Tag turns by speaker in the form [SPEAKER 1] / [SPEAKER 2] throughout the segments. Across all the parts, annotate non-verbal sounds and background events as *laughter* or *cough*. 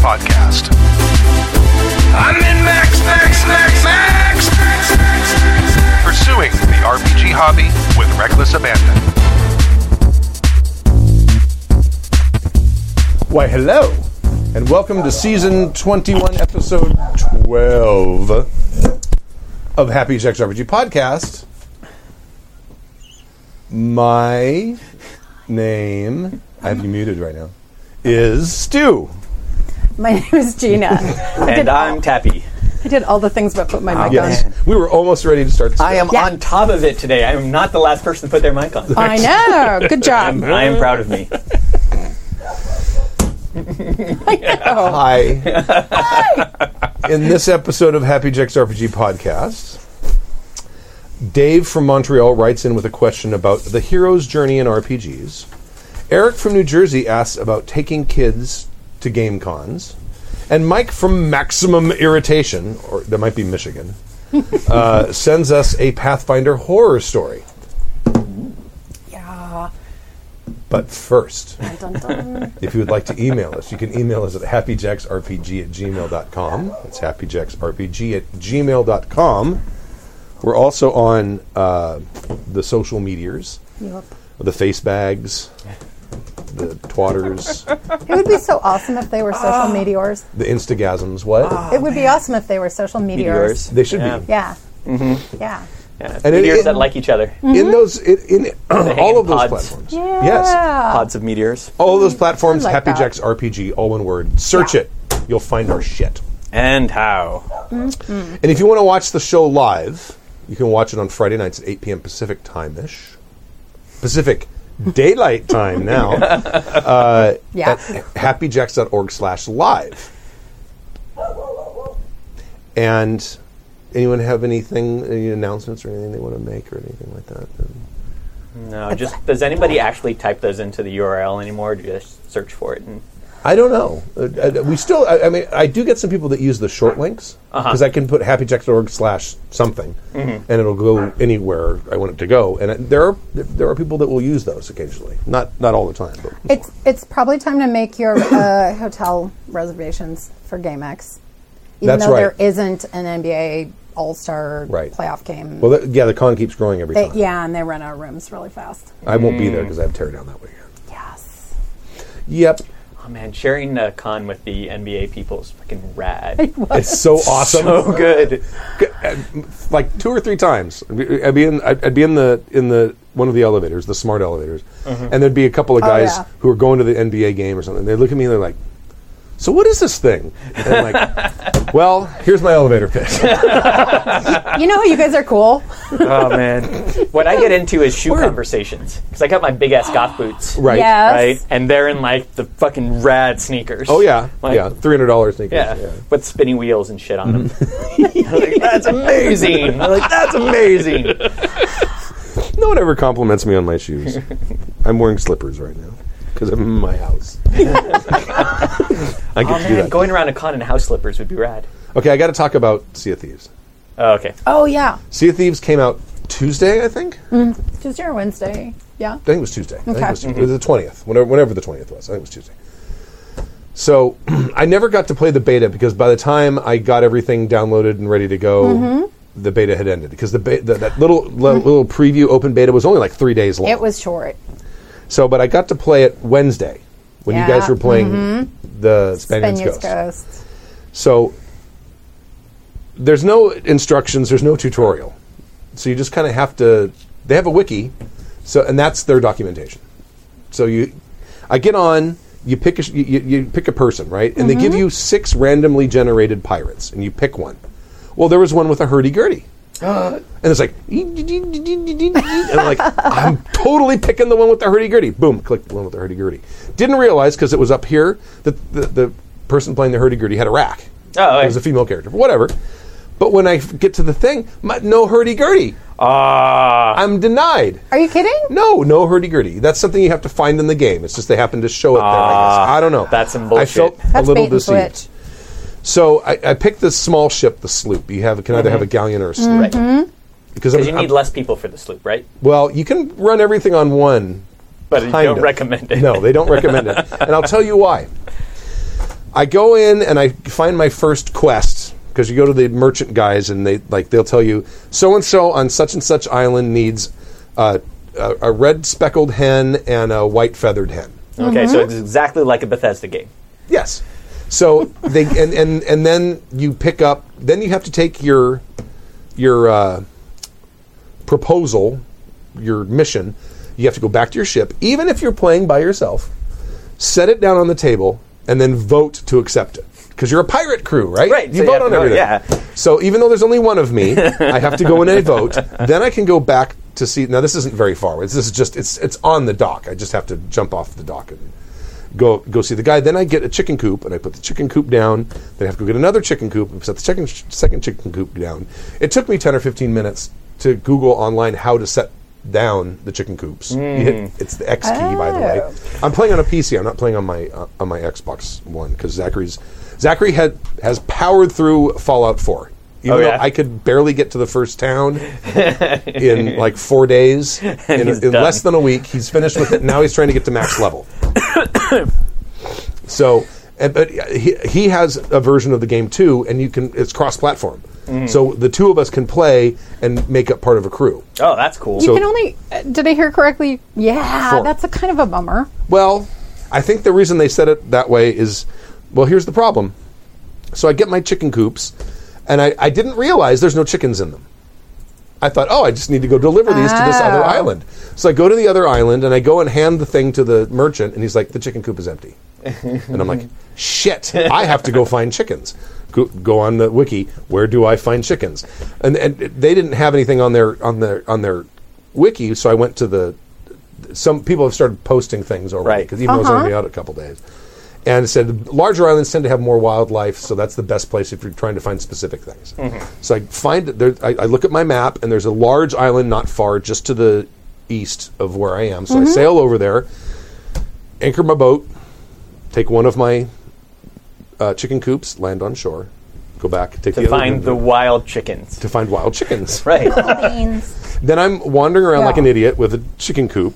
[SPEAKER 1] podcast. I'm in Max, Max, Max, Max, Max, Max, Max. Pursuing the RPG hobby with reckless abandon.
[SPEAKER 2] Why, hello, and welcome to season 21, episode 12 of Happy Jack's RPG Podcast. My name, I have you muted right now, is Stu.
[SPEAKER 3] My *laughs* name is Gina. I, did
[SPEAKER 4] And I'm
[SPEAKER 3] all,
[SPEAKER 4] Tappy.
[SPEAKER 3] I did all the things but put my mic
[SPEAKER 2] Yes,
[SPEAKER 3] on.
[SPEAKER 2] we were almost ready to start. This
[SPEAKER 4] I am
[SPEAKER 3] Yeah.
[SPEAKER 4] on top of it today. I am not the last person to put their mic on.
[SPEAKER 3] I know. Good job.
[SPEAKER 4] I'm, *laughs* I am proud of me.
[SPEAKER 2] Hi. In this episode of Happy Jack's RPG podcast, Dave from Montreal writes in with a question about the hero's journey in RPGs. Eric from New Jersey asks about taking kids to game cons. And Mike from Maximum Irritation, or that might be Michigan, uh, sends us a Pathfinder horror story.
[SPEAKER 3] Yeah.
[SPEAKER 2] But first,
[SPEAKER 3] Dun, dun, dun.
[SPEAKER 2] if you would like to email us, you can email us at happyjacksrpg at gmail.com. It's happyjacksrpg at gmail.com. We're also on uh, the social meteors,
[SPEAKER 3] Yup.
[SPEAKER 2] the face bags, the
[SPEAKER 3] *laughs*
[SPEAKER 2] twatters,
[SPEAKER 3] It would be so awesome if they were
[SPEAKER 4] Ah.
[SPEAKER 3] social meteors.
[SPEAKER 2] the instagasms. What?
[SPEAKER 3] it would be awesome if they were social meteors.
[SPEAKER 4] Meteors.
[SPEAKER 2] they should
[SPEAKER 4] Yeah.
[SPEAKER 2] be.
[SPEAKER 3] Yeah.
[SPEAKER 2] Mm-hmm.
[SPEAKER 3] Yeah.
[SPEAKER 4] Yeah.
[SPEAKER 2] And it-
[SPEAKER 4] meteors
[SPEAKER 2] it-
[SPEAKER 4] that like each other.
[SPEAKER 3] Mm-hmm.
[SPEAKER 2] In those, in, *clears throat* in all of those
[SPEAKER 4] pods.
[SPEAKER 2] platforms.
[SPEAKER 3] Yeah.
[SPEAKER 2] Yes.
[SPEAKER 3] Ah.
[SPEAKER 4] Pods of meteors.
[SPEAKER 2] All of those platforms,
[SPEAKER 3] I like
[SPEAKER 2] Happy
[SPEAKER 3] that.
[SPEAKER 2] Jacks RPG, all one word. Search it. You'll find our shit.
[SPEAKER 4] And how?
[SPEAKER 2] And if you want to watch the show live, you can watch it on Friday nights at 8 p.m. Pacific time ish. Pacific daylight time now at
[SPEAKER 3] Yeah.
[SPEAKER 2] happyjacks.org slash live. And anyone have anything, any announcements or anything they want to make or anything like that?
[SPEAKER 4] No, just does anybody actually type those into the URL anymore? Do you just search for it? And,
[SPEAKER 2] I don't know. Uh, uh, We still, I, I mean, I do get some people that use the short links because I can put happyjacks.org slash something and it'll go anywhere I want it to go. And uh, there are there are people that will use those occasionally, not not all the time, but
[SPEAKER 3] It's it's probably time to make your uh, *coughs* hotel reservations for GameX. Even
[SPEAKER 2] That's
[SPEAKER 3] though
[SPEAKER 2] right.
[SPEAKER 3] there isn't an NBA All Star
[SPEAKER 2] Right.
[SPEAKER 3] playoff game.
[SPEAKER 2] well, that, yeah, the con keeps growing every
[SPEAKER 3] They-
[SPEAKER 2] time.
[SPEAKER 3] yeah, and they run out of rooms really fast.
[SPEAKER 2] I won't be there because I have teardown that weekend.
[SPEAKER 3] Yes. *laughs*
[SPEAKER 2] Yep,
[SPEAKER 4] oh man, sharing a con with the NBA people is fucking rad.
[SPEAKER 2] it's so awesome.
[SPEAKER 4] So good.
[SPEAKER 2] like two or three times. I'd be in, I'd I'd be in the in the one of the elevators, the smart elevators,
[SPEAKER 4] Mm-hmm.
[SPEAKER 2] and there'd be a couple of guys
[SPEAKER 3] yeah.
[SPEAKER 2] who are going to the NBA game or something. They look at me and they're like, "So what is this thing?" And I'm
[SPEAKER 4] *laughs*
[SPEAKER 2] like, "Well, here's my elevator pitch."
[SPEAKER 3] You know how you guys are cool?
[SPEAKER 4] Oh man. what I get into is shoe conversations because I got my big ass goth
[SPEAKER 2] *laughs*
[SPEAKER 4] boots.
[SPEAKER 2] right?
[SPEAKER 3] Yes.
[SPEAKER 4] Right, and they're in like the fucking rad sneakers.
[SPEAKER 2] Oh yeah,
[SPEAKER 4] Like,
[SPEAKER 2] yeah. Three hundred dollars sneakers.
[SPEAKER 4] Yeah,
[SPEAKER 2] yeah.
[SPEAKER 4] with spinning wheels and shit on
[SPEAKER 2] *laughs*
[SPEAKER 4] them. *laughs* Like, that's amazing. I'm like
[SPEAKER 2] *laughs*
[SPEAKER 4] that's amazing.
[SPEAKER 2] No one ever compliments me on my
[SPEAKER 4] *laughs*
[SPEAKER 2] shoes. I'm wearing slippers right now because I'm in my
[SPEAKER 4] *laughs*
[SPEAKER 2] house. I get
[SPEAKER 4] Oh
[SPEAKER 2] to do
[SPEAKER 4] man,
[SPEAKER 2] that.
[SPEAKER 4] going around a con in house slippers would be rad.
[SPEAKER 2] okay, I got to talk about Sea of Thieves.
[SPEAKER 4] Oh, okay.
[SPEAKER 3] Oh yeah.
[SPEAKER 2] Sea of Thieves came out Tuesday, I think.
[SPEAKER 3] Tuesday or Wednesday. Yeah.
[SPEAKER 2] I think it was Tuesday. I think
[SPEAKER 3] Okay.
[SPEAKER 2] it was Tuesday. the twentieth, whenever, whenever the twentieth was. I think it was Tuesday. So *clears throat* I never got to play the beta because by the time I got everything downloaded and ready to go,
[SPEAKER 3] Mm-hmm.
[SPEAKER 2] the beta had ended because the, be- the that little li- little preview open beta was only like three days long.
[SPEAKER 3] It was short.
[SPEAKER 2] so, but I got to play it Wednesday when you guys
[SPEAKER 3] Yeah. Mm-hmm.
[SPEAKER 2] were playing the Spaniard's,
[SPEAKER 3] Spaniard's
[SPEAKER 2] Ghost.
[SPEAKER 3] Ghost.
[SPEAKER 2] So there's no instructions, there's no tutorial. So you just kind of have to they have a wiki. So and that's their documentation. So you I get on, you pick a sh- you, you you pick a person, right? And they give
[SPEAKER 4] Mm-hmm.
[SPEAKER 2] you six randomly generated pirates and you pick one. Well, there was one with a
[SPEAKER 4] *gasps*
[SPEAKER 2] hurdy-gurdy.
[SPEAKER 4] Uh,
[SPEAKER 2] and it's like and I'm
[SPEAKER 4] *laughs*
[SPEAKER 2] like I'm totally picking the one with the hurdy-gurdy. Boom, click the one with the hurdy-gurdy. Didn't realize because it was up here that the, the person playing the hurdy-gurdy had a rack.
[SPEAKER 4] Oh, okay.
[SPEAKER 2] It was a female character, whatever. But when I f- get to the thing, my, no hurdy gurdy.
[SPEAKER 4] Oh. Ah,
[SPEAKER 2] I'm denied.
[SPEAKER 3] Are you kidding?
[SPEAKER 2] No, no hurdy gurdy. That's something you have to find in the game. It's just they happen to show it there. I, guess. I don't know.
[SPEAKER 4] Ah, that's some
[SPEAKER 2] I felt
[SPEAKER 4] bullshit.
[SPEAKER 2] a
[SPEAKER 3] That's bait
[SPEAKER 2] little
[SPEAKER 3] and
[SPEAKER 2] deceived.
[SPEAKER 3] switch.
[SPEAKER 2] So I, I picked this small ship, the sloop. You have can either
[SPEAKER 3] Mm-hmm.
[SPEAKER 2] have a galleon or a sloop
[SPEAKER 4] right.
[SPEAKER 2] because
[SPEAKER 4] Because
[SPEAKER 2] I'm-
[SPEAKER 4] you need
[SPEAKER 2] I'm-
[SPEAKER 4] less people for the sloop, right?
[SPEAKER 2] Well, you can run everything on one
[SPEAKER 4] But you
[SPEAKER 2] kind
[SPEAKER 4] don't
[SPEAKER 2] of.
[SPEAKER 4] recommend it. *laughs*
[SPEAKER 2] No, they don't recommend it. And I'll tell you why. I go in and I find my first quest because you go to the merchant guys and they like they'll tell you so and so on such and such island needs uh, a, a red speckled hen and a white feathered hen.
[SPEAKER 4] Okay, so it's exactly like a Bethesda game.
[SPEAKER 2] Yes. So they and, and and then you pick up. Then you have to take your your uh, proposal, your mission. You have to go back to your ship, even if you're playing by yourself. Set it down on the table and then vote to accept it because you're a pirate crew, right?
[SPEAKER 4] Right,
[SPEAKER 2] You
[SPEAKER 4] so you
[SPEAKER 2] vote
[SPEAKER 4] have
[SPEAKER 2] on
[SPEAKER 4] to vote,
[SPEAKER 2] everything.
[SPEAKER 4] yeah.
[SPEAKER 2] So even though there's only one of
[SPEAKER 4] *laughs*
[SPEAKER 2] me, I have to go in and vote. Then I can go back to see. Now this isn't very far. This is just it's it's on the dock. I just have to jump off the dock and go go see the guy. Then I get a chicken coop and I put the chicken coop down. Then I have to go get another chicken coop and set the second second chicken coop down. It took me ten or fifteen minutes to Google online how to set down the chicken coops. You hit-
[SPEAKER 4] Hmm.
[SPEAKER 2] it's the X key, by the way.
[SPEAKER 3] Oh.
[SPEAKER 2] I'm playing on a PC. I'm not playing on my uh, on my Xbox One because Zachary's Zachary had has powered through Fallout Four. Even
[SPEAKER 4] Oh,
[SPEAKER 2] though
[SPEAKER 4] yeah?
[SPEAKER 2] I could barely get to the first town
[SPEAKER 4] *laughs*
[SPEAKER 2] in like four days, in,
[SPEAKER 4] he's
[SPEAKER 2] in
[SPEAKER 4] done.
[SPEAKER 2] less than a week, he's finished with it. Now he's trying to get to max level. *coughs* So, and, but he, he has a version of the game too, and you can it's cross-platform.
[SPEAKER 4] Mm.
[SPEAKER 2] So the two of us can play and make up part of a crew.
[SPEAKER 4] Oh, that's cool.
[SPEAKER 2] So-
[SPEAKER 3] you can only. uh, Did I hear correctly? Yeah,
[SPEAKER 2] Four.
[SPEAKER 3] that's a kind of a bummer.
[SPEAKER 2] Well, I think the reason they said it that way is, well, here's the problem. So I get my chicken coops, and I, I didn't realize there's no chickens in them. I thought, oh, I just need to go deliver these to this other
[SPEAKER 3] Oh.
[SPEAKER 2] island. So I go to the other island and I go and hand the thing to the merchant, and he's like, the chicken coop is empty. and I'm like, shit, I have to go find chickens. Go, go on the wiki. Where do I find chickens? And, and they didn't have anything on their on their on their wiki, so I went to the. Some people have started posting things already
[SPEAKER 4] Right.
[SPEAKER 2] because even though it's only been out a couple days, and it said larger islands tend to have more wildlife, so that's the best place if you're trying to find specific things.
[SPEAKER 4] Mm-hmm.
[SPEAKER 2] So I find it there. I, I look at my map, and there's a large island not far, just to the east of where I am. So I sail over there, anchor my boat, take one of my uh, chicken coops, land on shore, go back, take the
[SPEAKER 4] to
[SPEAKER 2] other
[SPEAKER 4] find the
[SPEAKER 2] one,
[SPEAKER 4] wild chickens.
[SPEAKER 2] to find wild chickens. *laughs*
[SPEAKER 4] Right.
[SPEAKER 3] Beans.
[SPEAKER 2] Then I'm wandering around like
[SPEAKER 3] Yeah.
[SPEAKER 2] an idiot with a chicken coop,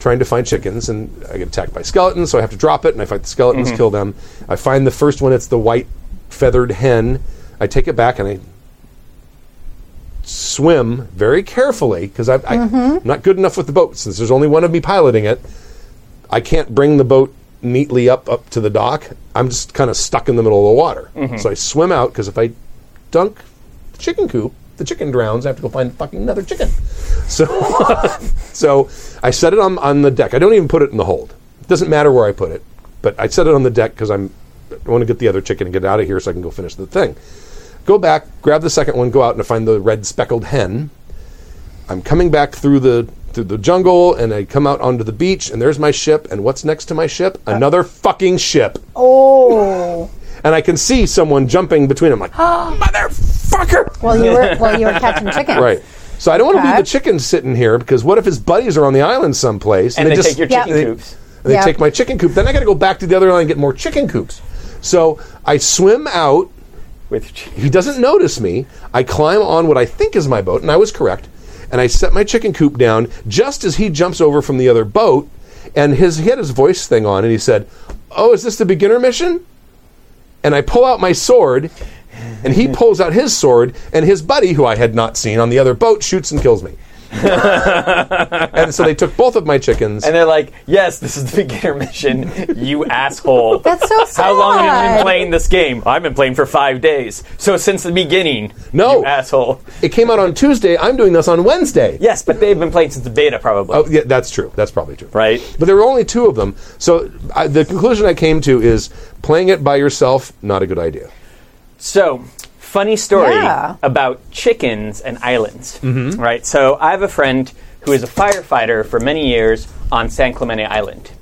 [SPEAKER 2] trying to find chickens, and I get attacked by skeletons, so I have to drop it, and I fight the skeletons, kill them. I find the first one, it's the white feathered hen. I take it back and I swim very carefully because I'm not good enough with the boat since there's only one of me piloting it. I can't bring the boat neatly up up to the dock. I'm just kind of stuck in the middle of the water. So I swim out because if I dunk the chicken coop, the chicken drowns. I have to go find fucking another chicken. *laughs* So, *laughs* so I set it on on the deck. I don't even put it in the hold. It doesn't matter where I put it, but I set it on the deck because I'm I want to get the other chicken and get out of here so I can go finish the thing. Go back, grab the second one, go out and find the red speckled hen. I'm coming back through the through the jungle and I come out onto the beach and there's my ship and what's next to my ship?
[SPEAKER 3] Uh.
[SPEAKER 2] Another fucking ship.
[SPEAKER 3] *laughs* Oh.
[SPEAKER 2] And I can see someone jumping between them like motherfucker.
[SPEAKER 3] Well, you were well, you were catching chickens.
[SPEAKER 2] Right. So I don't want to leave
[SPEAKER 3] Okay.
[SPEAKER 2] the chickens sitting here because what if his buddies are on the island someplace
[SPEAKER 4] and they,
[SPEAKER 2] just-
[SPEAKER 4] take your
[SPEAKER 3] Yeah.
[SPEAKER 4] chicken
[SPEAKER 3] they-
[SPEAKER 4] coops.
[SPEAKER 2] and they
[SPEAKER 3] Yeah.
[SPEAKER 2] take my chicken coop. Then I got to go back to the other island and get more chicken coops. So I swim out
[SPEAKER 4] With your chicken.
[SPEAKER 2] He doesn't notice me. I climb on what I think is my boat, and I was correct. And I set my chicken coop down just as he jumps over from the other boat, and his he had his voice thing on, and he said, "Oh, is this the beginner mission?" And I pull out my sword, and
[SPEAKER 4] *laughs*
[SPEAKER 2] he pulls out his sword, and his buddy, who I had not seen on the other boat, shoots and
[SPEAKER 4] *laughs*
[SPEAKER 2] kills me. and so they took both of my chickens.
[SPEAKER 4] And they're like, yes, this is the beginner *laughs* mission, you
[SPEAKER 3] *laughs*
[SPEAKER 4] asshole.
[SPEAKER 3] That's so sad.
[SPEAKER 4] How long have you been playing this game? I've been playing for five days. So since the beginning,
[SPEAKER 2] No.
[SPEAKER 4] you asshole.
[SPEAKER 2] it came out on Tuesday. I'm doing this on Wednesday.
[SPEAKER 4] Yes, but they've been playing since the beta, probably.
[SPEAKER 2] Oh, yeah, that's true. That's probably true.
[SPEAKER 4] Right.
[SPEAKER 2] But there were only two of them. So I, the conclusion I came to is playing it by yourself, not a good idea.
[SPEAKER 4] So, funny story
[SPEAKER 3] Yeah.
[SPEAKER 4] about chickens and islands. Mm-hmm. Right. So, I have a friend who is a firefighter for many years on San Clemente Island,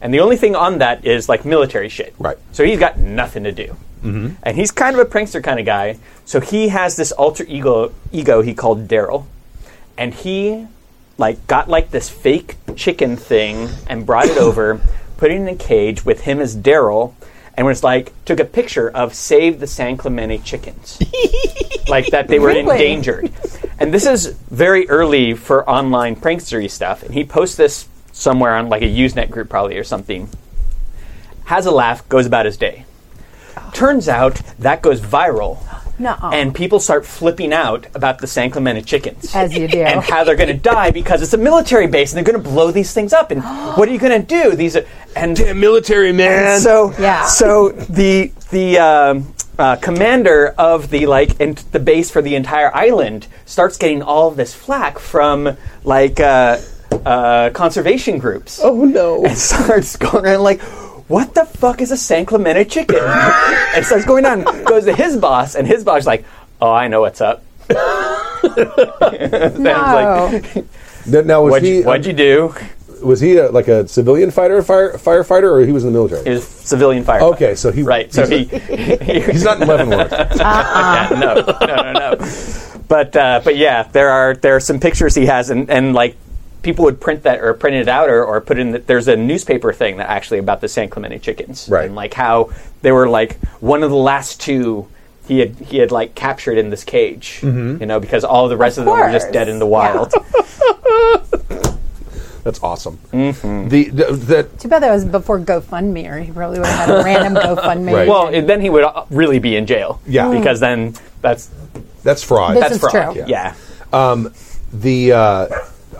[SPEAKER 4] and the only thing on that is like military shit.
[SPEAKER 2] Right.
[SPEAKER 4] So he's got nothing to do, mm-hmm. and he's kind of a prankster kind of guy. So he has this alter ego ego he called Daryl, and he like got like this fake chicken thing and brought it over, put it in a cage with him as Daryl, and was like took a picture of save the San Clemente chickens, like that they were
[SPEAKER 3] *laughs* Really?
[SPEAKER 4] endangered. And this is very early for online prankstery stuff, and he posts this somewhere on like a Usenet group probably or something. Has a laugh, goes about his day. Turns out that goes viral.
[SPEAKER 3] Nuh-uh.
[SPEAKER 4] And people start flipping out about the San Clemente chickens.
[SPEAKER 3] As you do.
[SPEAKER 4] And how they're going to die because it's a military base and they're going to blow these things up.
[SPEAKER 3] *gasps*
[SPEAKER 4] And what are you going to do? These are, and
[SPEAKER 2] military man.
[SPEAKER 4] so
[SPEAKER 3] Yeah.
[SPEAKER 4] So the the um, uh, commander of the like and the base for the entire island starts getting all of this flack from like uh, uh, conservation groups.
[SPEAKER 2] oh no.
[SPEAKER 4] And *laughs* starts going around like. What the fuck is a San Clemente chicken? *laughs* and starts going on, goes to his boss, and his boss is like, "Oh, I know what's up.
[SPEAKER 3] No.
[SPEAKER 2] Th- Now was
[SPEAKER 4] What'd,
[SPEAKER 2] he um,
[SPEAKER 4] you, what'd you do?"
[SPEAKER 2] was he a, like a civilian fighter, fire, firefighter, or he was in the military?
[SPEAKER 4] It was civilian fire.
[SPEAKER 2] Okay, so *laughs* he-
[SPEAKER 4] right. So he,
[SPEAKER 2] he's
[SPEAKER 4] he
[SPEAKER 2] He's not in Leavenworth.
[SPEAKER 3] Ah.
[SPEAKER 4] yeah, no, no, no, no. But uh, but yeah, there are there are some pictures he has, and, and like people would print that or print it out or, or put in. The, there's a newspaper thing that actually about the San Clemente chickens,
[SPEAKER 2] Right.
[SPEAKER 4] And like how they were like one of the last two he had he had like captured in this cage,
[SPEAKER 2] Mm-hmm.
[SPEAKER 4] you know, because all the rest of, them were just
[SPEAKER 3] course.
[SPEAKER 4] dead in the wild.
[SPEAKER 2] That's awesome.
[SPEAKER 4] Mm-hmm.
[SPEAKER 2] The, the that
[SPEAKER 3] *laughs* Too bad that was before GoFundMe, or he probably would have had a random
[SPEAKER 2] *laughs*
[SPEAKER 3] GoFundMe.
[SPEAKER 2] Right.
[SPEAKER 4] Well, and then he would uh, really be in jail,
[SPEAKER 2] Yeah. Mm.
[SPEAKER 4] because then that's
[SPEAKER 2] that's fraud. Um,
[SPEAKER 3] This
[SPEAKER 4] that's
[SPEAKER 3] is
[SPEAKER 4] fraud,
[SPEAKER 3] true.
[SPEAKER 4] yeah.
[SPEAKER 2] the uh,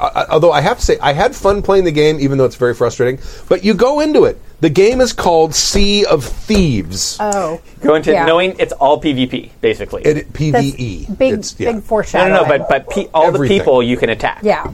[SPEAKER 2] I, although I have to say I had fun playing the game, even though it's very frustrating. But you go into it. The game is called Sea of Thieves.
[SPEAKER 3] oh,
[SPEAKER 4] Go into
[SPEAKER 3] Yeah.
[SPEAKER 4] knowing it's all PvP basically.
[SPEAKER 2] It-
[SPEAKER 3] that's
[SPEAKER 2] PVE.
[SPEAKER 3] big,
[SPEAKER 2] E It's- yeah.
[SPEAKER 3] big
[SPEAKER 4] no,
[SPEAKER 3] foreshadowing.
[SPEAKER 4] no, no, but but pe- all
[SPEAKER 2] Everything.
[SPEAKER 4] the people you can attack.
[SPEAKER 3] yeah,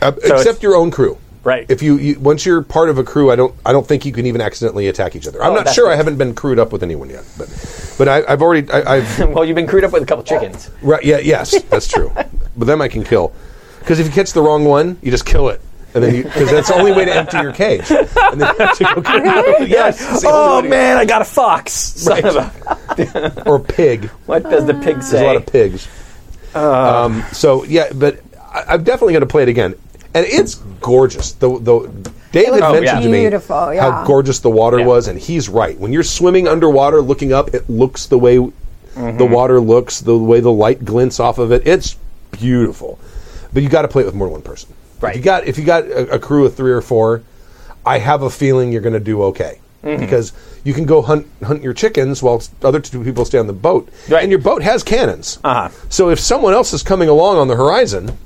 [SPEAKER 2] Uh,
[SPEAKER 4] it's-
[SPEAKER 2] except your own crew.
[SPEAKER 4] Right.
[SPEAKER 2] If you, you once you're part of a crew, I don't I don't think you can even accidentally attack each other. I'm
[SPEAKER 4] Oh,
[SPEAKER 2] not
[SPEAKER 4] that's
[SPEAKER 2] sure. I
[SPEAKER 4] good.
[SPEAKER 2] haven't been crewed up with anyone yet, but but I, I've already I, I've
[SPEAKER 4] *laughs* Well, you've been crewed up with a
[SPEAKER 3] *laughs*
[SPEAKER 4] couple chickens.
[SPEAKER 2] Right. Yeah. Yes, that's true. but them I can kill because if you catch the wrong one, you just kill it, and then because that's the only way to empty your cage. And then you have to go
[SPEAKER 4] *laughs*
[SPEAKER 2] get another- *laughs* yes. it's the
[SPEAKER 4] Oh
[SPEAKER 2] only way
[SPEAKER 4] man, I got a fox. Son of a-
[SPEAKER 2] to- Or pig.
[SPEAKER 4] what does the pig say?
[SPEAKER 2] There's a lot of pigs. um, so yeah, but I, I'm definitely going to play it again, and it's gorgeous. The the David
[SPEAKER 4] looks
[SPEAKER 2] mentioned to me
[SPEAKER 3] beautiful, yeah.
[SPEAKER 2] how gorgeous the water
[SPEAKER 4] Yeah.
[SPEAKER 2] was, and he's right. When you're swimming underwater, looking up, it looks the way the
[SPEAKER 4] Mm-hmm.
[SPEAKER 2] water looks, the way the light glints off of it. It's beautiful, but you got to play it with more than one person.
[SPEAKER 4] Right.
[SPEAKER 2] If you got if you got a, a crew of three or four, I have a feeling you're going to do okay.
[SPEAKER 4] Mm-hmm.
[SPEAKER 2] Because you can go hunt hunt your chickens while s- other two people stay on the boat,
[SPEAKER 4] Right.
[SPEAKER 2] and your boat has cannons.
[SPEAKER 4] Uh-huh.
[SPEAKER 2] So if someone else is coming along on the horizon,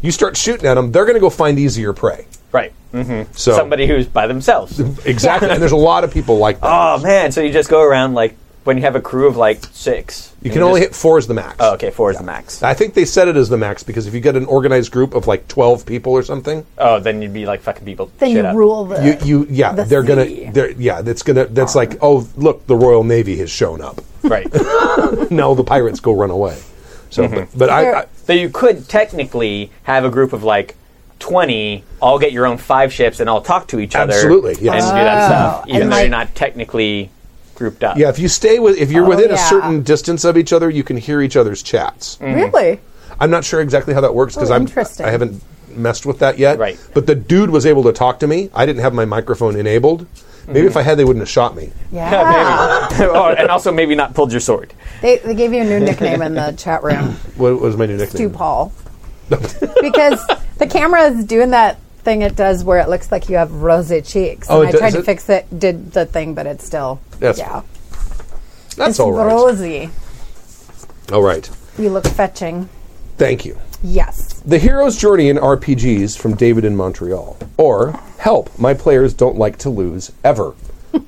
[SPEAKER 2] you start shooting at them, they're going to go find easier prey.
[SPEAKER 4] right. Mm-hmm.
[SPEAKER 2] So
[SPEAKER 4] Somebody who's
[SPEAKER 2] *laughs*
[SPEAKER 4] by themselves.
[SPEAKER 2] exactly, and there's a lot of people like that.
[SPEAKER 4] *laughs* oh man, so you just go around like when you have a crew of like six.
[SPEAKER 2] you can only hit four is the max.
[SPEAKER 4] Oh, okay, four is the max.
[SPEAKER 2] I think they set it as the max because if you get an organized group of like twelve people or something,
[SPEAKER 4] Oh, then you'd be like fucking people.
[SPEAKER 3] then
[SPEAKER 4] shit
[SPEAKER 3] you
[SPEAKER 4] up.
[SPEAKER 3] rule the.
[SPEAKER 2] you, you yeah
[SPEAKER 3] the
[SPEAKER 2] they're
[SPEAKER 3] sea.
[SPEAKER 2] gonna they're, yeah that's gonna that's like oh look the Royal Navy has shown up. *laughs*
[SPEAKER 3] *laughs*
[SPEAKER 4] Right.
[SPEAKER 2] no, the pirates go run away. So
[SPEAKER 4] Mm-hmm.
[SPEAKER 2] but, but I, I
[SPEAKER 4] so you could technically have a group of like twenty, all get your own five ships, and all talk to each other.
[SPEAKER 2] Absolutely, yes.
[SPEAKER 4] And do that
[SPEAKER 3] Oh,
[SPEAKER 4] stuff, even
[SPEAKER 3] and
[SPEAKER 4] though
[SPEAKER 3] like-
[SPEAKER 4] you're not technically grouped up.
[SPEAKER 2] yeah if you stay with if you're within a
[SPEAKER 3] Oh, yeah.
[SPEAKER 2] certain distance of each other, you can hear each other's chats.
[SPEAKER 4] Mm.
[SPEAKER 3] really?
[SPEAKER 2] I'm not sure exactly how that works because
[SPEAKER 3] Oh,
[SPEAKER 2] I'm
[SPEAKER 3] interesting.
[SPEAKER 2] I haven't messed with that yet.
[SPEAKER 4] Right.
[SPEAKER 2] But the dude was able to talk to me. I didn't have my microphone enabled. Maybe
[SPEAKER 3] Mm-hmm.
[SPEAKER 2] if I had, they wouldn't have shot me.
[SPEAKER 4] *laughs*
[SPEAKER 3] Yeah.
[SPEAKER 4] oh, and also *laughs* maybe not pulled your sword.
[SPEAKER 3] they, they gave you a new nickname in the
[SPEAKER 2] *laughs*
[SPEAKER 3] chat room,
[SPEAKER 2] What was my new nickname? *laughs*
[SPEAKER 3] Stu Paul, because the camera is doing that thing it does where it looks like you have rosy cheeks.
[SPEAKER 2] Oh, it
[SPEAKER 3] and I
[SPEAKER 2] does-
[SPEAKER 3] tried
[SPEAKER 2] is
[SPEAKER 3] to
[SPEAKER 2] it-
[SPEAKER 3] fix it, did the thing, but it's still
[SPEAKER 2] That's-
[SPEAKER 3] yeah.
[SPEAKER 2] That's
[SPEAKER 3] It's
[SPEAKER 2] all right.
[SPEAKER 3] rosy.
[SPEAKER 2] All right.
[SPEAKER 3] You look fetching.
[SPEAKER 2] Thank you.
[SPEAKER 3] Yes.
[SPEAKER 2] The Hero's Journey in RPGs from David in Montreal. Or help, my players don't like to lose ever.
[SPEAKER 3] *laughs*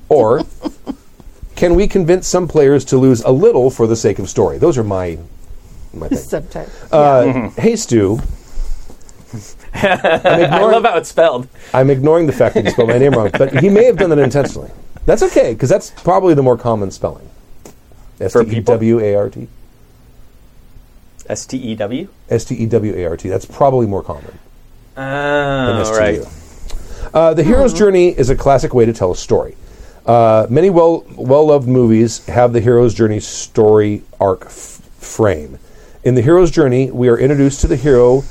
[SPEAKER 2] Or can we convince some players to lose a little for the sake of story? Those are my
[SPEAKER 3] *laughs*
[SPEAKER 2] my things.
[SPEAKER 3] Subtitle.
[SPEAKER 2] Uh, Hey Stu. I'm
[SPEAKER 4] *laughs* I
[SPEAKER 2] ignoring-
[SPEAKER 4] love how it's spelled.
[SPEAKER 2] I'm ignoring the fact that he spelled my name wrong, but he may have done that intentionally. That's okay, because that's probably the more common spelling. S T E
[SPEAKER 4] people?
[SPEAKER 2] W A R T.
[SPEAKER 4] S T E W.
[SPEAKER 2] S T E W A R T. That's probably more common than
[SPEAKER 4] Oh,
[SPEAKER 2] S T
[SPEAKER 4] right. Oh.
[SPEAKER 2] U. Uh, the hero's journey is a classic way to tell a story. Uh, many well well loved movies have the hero's journey story arc f- frame. In the hero's journey, we are introduced to the hero.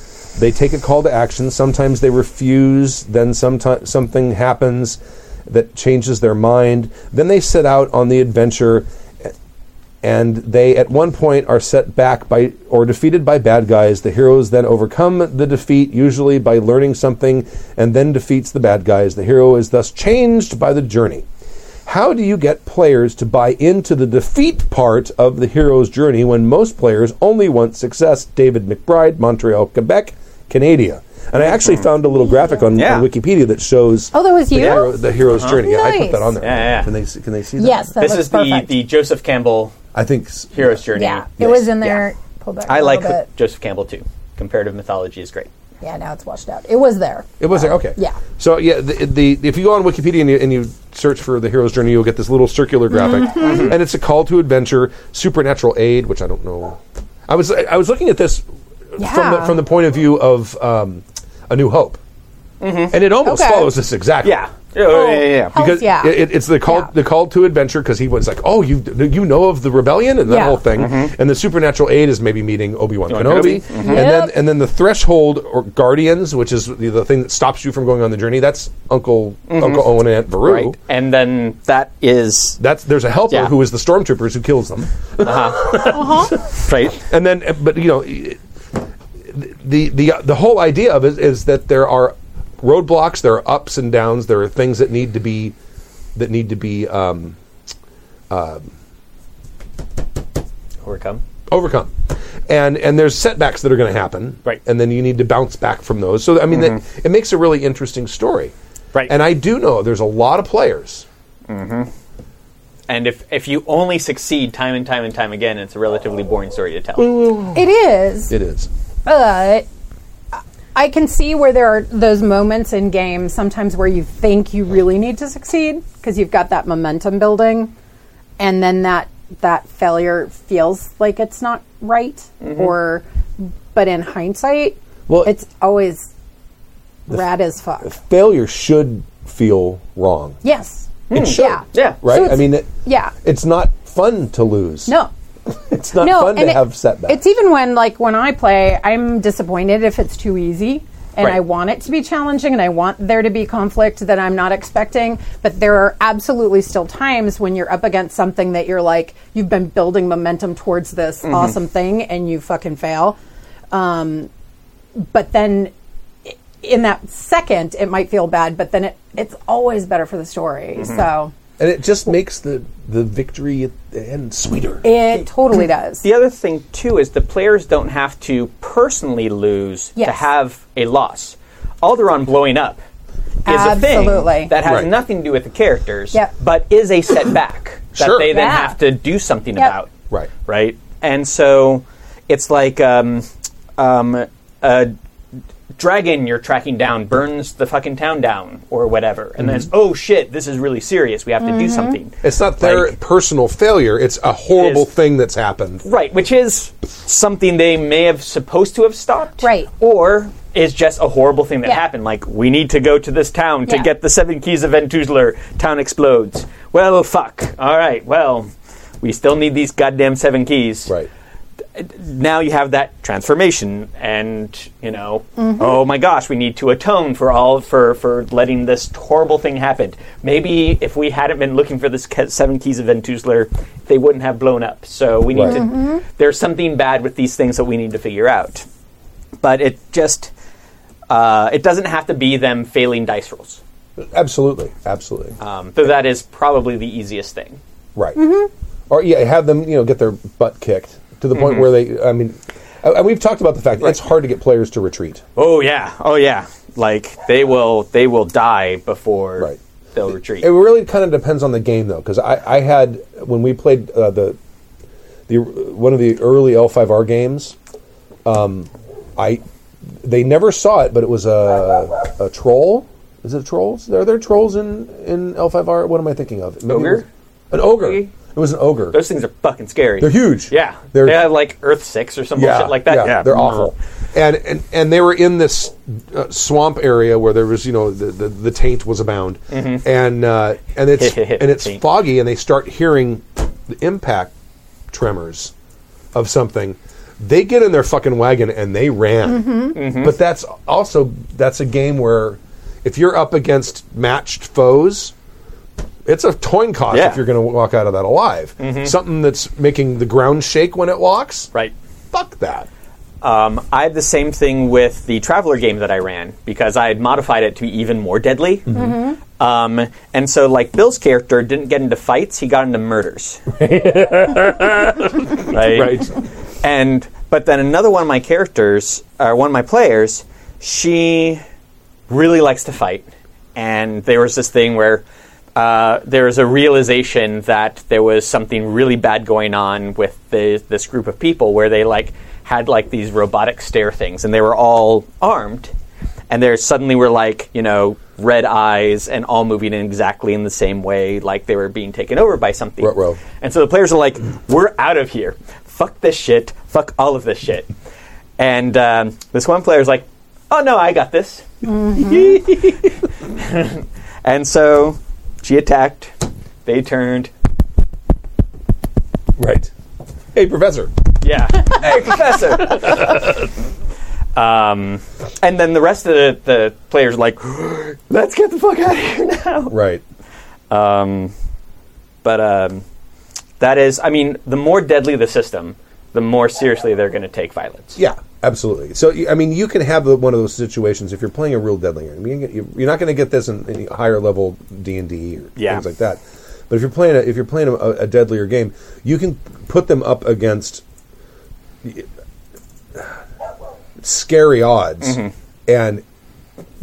[SPEAKER 2] They take a call to action. Sometimes they refuse. Then sometimes something happens that changes their mind. Then they set out on the adventure, and they at one point are set back by or defeated by bad guys. The heroes then overcome the defeat, usually by learning something, and then defeats the bad guys. The hero is thus changed by the journey. How do you get players to buy into the defeat part of the hero's journey when most players only want success? David McBride, Montreal, Quebec, Canada. And I actually found a little graphic on,
[SPEAKER 4] Hmm. Yeah.
[SPEAKER 2] on Wikipedia that shows
[SPEAKER 3] Oh, that was
[SPEAKER 2] the,
[SPEAKER 3] you?
[SPEAKER 2] hero- the hero's journey. Yeah, I put that
[SPEAKER 3] Nice.
[SPEAKER 2] on there.
[SPEAKER 4] Yeah, yeah, yeah.
[SPEAKER 2] Can they see- can they see that?
[SPEAKER 3] Yes, that
[SPEAKER 4] this
[SPEAKER 3] looks
[SPEAKER 4] is the,
[SPEAKER 3] perfect.
[SPEAKER 4] the Joseph Campbell
[SPEAKER 2] I think s-
[SPEAKER 4] hero's journey.
[SPEAKER 3] yeah, it was in there.
[SPEAKER 4] Yeah.
[SPEAKER 3] Pull back.
[SPEAKER 4] I
[SPEAKER 3] a
[SPEAKER 4] like
[SPEAKER 3] little bit.
[SPEAKER 4] Joseph Campbell too. Comparative mythology is great.
[SPEAKER 3] Yeah, now it's washed out. It was there.
[SPEAKER 2] It was there. Okay.
[SPEAKER 3] yeah.
[SPEAKER 2] So yeah, the, the if you go on Wikipedia and you, and you search for the hero's journey, you'll get this little circular graphic,
[SPEAKER 3] Mm-hmm.
[SPEAKER 2] and it's a call to adventure, supernatural aid, which I don't know. I was I was looking at this from the,
[SPEAKER 3] Yeah.
[SPEAKER 2] from the point of view of um, A New Hope, and it almost
[SPEAKER 3] Mm-hmm. Okay.
[SPEAKER 2] follows this exactly.
[SPEAKER 4] Yeah. Oh, yeah, yeah, yeah.
[SPEAKER 3] Hell
[SPEAKER 2] Because
[SPEAKER 3] yeah.
[SPEAKER 2] it, it's the call
[SPEAKER 3] Yeah.
[SPEAKER 2] the call to adventure because he was like, oh, you you know of the rebellion and that
[SPEAKER 3] Yeah.
[SPEAKER 2] whole thing, and the supernatural aid is maybe meeting Obi Wan Kenobi,
[SPEAKER 4] Mm-hmm. Kenobi. Mm-hmm.
[SPEAKER 2] and then
[SPEAKER 3] Yep.
[SPEAKER 2] and then the threshold or guardians, which is the, the thing that stops you from going on the journey. That's Uncle Uncle Owen and Aunt Veru.
[SPEAKER 4] Mm-hmm. Right. And then that is
[SPEAKER 2] That's there's a helper
[SPEAKER 4] Yeah.
[SPEAKER 2] who is the stormtroopers who kills them,
[SPEAKER 4] right.
[SPEAKER 2] and then but you know, the the the whole idea of it is that there are roadblocks, there are ups and downs, there are things that need to be that need to be. Um,
[SPEAKER 4] Overcome.
[SPEAKER 2] overcome. And and there's setbacks that are going to happen,
[SPEAKER 4] Right. Mm-hmm.
[SPEAKER 2] And then you need to bounce back from those. So I mean, that, it makes a really interesting story,
[SPEAKER 4] Right.
[SPEAKER 2] And I do know there's a lot of players.
[SPEAKER 4] And if if you only succeed time and time and time again, it's a relatively boring story to tell.
[SPEAKER 3] It is.
[SPEAKER 2] It is.
[SPEAKER 3] but I can see where there are those moments in games sometimes where you think you really need to succeed because you've got that momentum building, and then that that failure feels like it's not right. Or, but in hindsight,
[SPEAKER 2] Mm-hmm. Well-
[SPEAKER 3] it's always rad as fuck.
[SPEAKER 2] Failure should feel wrong.
[SPEAKER 3] yes. Hmm.
[SPEAKER 2] It should.
[SPEAKER 3] Yeah.
[SPEAKER 4] Yeah.
[SPEAKER 3] So
[SPEAKER 2] Right. I
[SPEAKER 3] it's-
[SPEAKER 2] mean, it,
[SPEAKER 3] Yeah.
[SPEAKER 2] it's not fun to lose.
[SPEAKER 3] No.
[SPEAKER 2] it's not fun to
[SPEAKER 3] and it-
[SPEAKER 2] have setbacks.
[SPEAKER 3] It's even when, like, when I play, I'm disappointed if it's too easy, and
[SPEAKER 4] Right.
[SPEAKER 3] I want it to be challenging, and I want there to be conflict that I'm not expecting. But there are absolutely still times when you're up against something that you're like, you've been building momentum towards this
[SPEAKER 2] Mm-hmm.
[SPEAKER 3] awesome thing, and you fucking fail. Um, but then i- in that second, it might feel bad, but then it, it's always better for the story.
[SPEAKER 2] Mm-hmm.
[SPEAKER 3] So
[SPEAKER 2] and it just makes the the victory at the end sweeter.
[SPEAKER 3] it
[SPEAKER 2] *clears throat*
[SPEAKER 3] totally does.
[SPEAKER 4] The other thing too is the players don't have to personally lose to
[SPEAKER 3] Yes.
[SPEAKER 4] have a loss. Alderon blowing up is a
[SPEAKER 3] Absolutely.
[SPEAKER 4] thing that has
[SPEAKER 2] Right.
[SPEAKER 4] nothing to do with the characters,
[SPEAKER 3] Yep.
[SPEAKER 4] but is
[SPEAKER 3] *coughs*
[SPEAKER 4] a setback that
[SPEAKER 2] Sure.
[SPEAKER 4] they then
[SPEAKER 3] Yeah.
[SPEAKER 4] have to do something
[SPEAKER 3] Yep.
[SPEAKER 4] about.
[SPEAKER 2] Right.
[SPEAKER 4] Right. And so it's like um, um, a dragon you're tracking down burns the fucking town down or whatever, and then it's oh shit, this is really serious. We have to
[SPEAKER 3] Mm-hmm.
[SPEAKER 4] do something.
[SPEAKER 2] Mm-hmm. It's not their
[SPEAKER 4] Like-
[SPEAKER 2] personal failure. It's a horrible
[SPEAKER 4] It is.
[SPEAKER 2] thing that's happened.
[SPEAKER 4] Right, which is something they may have supposed to have stopped.
[SPEAKER 3] Right.
[SPEAKER 4] Or is just a horrible thing that
[SPEAKER 3] Yeah.
[SPEAKER 4] happened. Like, we need to go to this town to
[SPEAKER 3] Yeah.
[SPEAKER 4] get the seven keys of Ventuzler. Town explodes. Well, fuck. All right, well, we still need these goddamn seven keys.
[SPEAKER 2] Right.
[SPEAKER 4] Now you have that transformation, and, you know,
[SPEAKER 2] Mm-hmm.
[SPEAKER 4] oh my gosh, we need to atone for all, for, for letting this horrible thing happen. Maybe if we hadn't been looking for this ke- seven keys of Ventuzler, they wouldn't have blown up. So we need
[SPEAKER 2] Right. Mm-hmm.
[SPEAKER 4] to there's something bad with these things that we need to figure out. But it just uh, it doesn't have to be them failing dice rolls.
[SPEAKER 2] Absolutely. Absolutely.
[SPEAKER 4] Um, though that is probably the easiest thing.
[SPEAKER 2] Right.
[SPEAKER 4] Mm-hmm.
[SPEAKER 2] Or yeah, have them you know get their butt kicked to the
[SPEAKER 4] Mm-hmm.
[SPEAKER 2] point where they. I mean, uh, and we've talked about the fact that it's hard to get players to retreat.
[SPEAKER 4] Oh yeah, oh yeah. Like they will they will die before
[SPEAKER 2] Right.
[SPEAKER 4] they'll retreat.
[SPEAKER 2] It really kind of depends on the game though, because I, I had when we played uh, the the one of the early L5R games, um, I they never saw it, but it was a a troll. Is it trolls? Are there trolls in in L5R? What am I thinking of? Maybe it
[SPEAKER 4] Ogre?
[SPEAKER 2] was- An ogre.
[SPEAKER 4] Ogre?
[SPEAKER 2] It was an ogre.
[SPEAKER 4] Those things are fucking scary.
[SPEAKER 2] They're huge.
[SPEAKER 4] Yeah,
[SPEAKER 2] They're-
[SPEAKER 4] they're, like Earth Six or some bullshit like that. Yeah, Uh-huh.
[SPEAKER 2] they're awful. And, and and they were in this uh, swamp area where there was you know the the, the taint was abound,
[SPEAKER 4] Mm-hmm.
[SPEAKER 2] and uh, and
[SPEAKER 4] *laughs*
[SPEAKER 2] it's and it's
[SPEAKER 4] Taint.
[SPEAKER 2] foggy, and they start hearing the impact tremors of something. They get in their fucking wagon and they ran.
[SPEAKER 4] Mm-hmm.
[SPEAKER 2] But that's also that's a game where if you're up against matched foes. It's a coin toss
[SPEAKER 4] Yeah. Mm-hmm.
[SPEAKER 2] if you're going to walk out of that alive. Something that's making the ground shake when it walks.
[SPEAKER 4] Right.
[SPEAKER 2] Fuck that.
[SPEAKER 4] Um, I had the same thing with the Traveler game that I ran because I had modified it to be even more deadly. Um, and so, like Bill's character didn't get into fights; he got into murders.
[SPEAKER 2] *laughs*
[SPEAKER 4] right?
[SPEAKER 2] Right.
[SPEAKER 4] And but then another one of my characters, or one of my players, she really likes to fight, and there was this thing where uh, there was a realization that there was something really bad going on with the, this group of people, where they like had like these robotic stair things, and they were all armed, and there suddenly were like you know red eyes and all moving in exactly in the same way, like they were being taken over by something.
[SPEAKER 2] Ruh-roh.
[SPEAKER 4] And so the players are like, we're out of here. Fuck this shit. Fuck all of this shit. And um, this one player is like, oh no, I got this. *laughs* and so she attacked. They turned.
[SPEAKER 2] Right. Hey, Professor.
[SPEAKER 4] Yeah. hey, Professor. um, and then the rest of the, the players are like, let's get the fuck out of here now.
[SPEAKER 2] Right.
[SPEAKER 4] Um, but um, that is, I mean, the more deadly the system, the more seriously they're going to take violence.
[SPEAKER 2] Yeah, absolutely. So you- I mean, you can have a, one of those situations if you're playing a real deadly game. I mean, you- you're not going to get this in any higher level D and D or
[SPEAKER 4] Yeah.
[SPEAKER 2] things like that. But if you're playing a, if you're playing a, a deadlier game, you can put them up against scary odds
[SPEAKER 4] Mm-hmm.
[SPEAKER 2] and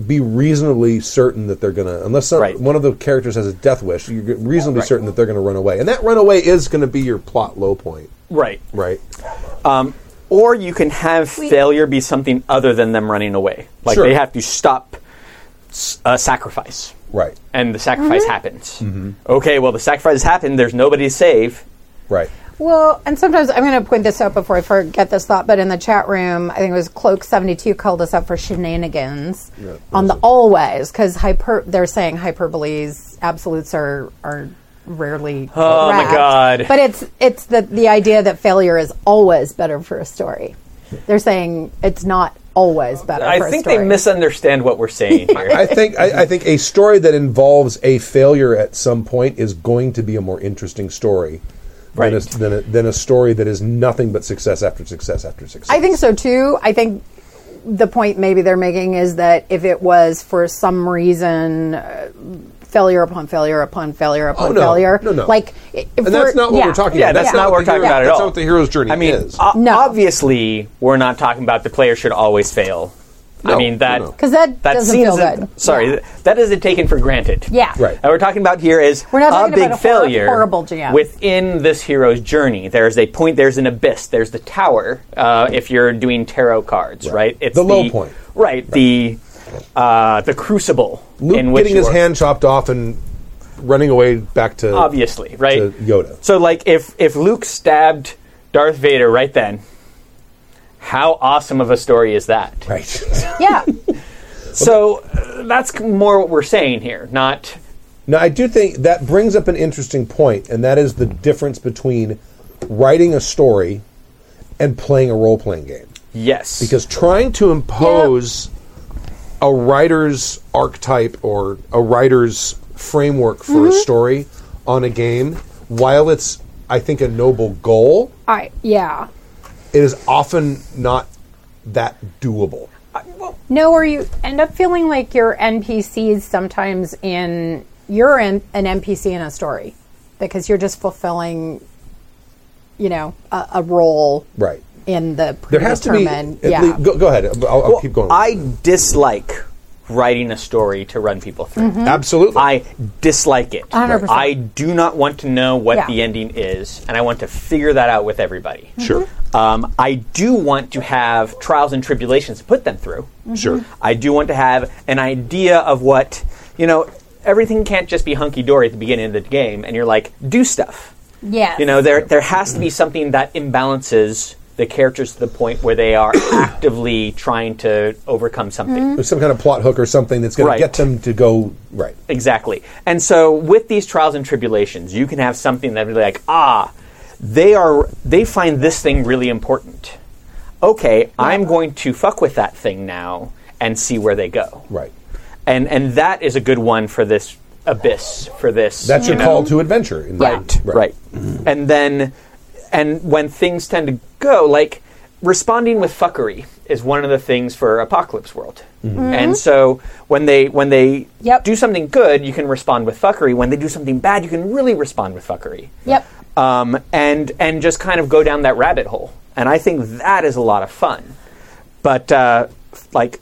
[SPEAKER 2] be reasonably certain that they're going to unless some,
[SPEAKER 4] Right.
[SPEAKER 2] one of the characters has a death wish you're reasonably
[SPEAKER 4] Right.
[SPEAKER 2] certain that they're going to run away and that runaway is going to be your plot low point
[SPEAKER 4] Right. Um,
[SPEAKER 2] right
[SPEAKER 4] Or you can have failure be something other than them running away. Like
[SPEAKER 2] Sure.
[SPEAKER 4] they have to stop s- a sacrifice.
[SPEAKER 2] right Mm-hmm.
[SPEAKER 4] And the sacrifice happens. Okay, well, the sacrifice happened. There's nobody to save.
[SPEAKER 2] right
[SPEAKER 3] Well, and sometimes I'm going to point this out before I forget this thought, but in the chat room, I think it was Cloak72 called us up for shenanigans on the always because hyper. They're saying hyperboles, absolutes are are rarely.
[SPEAKER 4] Oh, my
[SPEAKER 3] correct.
[SPEAKER 4] God.
[SPEAKER 3] But it's it's the the idea that failure is always better for a story. They're saying it's not always better. for
[SPEAKER 4] I
[SPEAKER 3] a
[SPEAKER 4] think they
[SPEAKER 3] story.
[SPEAKER 4] misunderstand what we're saying here.
[SPEAKER 2] I think I, I think a story that involves a failure at some point is going to be a more interesting story
[SPEAKER 4] Right.
[SPEAKER 2] than, a, than, a, than a story that is nothing but success after success after success.
[SPEAKER 3] I think so too. I think the point maybe they're making is that if it was for some reason uh, failure upon failure upon failure upon
[SPEAKER 2] Oh, no.
[SPEAKER 3] failure,
[SPEAKER 2] No, no.
[SPEAKER 3] like i- if
[SPEAKER 2] and that's
[SPEAKER 3] we're-
[SPEAKER 2] not what
[SPEAKER 3] yeah.
[SPEAKER 2] we're talking
[SPEAKER 4] Yeah,
[SPEAKER 2] about.
[SPEAKER 4] that's, not what we're
[SPEAKER 2] the
[SPEAKER 4] talking
[SPEAKER 2] hero-
[SPEAKER 4] about at
[SPEAKER 2] That's
[SPEAKER 4] all.
[SPEAKER 2] not what the hero's journey
[SPEAKER 4] I mean,
[SPEAKER 2] is.
[SPEAKER 4] o-
[SPEAKER 3] No.
[SPEAKER 4] obviously, we're not talking about the player should always fail. I
[SPEAKER 2] No,
[SPEAKER 4] mean that
[SPEAKER 2] no, no.
[SPEAKER 3] 'Cause that doesn't feel
[SPEAKER 4] a-
[SPEAKER 3] good.
[SPEAKER 4] Sorry, th- that isn't taken for granted.
[SPEAKER 3] Yeah.
[SPEAKER 2] Right.
[SPEAKER 4] And we're talking about here is
[SPEAKER 3] We're not talking
[SPEAKER 4] a big
[SPEAKER 3] about a hor-
[SPEAKER 4] failure.
[SPEAKER 3] horrible GM.
[SPEAKER 4] within this hero's journey. There's a point. There's an abyss. There's the tower. Uh, if you're doing tarot cards, right? It's
[SPEAKER 2] The low point.
[SPEAKER 4] Right. The uh, the crucible
[SPEAKER 2] Luke
[SPEAKER 4] in which
[SPEAKER 2] getting his
[SPEAKER 4] you're-
[SPEAKER 2] hand chopped off and running away back to
[SPEAKER 4] obviously, right?
[SPEAKER 2] to Yoda.
[SPEAKER 4] So like if if Luke stabbed Darth Vader right then, how awesome of a story is that?
[SPEAKER 2] Right. *laughs*
[SPEAKER 3] Yeah,
[SPEAKER 4] So uh, that's more what we're saying here, not
[SPEAKER 2] now I do think that brings up an interesting point, and that is the difference between writing a story and playing a role playing game.
[SPEAKER 4] yes.
[SPEAKER 2] because trying to impose a writer's archetype or a writer's framework for
[SPEAKER 3] Mm-hmm.
[SPEAKER 2] a story on a game, while it's I think a noble goal,
[SPEAKER 3] I yeah.
[SPEAKER 2] it is often not that doable.
[SPEAKER 3] No, or you end up feeling like your NPCs sometimes in you're in, an NPC in a story because you're just fulfilling, you know, a, a role
[SPEAKER 2] Right.
[SPEAKER 3] in the
[SPEAKER 2] There has to be.
[SPEAKER 3] predetermined.
[SPEAKER 2] at
[SPEAKER 3] yeah.
[SPEAKER 2] lea- go, go ahead. I'll, I'll keep going.
[SPEAKER 4] I dislike writing a story to run people through.
[SPEAKER 2] Mm-hmm. Absolutely.
[SPEAKER 4] I dislike it.
[SPEAKER 3] 100%.
[SPEAKER 4] I do not want to know what
[SPEAKER 3] Yeah.
[SPEAKER 4] the ending is, and I want to figure that out with everybody.
[SPEAKER 3] Mm-hmm.
[SPEAKER 2] Sure.
[SPEAKER 4] Um, I do want to have trials and tribulations to put them through.
[SPEAKER 2] Sure.
[SPEAKER 4] I do want to have an idea of what, you know, everything can't just be hunky dory at the beginning of the game, and you're like, do stuff.
[SPEAKER 3] Yes.
[SPEAKER 4] You know, there there has to be something that imbalances the characters to the point where they are actively trying to overcome something.
[SPEAKER 2] There's some kind of plot hook or something that's going
[SPEAKER 4] Right.
[SPEAKER 2] to get them to go right.
[SPEAKER 4] Exactly. And so with these trials and tribulations, you can have something that really like, ah, they are they find this thing really important. Okay, I'm going to fuck with that thing now and see where they go.
[SPEAKER 2] Right.
[SPEAKER 4] And and that is a good one for this abyss for this.
[SPEAKER 2] That's your
[SPEAKER 4] you know,
[SPEAKER 2] call to adventure. In
[SPEAKER 3] Right.
[SPEAKER 2] Right. Mm-hmm.
[SPEAKER 4] right. And then, and when things tend to go, like responding with fuckery is one of the things for Apocalypse World.
[SPEAKER 2] Mm-hmm.
[SPEAKER 4] And so when they when they
[SPEAKER 3] Yep.
[SPEAKER 4] do something good, you can respond with fuckery. When they do something bad, you can really respond with fuckery.
[SPEAKER 3] Yep.
[SPEAKER 4] Um, and and just kind of go down that rabbit hole. And I think that is a lot of fun. But uh, f- like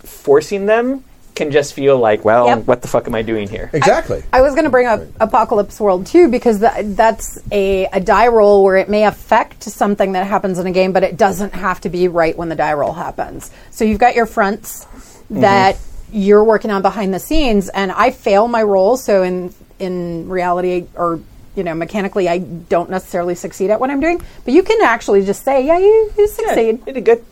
[SPEAKER 4] forcing them can just feel like, well,
[SPEAKER 3] Yep.
[SPEAKER 4] what the fuck am I doing here?
[SPEAKER 2] Exactly.
[SPEAKER 3] I was going to bring up Apocalypse World too because tha- that's a, a die roll where it may affect something that happens in a game, but it doesn't have to be right when the die roll happens. So you've got your fronts that you're working on behind the scenes, and I fail my roll. So in in reality, or you know, mechanically, I don't necessarily succeed at what I'm doing. But you can actually just say, "Yeah, you, you
[SPEAKER 4] Yeah,
[SPEAKER 3] succeed."
[SPEAKER 4] you did good.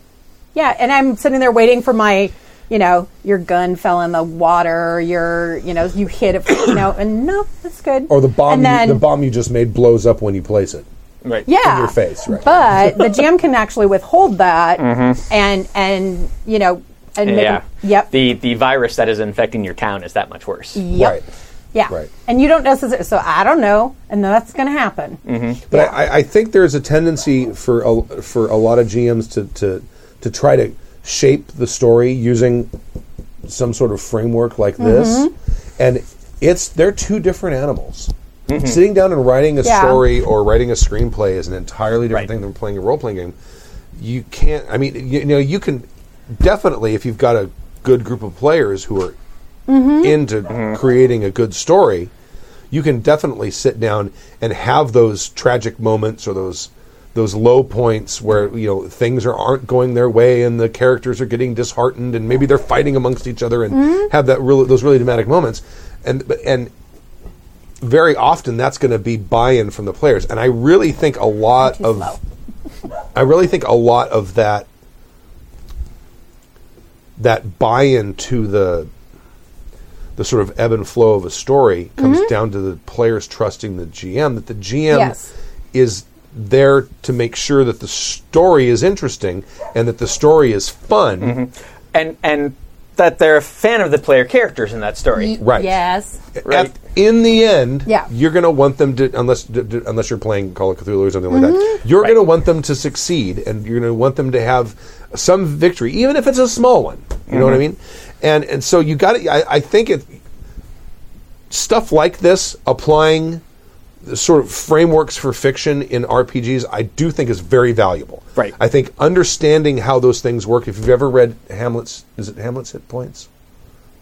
[SPEAKER 3] Yeah, and I'm sitting there waiting for my, you know, your gun fell in the water, your, you know, you hit it, you know, and no, that's good.
[SPEAKER 2] Or the bomb
[SPEAKER 3] and then,
[SPEAKER 2] you, the bomb you just made blows up when you place it.
[SPEAKER 4] Right.
[SPEAKER 3] yeah,
[SPEAKER 2] in your face, right.
[SPEAKER 3] But the GM can actually withhold
[SPEAKER 4] *laughs*
[SPEAKER 3] that, and and you know, and make-
[SPEAKER 4] Mm-hmm. Yeah.
[SPEAKER 3] yep,
[SPEAKER 4] The the virus that is infecting your town is that much worse.
[SPEAKER 3] yep,
[SPEAKER 2] Right.
[SPEAKER 3] yeah,
[SPEAKER 2] Right.
[SPEAKER 3] and you don't necessarily. So I don't know, and that's going to happen.
[SPEAKER 4] Mm-hmm.
[SPEAKER 2] But I, I think there's a tendency for a, for a lot of GMs to, to to try to shape the story using some sort of framework like
[SPEAKER 3] Mm-hmm.
[SPEAKER 2] this, and it's they're two different animals. Sitting down and writing a
[SPEAKER 3] Yeah.
[SPEAKER 2] story or writing a screenplay is an entirely different
[SPEAKER 4] Right.
[SPEAKER 2] thing than playing a role playing game. You can't. I mean, you, you know, you can definitely if you've got a good group of players who are into creating a good story, you can definitely sit down and have those tragic moments or those those low points where you know things are, aren't going their way and the characters are getting disheartened and maybe they're fighting amongst each other and have that really those really dramatic moments and but- and very often that's going to be buy-in from the players and I really think a lot of *laughs* I really think a lot of that that buy-in to the the sort of ebb and flow of a story comes down to the players trusting the GM that the GM
[SPEAKER 3] Yes.
[SPEAKER 2] is there to make sure that the story is interesting and that the story is fun.
[SPEAKER 4] And and that they're a fan of the player characters in that story.
[SPEAKER 2] Right.
[SPEAKER 3] Yes.
[SPEAKER 2] At-
[SPEAKER 4] Right.
[SPEAKER 2] in the end,
[SPEAKER 3] Yeah.
[SPEAKER 2] you're going to want them to unless d- d- unless you're playing Call of Cthulhu or something like
[SPEAKER 3] Mm-hmm.
[SPEAKER 2] that. You're going to want them to succeed and you're going to want them to have some victory even if it's a small one. You know
[SPEAKER 4] Mm-hmm.
[SPEAKER 2] what I mean? And and so you got to I, I think it stuff like this applying the sort of frameworks for fiction in RPGs, I do think is very valuable.
[SPEAKER 4] Right.
[SPEAKER 2] I think understanding how those things work. If you've ever read Hamlet's, is it Hamlet's Hit Points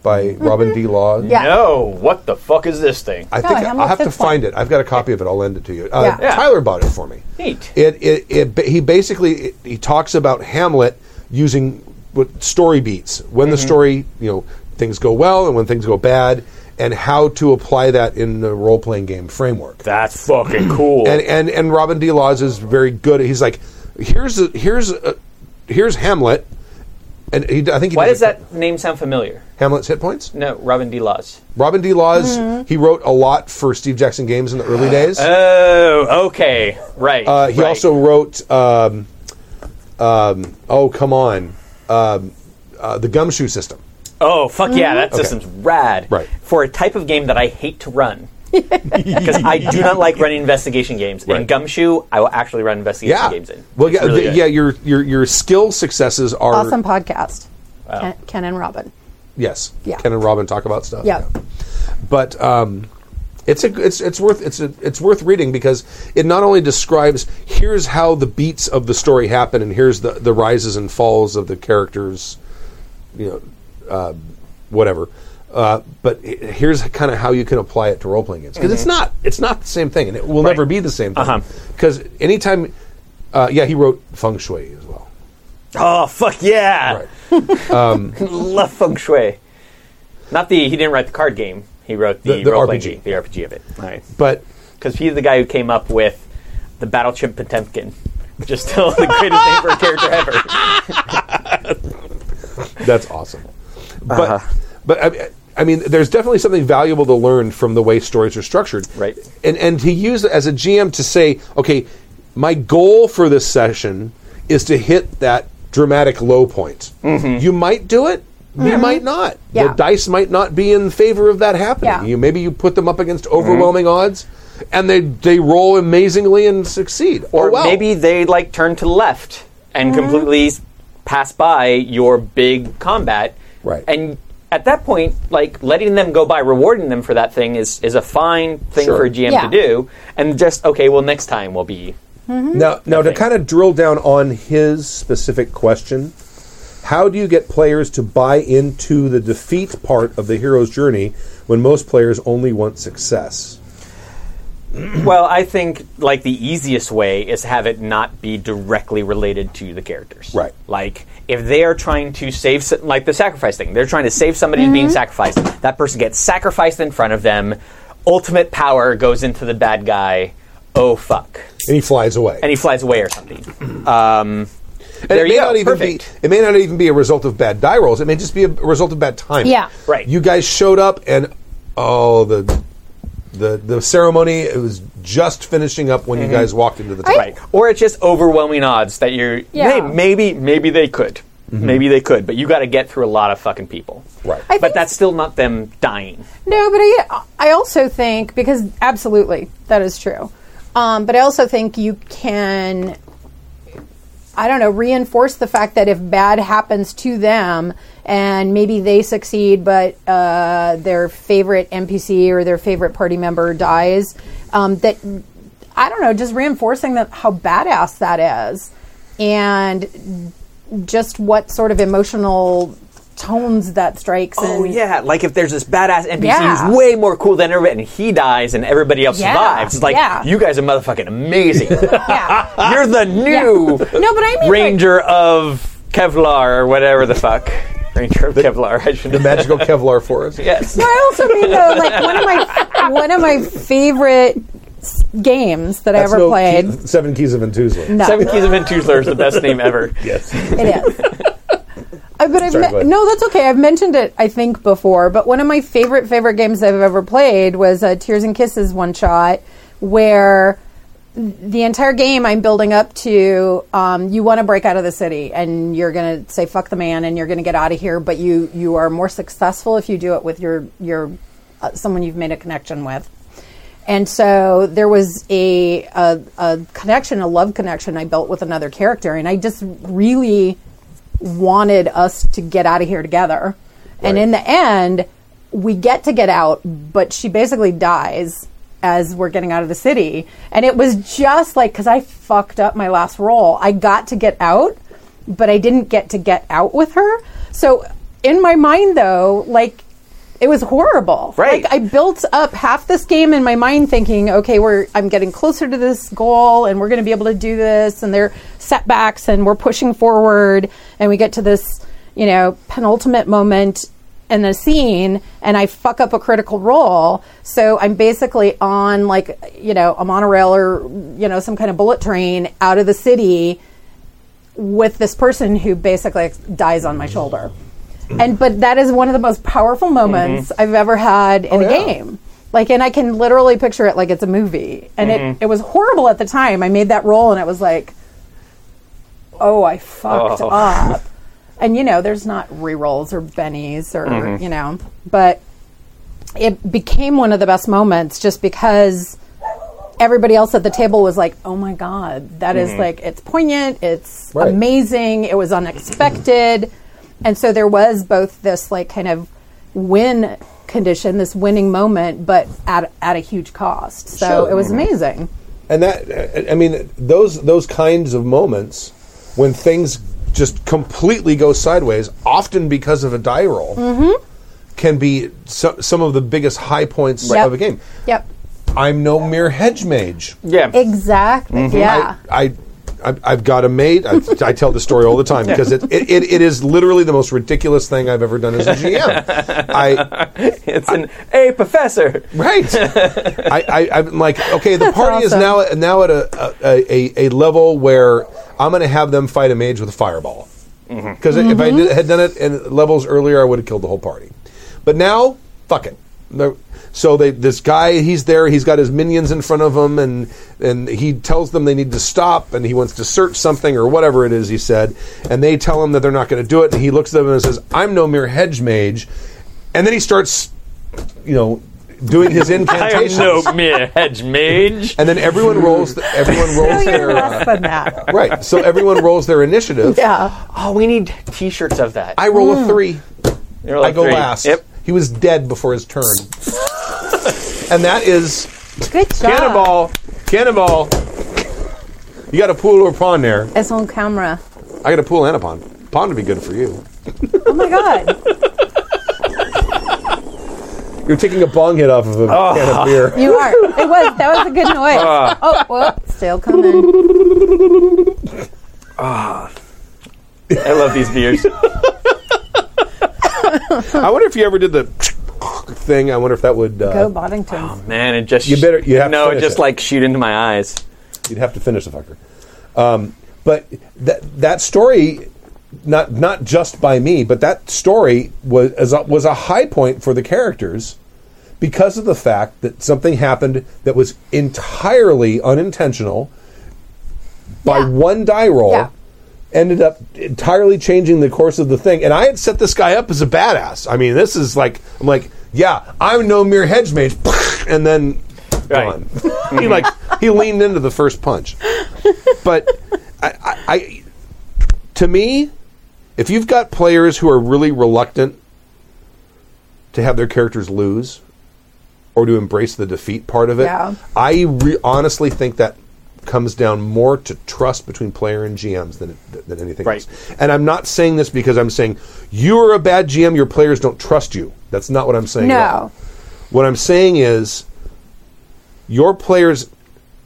[SPEAKER 2] by Robin D. Law?
[SPEAKER 3] Mm-hmm. Yeah.
[SPEAKER 4] No, what the fuck is this thing?
[SPEAKER 2] I
[SPEAKER 3] No,
[SPEAKER 2] think
[SPEAKER 3] Hamlet's
[SPEAKER 2] I'll have to
[SPEAKER 3] Hit Point.
[SPEAKER 2] find it. I've got a copy of it. I'll lend it to you. Uh,
[SPEAKER 3] Yeah.
[SPEAKER 4] Yeah.
[SPEAKER 2] Tyler bought it for me.
[SPEAKER 4] Neat.
[SPEAKER 2] It, it, it, ba- he basically it, he talks about Hamlet using what story beats when the story you know things go well and when things go bad and how to apply that in the role playing game framework.
[SPEAKER 4] That's *clears throat* fucking cool.
[SPEAKER 2] And and and Robin D. Laws is very good. He's like, here's a, here's a, here's Hamlet, and he, I think he
[SPEAKER 4] Why
[SPEAKER 2] did
[SPEAKER 4] does
[SPEAKER 2] a-
[SPEAKER 4] that name sound familiar?
[SPEAKER 2] Hamlet's hit points?
[SPEAKER 4] No, Robin D. Laws.
[SPEAKER 2] Robin D. Laws. He wrote a lot for Steve Jackson Games in the
[SPEAKER 4] Uh,
[SPEAKER 2] early days.
[SPEAKER 4] Oh, okay. Right.
[SPEAKER 2] Uh, he also wrote, um, um, oh come on, um, uh, the Gumshoe System.
[SPEAKER 4] Oh, fuck yeah, that system's rad.
[SPEAKER 2] Right.
[SPEAKER 4] For a type of game that I hate to run.
[SPEAKER 2] *laughs*
[SPEAKER 4] Because I do not like running investigation games.
[SPEAKER 2] Right.
[SPEAKER 4] In Gumshoe, I will actually run investigation
[SPEAKER 2] Yeah.
[SPEAKER 4] games in.
[SPEAKER 2] Well,
[SPEAKER 4] It's
[SPEAKER 2] yeah,
[SPEAKER 4] really
[SPEAKER 2] the-
[SPEAKER 4] good.
[SPEAKER 2] yeah. Your your your skill successes are
[SPEAKER 3] Awesome podcast. Ken, Ken and Robin.
[SPEAKER 2] Yes.
[SPEAKER 3] Yeah.
[SPEAKER 2] Ken and Robin talk about stuff.
[SPEAKER 3] Yeah.
[SPEAKER 2] But um, it's a it's it's worth it's a, it's worth reading because it not only describes here's how the beats of the story happen and here's the the rises and falls of the characters, you know, uh, whatever. Uh, but he- here's kind of how you can apply it to role playing games because it's not it's not the same thing and it will never be the same
[SPEAKER 4] Uh-huh.
[SPEAKER 2] thing because anytime uh, yeah he wrote feng shui as well
[SPEAKER 4] Oh, fuck yeah.
[SPEAKER 2] right
[SPEAKER 4] *laughs* Love Feng Shui. Not the, he didn't write the card game. He wrote the,
[SPEAKER 2] The- the
[SPEAKER 4] role-playing
[SPEAKER 2] RPG.
[SPEAKER 4] game, the RPG of it. Right.
[SPEAKER 2] but
[SPEAKER 4] Because he's the guy who came up with the Battleship Potemkin, which is still *laughs* the greatest name for a character ever.
[SPEAKER 2] That's awesome. But
[SPEAKER 4] Uh-huh.
[SPEAKER 2] but I, I mean, there's definitely something valuable to learn from the way stories are structured,
[SPEAKER 4] Right.
[SPEAKER 2] And and to use it as a GM to say, okay, my goal for this session is to hit that dramatic low point.
[SPEAKER 4] Mm-hmm.
[SPEAKER 2] You might do it. You might not.
[SPEAKER 3] Mm-hmm. Yeah.
[SPEAKER 2] The dice might not be in favor of that happening.
[SPEAKER 3] Yeah.
[SPEAKER 2] You maybe you put them up against
[SPEAKER 4] Mm-hmm.
[SPEAKER 2] overwhelming odds, and they they roll amazingly and succeed.
[SPEAKER 4] or
[SPEAKER 2] oh, wow. Mm-hmm.
[SPEAKER 4] maybe they like turn to the left and completely s- pass by your big combat.
[SPEAKER 2] Right.
[SPEAKER 4] And at that point, like letting them go by, rewarding them for that thing is is a fine thing
[SPEAKER 2] Sure.
[SPEAKER 4] for a GM
[SPEAKER 3] Yeah.
[SPEAKER 4] to do. And just okay, well, next time we'll be
[SPEAKER 2] Now, now to
[SPEAKER 4] thing.
[SPEAKER 2] kind of drill down on his specific question, how do you get players to buy into the defeat part of the hero's journey when most players only want success?
[SPEAKER 4] Well, I think like the easiest way is have it not be directly related to the characters.
[SPEAKER 2] Right.
[SPEAKER 4] Like if they are trying to save, s- like the sacrifice thing, they're trying to save somebody who's
[SPEAKER 3] Mm-hmm.
[SPEAKER 4] being sacrificed. That person gets sacrificed in front of them. Ultimate power goes into the bad guy. Oh fuck!
[SPEAKER 2] And he flies away.
[SPEAKER 4] And he flies away
[SPEAKER 2] *clears throat*
[SPEAKER 4] or something. Um,
[SPEAKER 2] And
[SPEAKER 4] there
[SPEAKER 2] it may
[SPEAKER 4] you go.
[SPEAKER 2] not even
[SPEAKER 4] Perfect.
[SPEAKER 2] be it may not even be a result of bad die rolls. It may just be a result of bad timing.
[SPEAKER 3] Yeah.
[SPEAKER 4] Right.
[SPEAKER 2] You guys showed up and oh the the the ceremony it was just finishing up when you guys walked into the temple.
[SPEAKER 4] Mm-hmm. Right. Or it's just overwhelming odds that you're.
[SPEAKER 3] Yeah.
[SPEAKER 4] Hey, maybe maybe they could. Maybe they could, but you got to get through a lot of fucking people.
[SPEAKER 2] Mm-hmm. Right.
[SPEAKER 3] I
[SPEAKER 4] But
[SPEAKER 3] think-
[SPEAKER 4] that's still not them dying.
[SPEAKER 3] No, but I, I also think because absolutely that is true. Um, but I also think you can, I don't know, reinforce the fact that if bad happens to them and maybe they succeed, but uh, their favorite NPC or their favorite party member dies, um, that I don't know, just reinforcing that how badass that is and just what sort of emotional tones that strikes
[SPEAKER 4] Oh
[SPEAKER 3] and
[SPEAKER 4] yeah, like if there's this badass NPC
[SPEAKER 3] Yeah.
[SPEAKER 4] who's way more cool than everybody, and he dies and everybody else
[SPEAKER 3] Yeah,
[SPEAKER 4] survives. It's like
[SPEAKER 3] yeah.
[SPEAKER 4] you guys are motherfucking amazing.
[SPEAKER 3] *laughs* yeah.
[SPEAKER 4] *laughs* You're the new
[SPEAKER 3] No, but I mean, like-
[SPEAKER 4] Ranger of Kevlar or whatever the fuck. Ranger of Kevlar. I should
[SPEAKER 2] The
[SPEAKER 3] *laughs*
[SPEAKER 2] magical Kevlar forest.
[SPEAKER 4] yes.
[SPEAKER 3] I also mean though, like one of my one of my favorite s- games that
[SPEAKER 2] That's
[SPEAKER 3] I ever
[SPEAKER 2] no
[SPEAKER 3] played.
[SPEAKER 2] key- seven keys of enthusiasm.
[SPEAKER 3] No,
[SPEAKER 4] Seven Keys of Entuzler is the best name ever.
[SPEAKER 2] Yes.
[SPEAKER 3] it is. I, but I've
[SPEAKER 2] Sorry, go
[SPEAKER 3] me-
[SPEAKER 2] ahead.
[SPEAKER 3] no, that's okay. I've mentioned it, I think, before. But one of my favorite favorite games I've ever played was uh, Tears and Kisses one shot, where the entire game I'm building up to um, you want to break out of the city and you're going to say fuck the man and you're going to get out of here. But you you are more successful if you do it with your your uh, someone you've made a connection with. And so there was a, a a connection, a love connection I built with another character, and I just really wanted us to get out of here together. And
[SPEAKER 2] Right.
[SPEAKER 3] in the end, we get to get out, but she basically dies as we're getting out of the city. And it was just like, because I fucked up my last roll. I got to get out, but I didn't get to get out with her. So in my mind, though, like, it was horrible.
[SPEAKER 4] Right.
[SPEAKER 3] Like I built up half this game in my mind thinking, okay, we're I'm getting closer to this goal and we're going to be able to do this and there are setbacks and we're pushing forward and we get to this, you know, penultimate moment in the scene and I fuck up a critical roll. So I'm basically on like, you know, a monorail or, you know, some kind of bullet train out of the city with this person who basically dies on my shoulder. And but that is one of the most powerful moments I've ever had in a
[SPEAKER 2] yeah.
[SPEAKER 3] game. Like and I can literally picture it like it's a movie. And it, it was horrible at the time. I made that roll and it was like oh, I fucked
[SPEAKER 4] Oh.
[SPEAKER 3] up. And you know, there's not re-rolls or bennies or you know, but it became one of the best moments just because everybody else at the table was like, "Oh my god, that is like it's poignant, it's
[SPEAKER 2] Mm-hmm. Right.
[SPEAKER 3] amazing, it was unexpected." and so there was both this like kind of win condition, this winning moment, but at at a huge cost. So
[SPEAKER 2] Sure. Mm-hmm.
[SPEAKER 3] it was amazing.
[SPEAKER 2] and that I- I mean those those kinds of moments when things just completely go sideways, often because of a die roll,
[SPEAKER 3] Mm-hmm.
[SPEAKER 2] can be so, some of the biggest high points
[SPEAKER 3] Yep.
[SPEAKER 2] of a game.
[SPEAKER 3] Yep.
[SPEAKER 2] I'm no mere hedge mage.
[SPEAKER 4] Yeah.
[SPEAKER 3] Exactly. Yeah.
[SPEAKER 2] Mm-hmm. I, I I've got a mate. I, I tell the story all the
[SPEAKER 3] *laughs*
[SPEAKER 2] time because it, it, it, it is literally the most ridiculous thing I've ever done as a
[SPEAKER 3] *laughs*
[SPEAKER 2] GM. I
[SPEAKER 4] It's an A professor.
[SPEAKER 2] Right. I, I, I'm like, okay, the party
[SPEAKER 3] awesome.
[SPEAKER 2] is now now at a a, a, a level where I'm going to have them fight a mage with a fireball.
[SPEAKER 4] Mm-hmm.
[SPEAKER 2] Because if I did, had done it in levels earlier, I would have killed the whole party. But now, fuck it. No- So they, this guy, he's there. He's got his minions in front of him, and and he tells them they need to stop, and he wants to search something or whatever it is he said, and they tell him that they're not going to do it, and he looks at them and says, "I'm no mere hedge mage," and then he starts you know, doing his
[SPEAKER 4] *laughs* I am
[SPEAKER 2] incantations.
[SPEAKER 4] no mere hedge mage.
[SPEAKER 2] And then everyone rolls. The,
[SPEAKER 3] *laughs*
[SPEAKER 2] everyone rolls *laughs* their uh,
[SPEAKER 3] less than that.
[SPEAKER 2] right. So everyone rolls their initiative.
[SPEAKER 3] Yeah. Mm.
[SPEAKER 4] Oh, we need T-shirts of that.
[SPEAKER 2] I roll a three.
[SPEAKER 4] They were like
[SPEAKER 2] I go
[SPEAKER 4] three.
[SPEAKER 2] last.
[SPEAKER 4] Yep.
[SPEAKER 2] He was dead before his
[SPEAKER 3] *laughs*
[SPEAKER 2] turn. and that is
[SPEAKER 3] Good job.
[SPEAKER 2] cannonball. Cannonball. You got a pool or a pond there.
[SPEAKER 3] It's on camera.
[SPEAKER 2] I got a pool and a pond. Pond would be good for you.
[SPEAKER 3] Oh my god.
[SPEAKER 2] You're taking a bong hit off of a
[SPEAKER 4] Oh.
[SPEAKER 2] can of beer.
[SPEAKER 4] *laughs*
[SPEAKER 3] You are. It was. That was a good noise.
[SPEAKER 2] Ah.
[SPEAKER 3] Oh, well, still coming.
[SPEAKER 4] I love these beers.
[SPEAKER 2] I wonder if you ever did the thing. I wonder if that would. Uh,
[SPEAKER 3] Go Boddington.
[SPEAKER 4] Man, it just
[SPEAKER 2] You better- you have to
[SPEAKER 4] no, it
[SPEAKER 2] finish
[SPEAKER 4] just
[SPEAKER 2] it.
[SPEAKER 4] like shoot into my eyes.
[SPEAKER 2] You'd have to finish the fucker. Um, but that that story, not not just by me, but that story was as a, was a high point for the characters because of the fact that something happened that was entirely unintentional by
[SPEAKER 3] Yeah.
[SPEAKER 2] one die roll.
[SPEAKER 3] Yeah.
[SPEAKER 2] Ended up entirely changing the course of the thing, and I had set this guy up as a badass. I mean, this is like I'm like, yeah, I'm no mere hedge mage, *laughs* and then
[SPEAKER 4] Right.
[SPEAKER 2] gone. *laughs* he like he leaned into the first punch. But I, I, I, to me, if you've got players who are really reluctant to have their characters lose or to embrace the defeat part of it,
[SPEAKER 3] Yeah.
[SPEAKER 2] I re- honestly think that comes down more to trust between player and GMs than it, than anything
[SPEAKER 4] Right.
[SPEAKER 2] else. And I'm not saying this because I'm saying you're a bad GM, your players don't trust you. That's not what I'm saying. at all.
[SPEAKER 3] No.
[SPEAKER 2] What I'm saying is, your players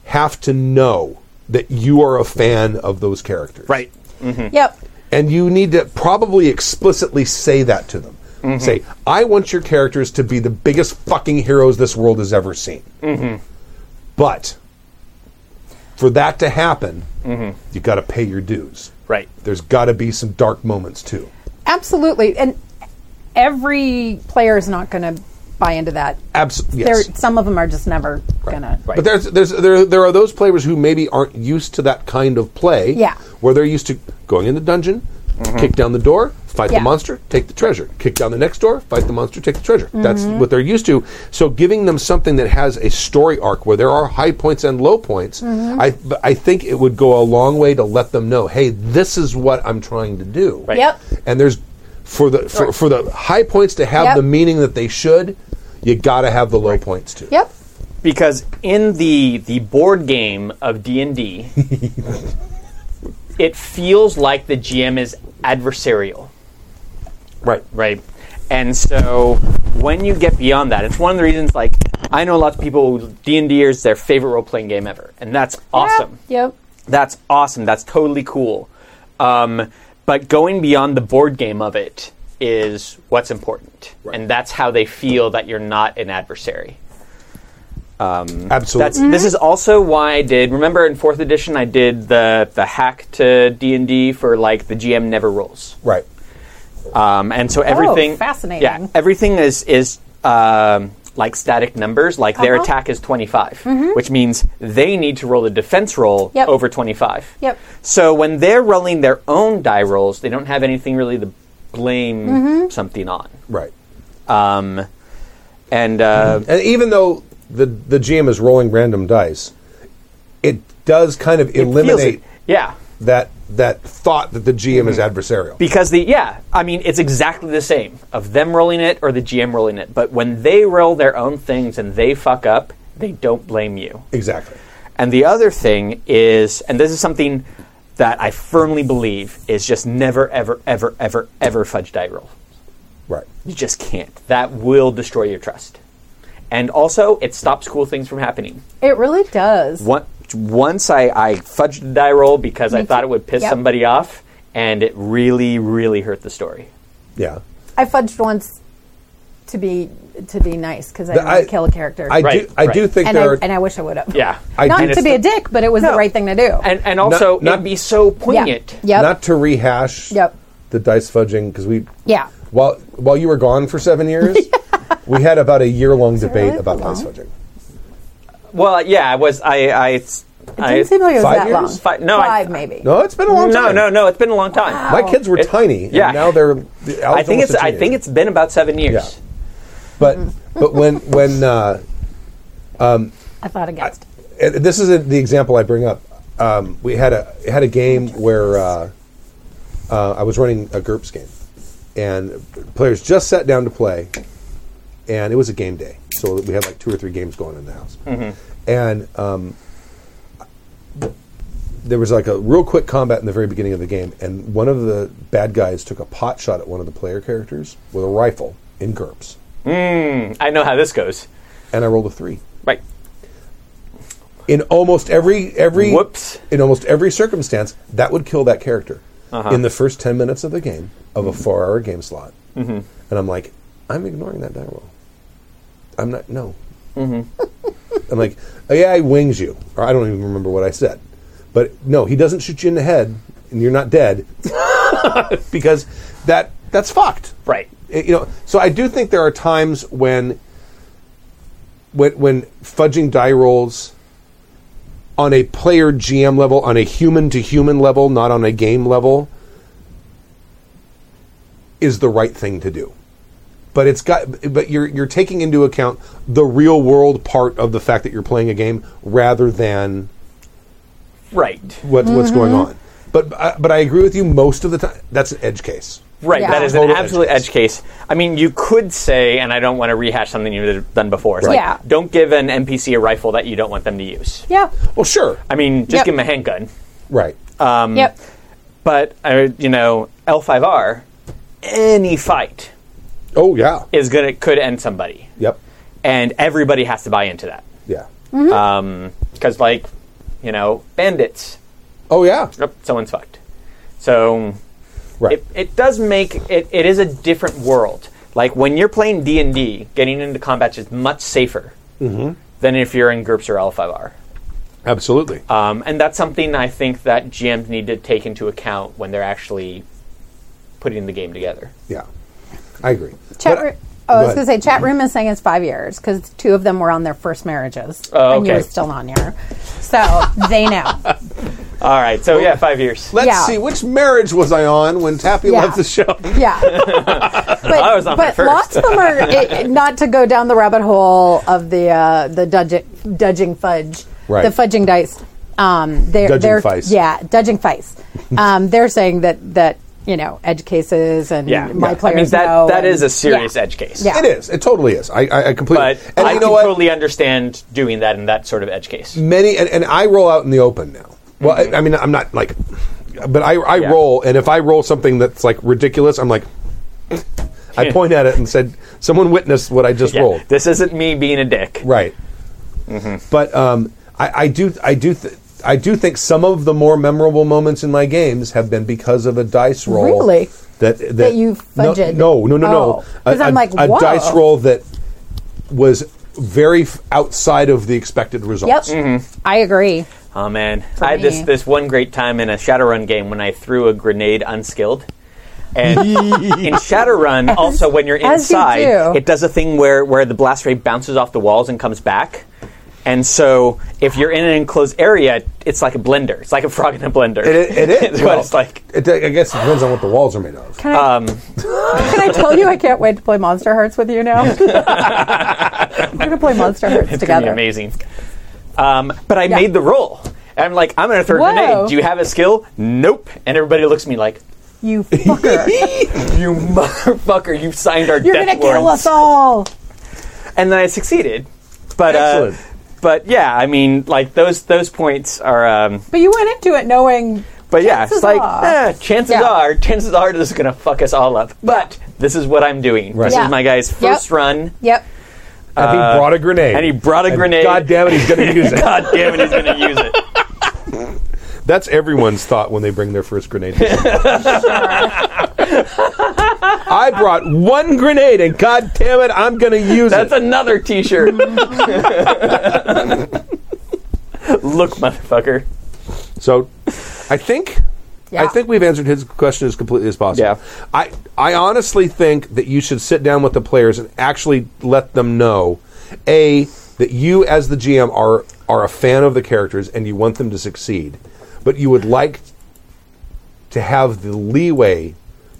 [SPEAKER 2] have to know that you are a fan of those characters.
[SPEAKER 3] *laughs* Yep.
[SPEAKER 2] And you need to probably explicitly say that to them. Say, I want your characters to be the biggest fucking heroes this world has ever seen. But for that to happen, you got to pay your dues.
[SPEAKER 4] Right.
[SPEAKER 2] There's got to be some dark moments too.
[SPEAKER 3] Absolutely. And every player is not going to buy into that.
[SPEAKER 2] Absolutely.
[SPEAKER 3] There,
[SPEAKER 2] Yes.
[SPEAKER 3] some of them are just never going to.
[SPEAKER 2] But there's, there's there there are those players who maybe aren't used to that kind of play.
[SPEAKER 3] Yeah.
[SPEAKER 2] Where they're used to going in the dungeon, kick down the door, fight
[SPEAKER 3] Yeah.
[SPEAKER 2] the monster, take the treasure. Kick down the next door, fight the monster, take the treasure. That's
[SPEAKER 3] Mm-hmm.
[SPEAKER 2] what they're used to. So giving them something that has a story arc where there are high points and low points,
[SPEAKER 3] Mm-hmm.
[SPEAKER 2] I but I think it would go a long way to let them know, hey, this is what I'm trying to do.
[SPEAKER 4] Right.
[SPEAKER 3] Yep.
[SPEAKER 2] And there's for the for, for the high points to have
[SPEAKER 3] Yep.
[SPEAKER 2] the meaning that they should, you got to have the low points too.
[SPEAKER 3] Yep.
[SPEAKER 4] because in the the board game of D&D it feels like the GM is adversarial
[SPEAKER 2] Right.
[SPEAKER 4] right and so when you get beyond that it's one of the reasons like I know lots of people who- D&D is their favorite role playing game ever and that's awesome
[SPEAKER 3] Yep.
[SPEAKER 4] that's awesome. That's totally cool. Um, but going beyond the board game of it is what's important, and that's how they feel that you're not an adversary.
[SPEAKER 2] Absolutely.
[SPEAKER 4] That's this is also why I did. Remember in fourth edition, I did the the hack to D and D for like the GM never rolls.
[SPEAKER 2] Right.
[SPEAKER 4] Um, and so everything
[SPEAKER 3] Oh, fascinating.
[SPEAKER 4] Yeah, everything is is um, like static numbers. Like
[SPEAKER 3] Uh-huh.
[SPEAKER 4] their attack is twenty which means they need to roll a defense roll
[SPEAKER 3] Mm-hmm. Yep.
[SPEAKER 4] over twenty five.
[SPEAKER 3] Yep.
[SPEAKER 4] So when they're rolling their own die rolls, they don't have anything really to blame
[SPEAKER 3] Mm-hmm.
[SPEAKER 4] something on.
[SPEAKER 2] Right.
[SPEAKER 4] Um, and uh,
[SPEAKER 2] And even though the the GM is rolling random dice, it does kind of
[SPEAKER 4] feels
[SPEAKER 2] eliminate
[SPEAKER 4] it. yeah.
[SPEAKER 2] that that thought that the GM is
[SPEAKER 4] Mm-hmm.
[SPEAKER 2] adversarial.
[SPEAKER 4] Because the yeah, I mean it's exactly the same of them rolling it or the GM rolling it. But when they roll their own things and they fuck up, they don't blame you.
[SPEAKER 2] exactly.
[SPEAKER 4] And the other thing is, and this is something that I firmly believe is just never, ever, ever, ever, ever fudge die roll.
[SPEAKER 2] Right.
[SPEAKER 4] You just can't. That will destroy your trust. And also, it stops cool things from happening.
[SPEAKER 3] It really does.
[SPEAKER 4] Once, once I, I fudged the die roll because I
[SPEAKER 3] Me
[SPEAKER 4] thought
[SPEAKER 3] too.
[SPEAKER 4] it would piss
[SPEAKER 3] Yep.
[SPEAKER 4] somebody off, and it really, really hurt the story.
[SPEAKER 2] Yeah.
[SPEAKER 3] I fudged once to be to be nice because I
[SPEAKER 2] The-
[SPEAKER 3] didn't want to kill a character.
[SPEAKER 2] I
[SPEAKER 4] Right,
[SPEAKER 2] do. I do
[SPEAKER 4] right.
[SPEAKER 2] think
[SPEAKER 3] and,
[SPEAKER 2] there
[SPEAKER 3] I,
[SPEAKER 2] are.
[SPEAKER 3] and I wish I would have.
[SPEAKER 4] Yeah.
[SPEAKER 2] I
[SPEAKER 3] Not
[SPEAKER 2] do-
[SPEAKER 3] to be a dick, but it was the right thing to do.
[SPEAKER 4] And, and also,
[SPEAKER 2] not-
[SPEAKER 4] it'd be so poignant.
[SPEAKER 3] Yeah. Yep.
[SPEAKER 2] Not to rehash
[SPEAKER 3] Yep.
[SPEAKER 2] the dice fudging because we.
[SPEAKER 3] Yeah.
[SPEAKER 2] While while you were gone for seven
[SPEAKER 3] *laughs*
[SPEAKER 2] years, we had about a year long debate
[SPEAKER 3] really
[SPEAKER 2] about
[SPEAKER 3] that long?
[SPEAKER 2] dice fudging.
[SPEAKER 4] Well, yeah, I was. I. I,
[SPEAKER 3] It didn't seem like it was
[SPEAKER 2] Five
[SPEAKER 3] that
[SPEAKER 2] years?
[SPEAKER 3] long.
[SPEAKER 4] Fi- no, I-
[SPEAKER 3] Five maybe.
[SPEAKER 2] No, it's been a long
[SPEAKER 4] no,
[SPEAKER 2] time.
[SPEAKER 4] no, no. It's been a long time.
[SPEAKER 2] My kids were tiny.
[SPEAKER 4] yeah.
[SPEAKER 2] And now they're.
[SPEAKER 4] I think it's. I think it's been about seven years.
[SPEAKER 2] Yeah. But
[SPEAKER 3] Mm-hmm.
[SPEAKER 2] but when when uh,
[SPEAKER 3] I thought against.
[SPEAKER 2] and this is the example I bring up. Um, we had a had a game where uh, uh, I was running a GURPS game, and players just sat down to play, and it was a game day, so we had like two or three games going in the house, and um, there was like a real quick combat in the very beginning of the game, and one of the bad guys took a pot shot at one of the player characters with a rifle in GURPS,
[SPEAKER 4] I know how this goes.
[SPEAKER 2] and I rolled a three.
[SPEAKER 4] Right.
[SPEAKER 2] in almost every every
[SPEAKER 4] Whoops.
[SPEAKER 2] in almost every circumstance that would kill that character in the first 10 minutes of the game of a four hour game slot mm-hmm. and i'm like i'm ignoring that die roll i'm not no *laughs* i'm like oh, yeah he wings you or i don't even remember what i said but no he doesn't shoot you in the head and you're not dead *laughs* because that that's fucked
[SPEAKER 4] Right.
[SPEAKER 2] it- Eh, you know so i do think there are times when when when fudging die rolls on a player gm level on a human to human level not on a game level is the right thing to do but it's got but you're you're taking into account the real world part of the fact that you're playing a game rather than
[SPEAKER 4] Right.
[SPEAKER 2] what, what's going on but I- but i agree with you most of the time that's an edge case
[SPEAKER 4] Right,
[SPEAKER 3] Yeah.
[SPEAKER 4] that is
[SPEAKER 2] Total
[SPEAKER 4] an
[SPEAKER 2] edge
[SPEAKER 4] absolute
[SPEAKER 2] case.
[SPEAKER 4] edge case. I mean, you could say, and I don't want to rehash something you've done before. It's
[SPEAKER 3] Right.
[SPEAKER 4] like,
[SPEAKER 3] Yeah.
[SPEAKER 4] don't give an NPC a rifle that you don't want them to use.
[SPEAKER 3] Yeah.
[SPEAKER 2] well sure
[SPEAKER 4] I mean, just
[SPEAKER 3] Yep.
[SPEAKER 4] give them a handgun.
[SPEAKER 2] right
[SPEAKER 3] yep.
[SPEAKER 4] um, But uh, you know, L5R, any fight
[SPEAKER 2] oh yeah
[SPEAKER 4] is gonna could end somebody,
[SPEAKER 2] yep
[SPEAKER 4] and everybody has to buy into that
[SPEAKER 2] yeah
[SPEAKER 4] because, like, you know, bandits,
[SPEAKER 2] oh yeah
[SPEAKER 4] yep, someone's fucked. So
[SPEAKER 2] Right.
[SPEAKER 4] it, it does make it, it is a different world like when you're playing d&d getting into combat is much safer than if you're in groups or l5r
[SPEAKER 2] Absolutely.
[SPEAKER 4] um, and that's something i think that gms need to take into account when they're actually putting the game together
[SPEAKER 2] yeah. I agree.
[SPEAKER 3] Chat.
[SPEAKER 2] But-
[SPEAKER 3] room. oh, I was
[SPEAKER 2] ahead.
[SPEAKER 3] going to say chat room is saying it's five years because two of them were on their first marriages,
[SPEAKER 4] Oh,
[SPEAKER 3] and you
[SPEAKER 4] okay.
[SPEAKER 3] were still on your. So they know.
[SPEAKER 4] all right so yeah five years
[SPEAKER 2] Let's
[SPEAKER 3] yeah.
[SPEAKER 2] see, which marriage was I on when Tappy
[SPEAKER 3] Yeah.
[SPEAKER 2] left the show?
[SPEAKER 4] *laughs*
[SPEAKER 3] Yeah. but
[SPEAKER 4] I was on my
[SPEAKER 3] but
[SPEAKER 4] first.
[SPEAKER 3] lots of them are it, it- not to go down the rabbit hole of the uh, the dudging, dudging fudge,
[SPEAKER 2] Right.
[SPEAKER 3] the fudging dice. Um, they're,
[SPEAKER 2] Dudging
[SPEAKER 3] they're,
[SPEAKER 2] fice.
[SPEAKER 3] Yeah, dudging
[SPEAKER 4] *laughs*
[SPEAKER 3] fice. um, they're saying that that you know edge cases and
[SPEAKER 4] yeah
[SPEAKER 3] my
[SPEAKER 4] Yeah. i
[SPEAKER 3] players
[SPEAKER 4] mean that,
[SPEAKER 3] know
[SPEAKER 4] that
[SPEAKER 3] and-
[SPEAKER 4] is a serious
[SPEAKER 3] yeah.
[SPEAKER 4] edge case
[SPEAKER 3] Yeah.
[SPEAKER 2] It is. It totally is. I, I, I completely.
[SPEAKER 4] but
[SPEAKER 2] and
[SPEAKER 4] i
[SPEAKER 2] you
[SPEAKER 4] can
[SPEAKER 2] know what?
[SPEAKER 4] totally understand doing that in that sort of edge case
[SPEAKER 2] Many, and, and I roll out in the open now. Well, I, I mean, I'm not like, but I, I
[SPEAKER 4] Yeah.
[SPEAKER 2] roll, and if I roll something that's like ridiculous, I'm like,
[SPEAKER 4] *laughs*
[SPEAKER 2] I point at it and said, someone witnessed what I just
[SPEAKER 4] Yeah.
[SPEAKER 2] rolled.
[SPEAKER 4] this isn't me being a dick
[SPEAKER 2] Right.
[SPEAKER 4] Mm-hmm.
[SPEAKER 2] But um, I, I do, I do, th- I do think some of the more memorable moments in my games have been because of a dice roll.
[SPEAKER 3] Really?
[SPEAKER 2] That that,
[SPEAKER 3] That you
[SPEAKER 2] No,
[SPEAKER 3] fudged.
[SPEAKER 2] No, no, no, no.
[SPEAKER 3] Oh. 'Cause
[SPEAKER 2] A-
[SPEAKER 3] I'm
[SPEAKER 2] a-
[SPEAKER 3] like,
[SPEAKER 2] a
[SPEAKER 3] whoa.
[SPEAKER 2] dice roll that was very f- outside of the expected
[SPEAKER 3] Yep,
[SPEAKER 2] results.
[SPEAKER 4] Mm-hmm.
[SPEAKER 3] I agree.
[SPEAKER 4] Oh man, I had this
[SPEAKER 3] me.
[SPEAKER 4] this one great time in a Shadowrun game when I threw a grenade unskilled.
[SPEAKER 2] *laughs*
[SPEAKER 4] And in Shadowrun, also when you're
[SPEAKER 3] as you
[SPEAKER 4] inside,
[SPEAKER 3] do.
[SPEAKER 4] it does a thing where where the blast ray bounces off the walls and comes back. And so, if you're in an enclosed area, it's like a blender. It's like a frog in a blender.
[SPEAKER 2] It, it
[SPEAKER 4] *laughs* It's
[SPEAKER 2] is.
[SPEAKER 4] what
[SPEAKER 2] well,
[SPEAKER 4] it's like.
[SPEAKER 2] It, I guess it depends on what the walls are made of.
[SPEAKER 3] Can I,
[SPEAKER 4] Um,
[SPEAKER 3] can I tell you I can't wait to play Monster Hearts with you
[SPEAKER 4] *laughs*
[SPEAKER 3] now? We're gonna play Monster Hearts
[SPEAKER 4] It's
[SPEAKER 3] together.
[SPEAKER 4] gonna be amazing. Um, but I made the roll. And I'm like, I'm gonna throw a
[SPEAKER 3] Whoa.
[SPEAKER 4] grenade. Do you have a skill? Nope. And everybody looks at me like,
[SPEAKER 3] You fucker!
[SPEAKER 4] *laughs* you motherfucker, you signed our
[SPEAKER 3] You're
[SPEAKER 4] death
[SPEAKER 3] gonna kill
[SPEAKER 4] warrants."
[SPEAKER 3] us all.
[SPEAKER 4] and then I succeeded. But uh,
[SPEAKER 2] Excellent.
[SPEAKER 4] but yeah, I mean, like those those points are. Um,
[SPEAKER 3] But you went into it knowing.
[SPEAKER 4] but yeah,
[SPEAKER 3] Chances
[SPEAKER 4] it's like
[SPEAKER 3] are.
[SPEAKER 4] eh, chances
[SPEAKER 3] Yeah.
[SPEAKER 4] are, chances are this is gonna fuck us all up. But this is what I'm doing. This
[SPEAKER 3] Yeah.
[SPEAKER 4] is my guy's
[SPEAKER 3] Yep.
[SPEAKER 4] first run.
[SPEAKER 3] Yep.
[SPEAKER 2] and he brought a grenade.
[SPEAKER 4] and he brought a
[SPEAKER 2] And
[SPEAKER 4] grenade.
[SPEAKER 2] God damn it, he's going
[SPEAKER 4] *laughs*
[SPEAKER 2] to use it.
[SPEAKER 4] God damn it, he's gonna use
[SPEAKER 2] *laughs*
[SPEAKER 4] it.
[SPEAKER 2] That's everyone's thought when they bring their first grenade. *laughs* to someone. I brought one grenade, and God damn it, I'm going to use
[SPEAKER 4] That's
[SPEAKER 2] it.
[SPEAKER 4] another
[SPEAKER 2] *laughs*
[SPEAKER 4] T-shirt. *laughs* Look, motherfucker.
[SPEAKER 2] so, I think, I
[SPEAKER 3] Yeah.
[SPEAKER 2] think we've answered his question as completely as possible.
[SPEAKER 4] Yeah.
[SPEAKER 2] I, I honestly think that you should sit down with the players and actually let them know, a that you as the GM are are a fan of the characters and you want them to succeed, but you would like to have the leeway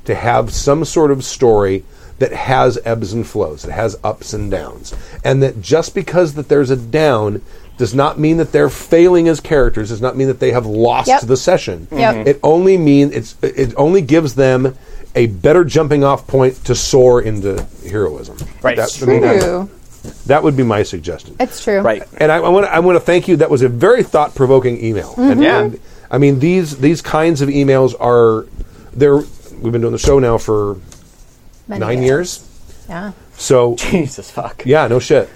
[SPEAKER 2] to have some sort of story that has ebbs and flows, that has ups and downs, and that just because that there's a down does not mean that they're failing as characters. Does not mean that they have lost
[SPEAKER 3] Yep.
[SPEAKER 2] the session.
[SPEAKER 3] Yep.
[SPEAKER 2] It only means it's it only gives them a better jumping off point to soar into heroism.
[SPEAKER 4] Right.
[SPEAKER 2] That's
[SPEAKER 4] True.
[SPEAKER 3] True.
[SPEAKER 2] that would be my suggestion.
[SPEAKER 3] It's true.
[SPEAKER 2] *laughs*
[SPEAKER 4] Right.
[SPEAKER 2] And I want to I want to thank you. That was a very thought provoking email. And,
[SPEAKER 4] Yeah.
[SPEAKER 3] Mm-hmm.
[SPEAKER 2] and, I mean these these kinds of emails are they're we've been doing the show now for
[SPEAKER 3] Many
[SPEAKER 2] nine
[SPEAKER 3] days.
[SPEAKER 2] years.
[SPEAKER 3] Yeah.
[SPEAKER 2] So
[SPEAKER 4] Jesus fuck.
[SPEAKER 2] yeah, no shit.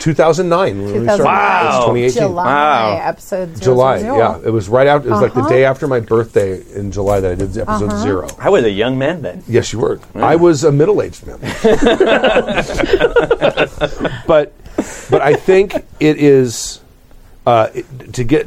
[SPEAKER 2] Two thousand nine. When we started.
[SPEAKER 4] Wow.
[SPEAKER 2] It's 2018.
[SPEAKER 3] July
[SPEAKER 4] Wow.
[SPEAKER 3] episode zero,
[SPEAKER 2] July,
[SPEAKER 3] zero.
[SPEAKER 2] yeah, it was right after. It was like the
[SPEAKER 3] Uh-huh.
[SPEAKER 2] day after my birthday in July that I did episode zero.
[SPEAKER 4] I was a young man then.
[SPEAKER 2] Yes, you were. I was a middle-aged *laughs* man. but but I think it is uh, it- to get.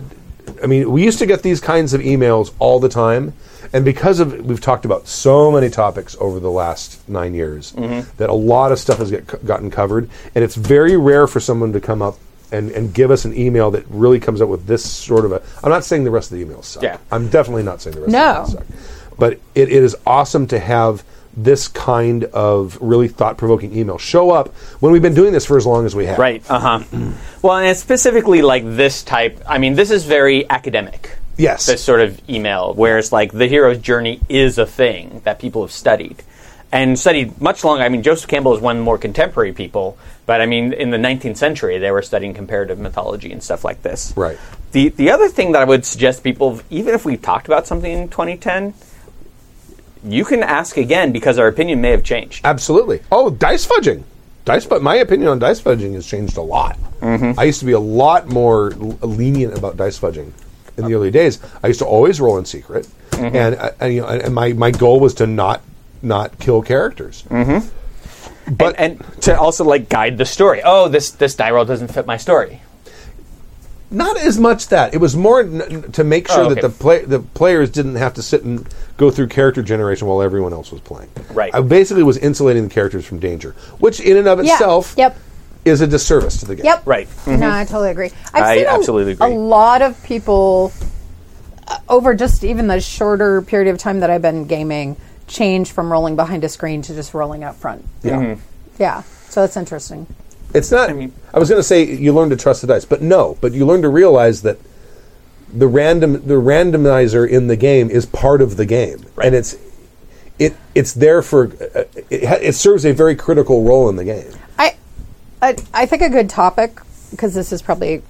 [SPEAKER 2] I mean, we used to get these kinds of emails all the time, and because of we've talked about so many topics over the last nine years that a lot of stuff has get, gotten covered, and it's very rare for someone to come up. And, and give us an email that really comes up with this sort of a. I'm not saying the rest of the emails suck.
[SPEAKER 4] Yeah.
[SPEAKER 2] I'm definitely not saying the rest
[SPEAKER 3] No.
[SPEAKER 2] of the emails suck but it, it is awesome to have this kind of really thought-provoking email show up when we've been doing this for as long as we have
[SPEAKER 4] Right. Uh huh. well, and it's specifically like this type. I mean, this is very academic.
[SPEAKER 2] Yes.
[SPEAKER 4] This sort of email, where it's like the hero's journey is a thing that people have studied and studied much longer. I mean, Joseph Campbell is one of the more contemporary people, but I mean, in the 19th century, they were studying comparative mythology and stuff like this.
[SPEAKER 2] Right.
[SPEAKER 4] The the other thing that I would suggest people, even if we talked about something in 2010. You can ask again because our opinion may have changed.
[SPEAKER 2] absolutely oh dice fudging dice but my opinion on dice fudging has changed a lot
[SPEAKER 4] Mm-hmm.
[SPEAKER 2] i used to be a lot more l- lenient about dice fudging in the early days i used to always roll in secret
[SPEAKER 4] Mm-hmm.
[SPEAKER 2] and, I- and, you know, and my, my goal was to not not kill characters
[SPEAKER 4] Mm-hmm.
[SPEAKER 2] but
[SPEAKER 4] and to also like guide the story. Oh, this this die roll doesn't fit my story.
[SPEAKER 2] Not as much that it was more n- n- to make sure
[SPEAKER 4] Oh, okay.
[SPEAKER 2] that the play the players didn't have to sit and go through character generation while everyone else was playing.
[SPEAKER 4] Right.
[SPEAKER 2] I basically was insulating the characters from danger, which in and of
[SPEAKER 3] Yeah.
[SPEAKER 2] itself
[SPEAKER 3] Yep.
[SPEAKER 2] is a disservice to the game.
[SPEAKER 3] Yep.
[SPEAKER 4] Right. Mm-hmm.
[SPEAKER 3] No, I totally agree. I've
[SPEAKER 4] I
[SPEAKER 3] seen a,
[SPEAKER 4] absolutely agree.
[SPEAKER 3] a lot of people uh, over just even the shorter period of time that I've been gaming change from rolling behind a screen to just rolling out front.
[SPEAKER 2] Yeah.
[SPEAKER 4] Mm-hmm.
[SPEAKER 3] Yeah. So that's interesting.
[SPEAKER 2] It's not. I,
[SPEAKER 4] mean-
[SPEAKER 2] was going to say you learn to trust the dice, but no. But you learn to realize that the random the randomizer in the game is part of the game, and it's it it's there for uh, it, ha- it serves a very critical role in the game.
[SPEAKER 3] I, I, I think a good topic because this is probably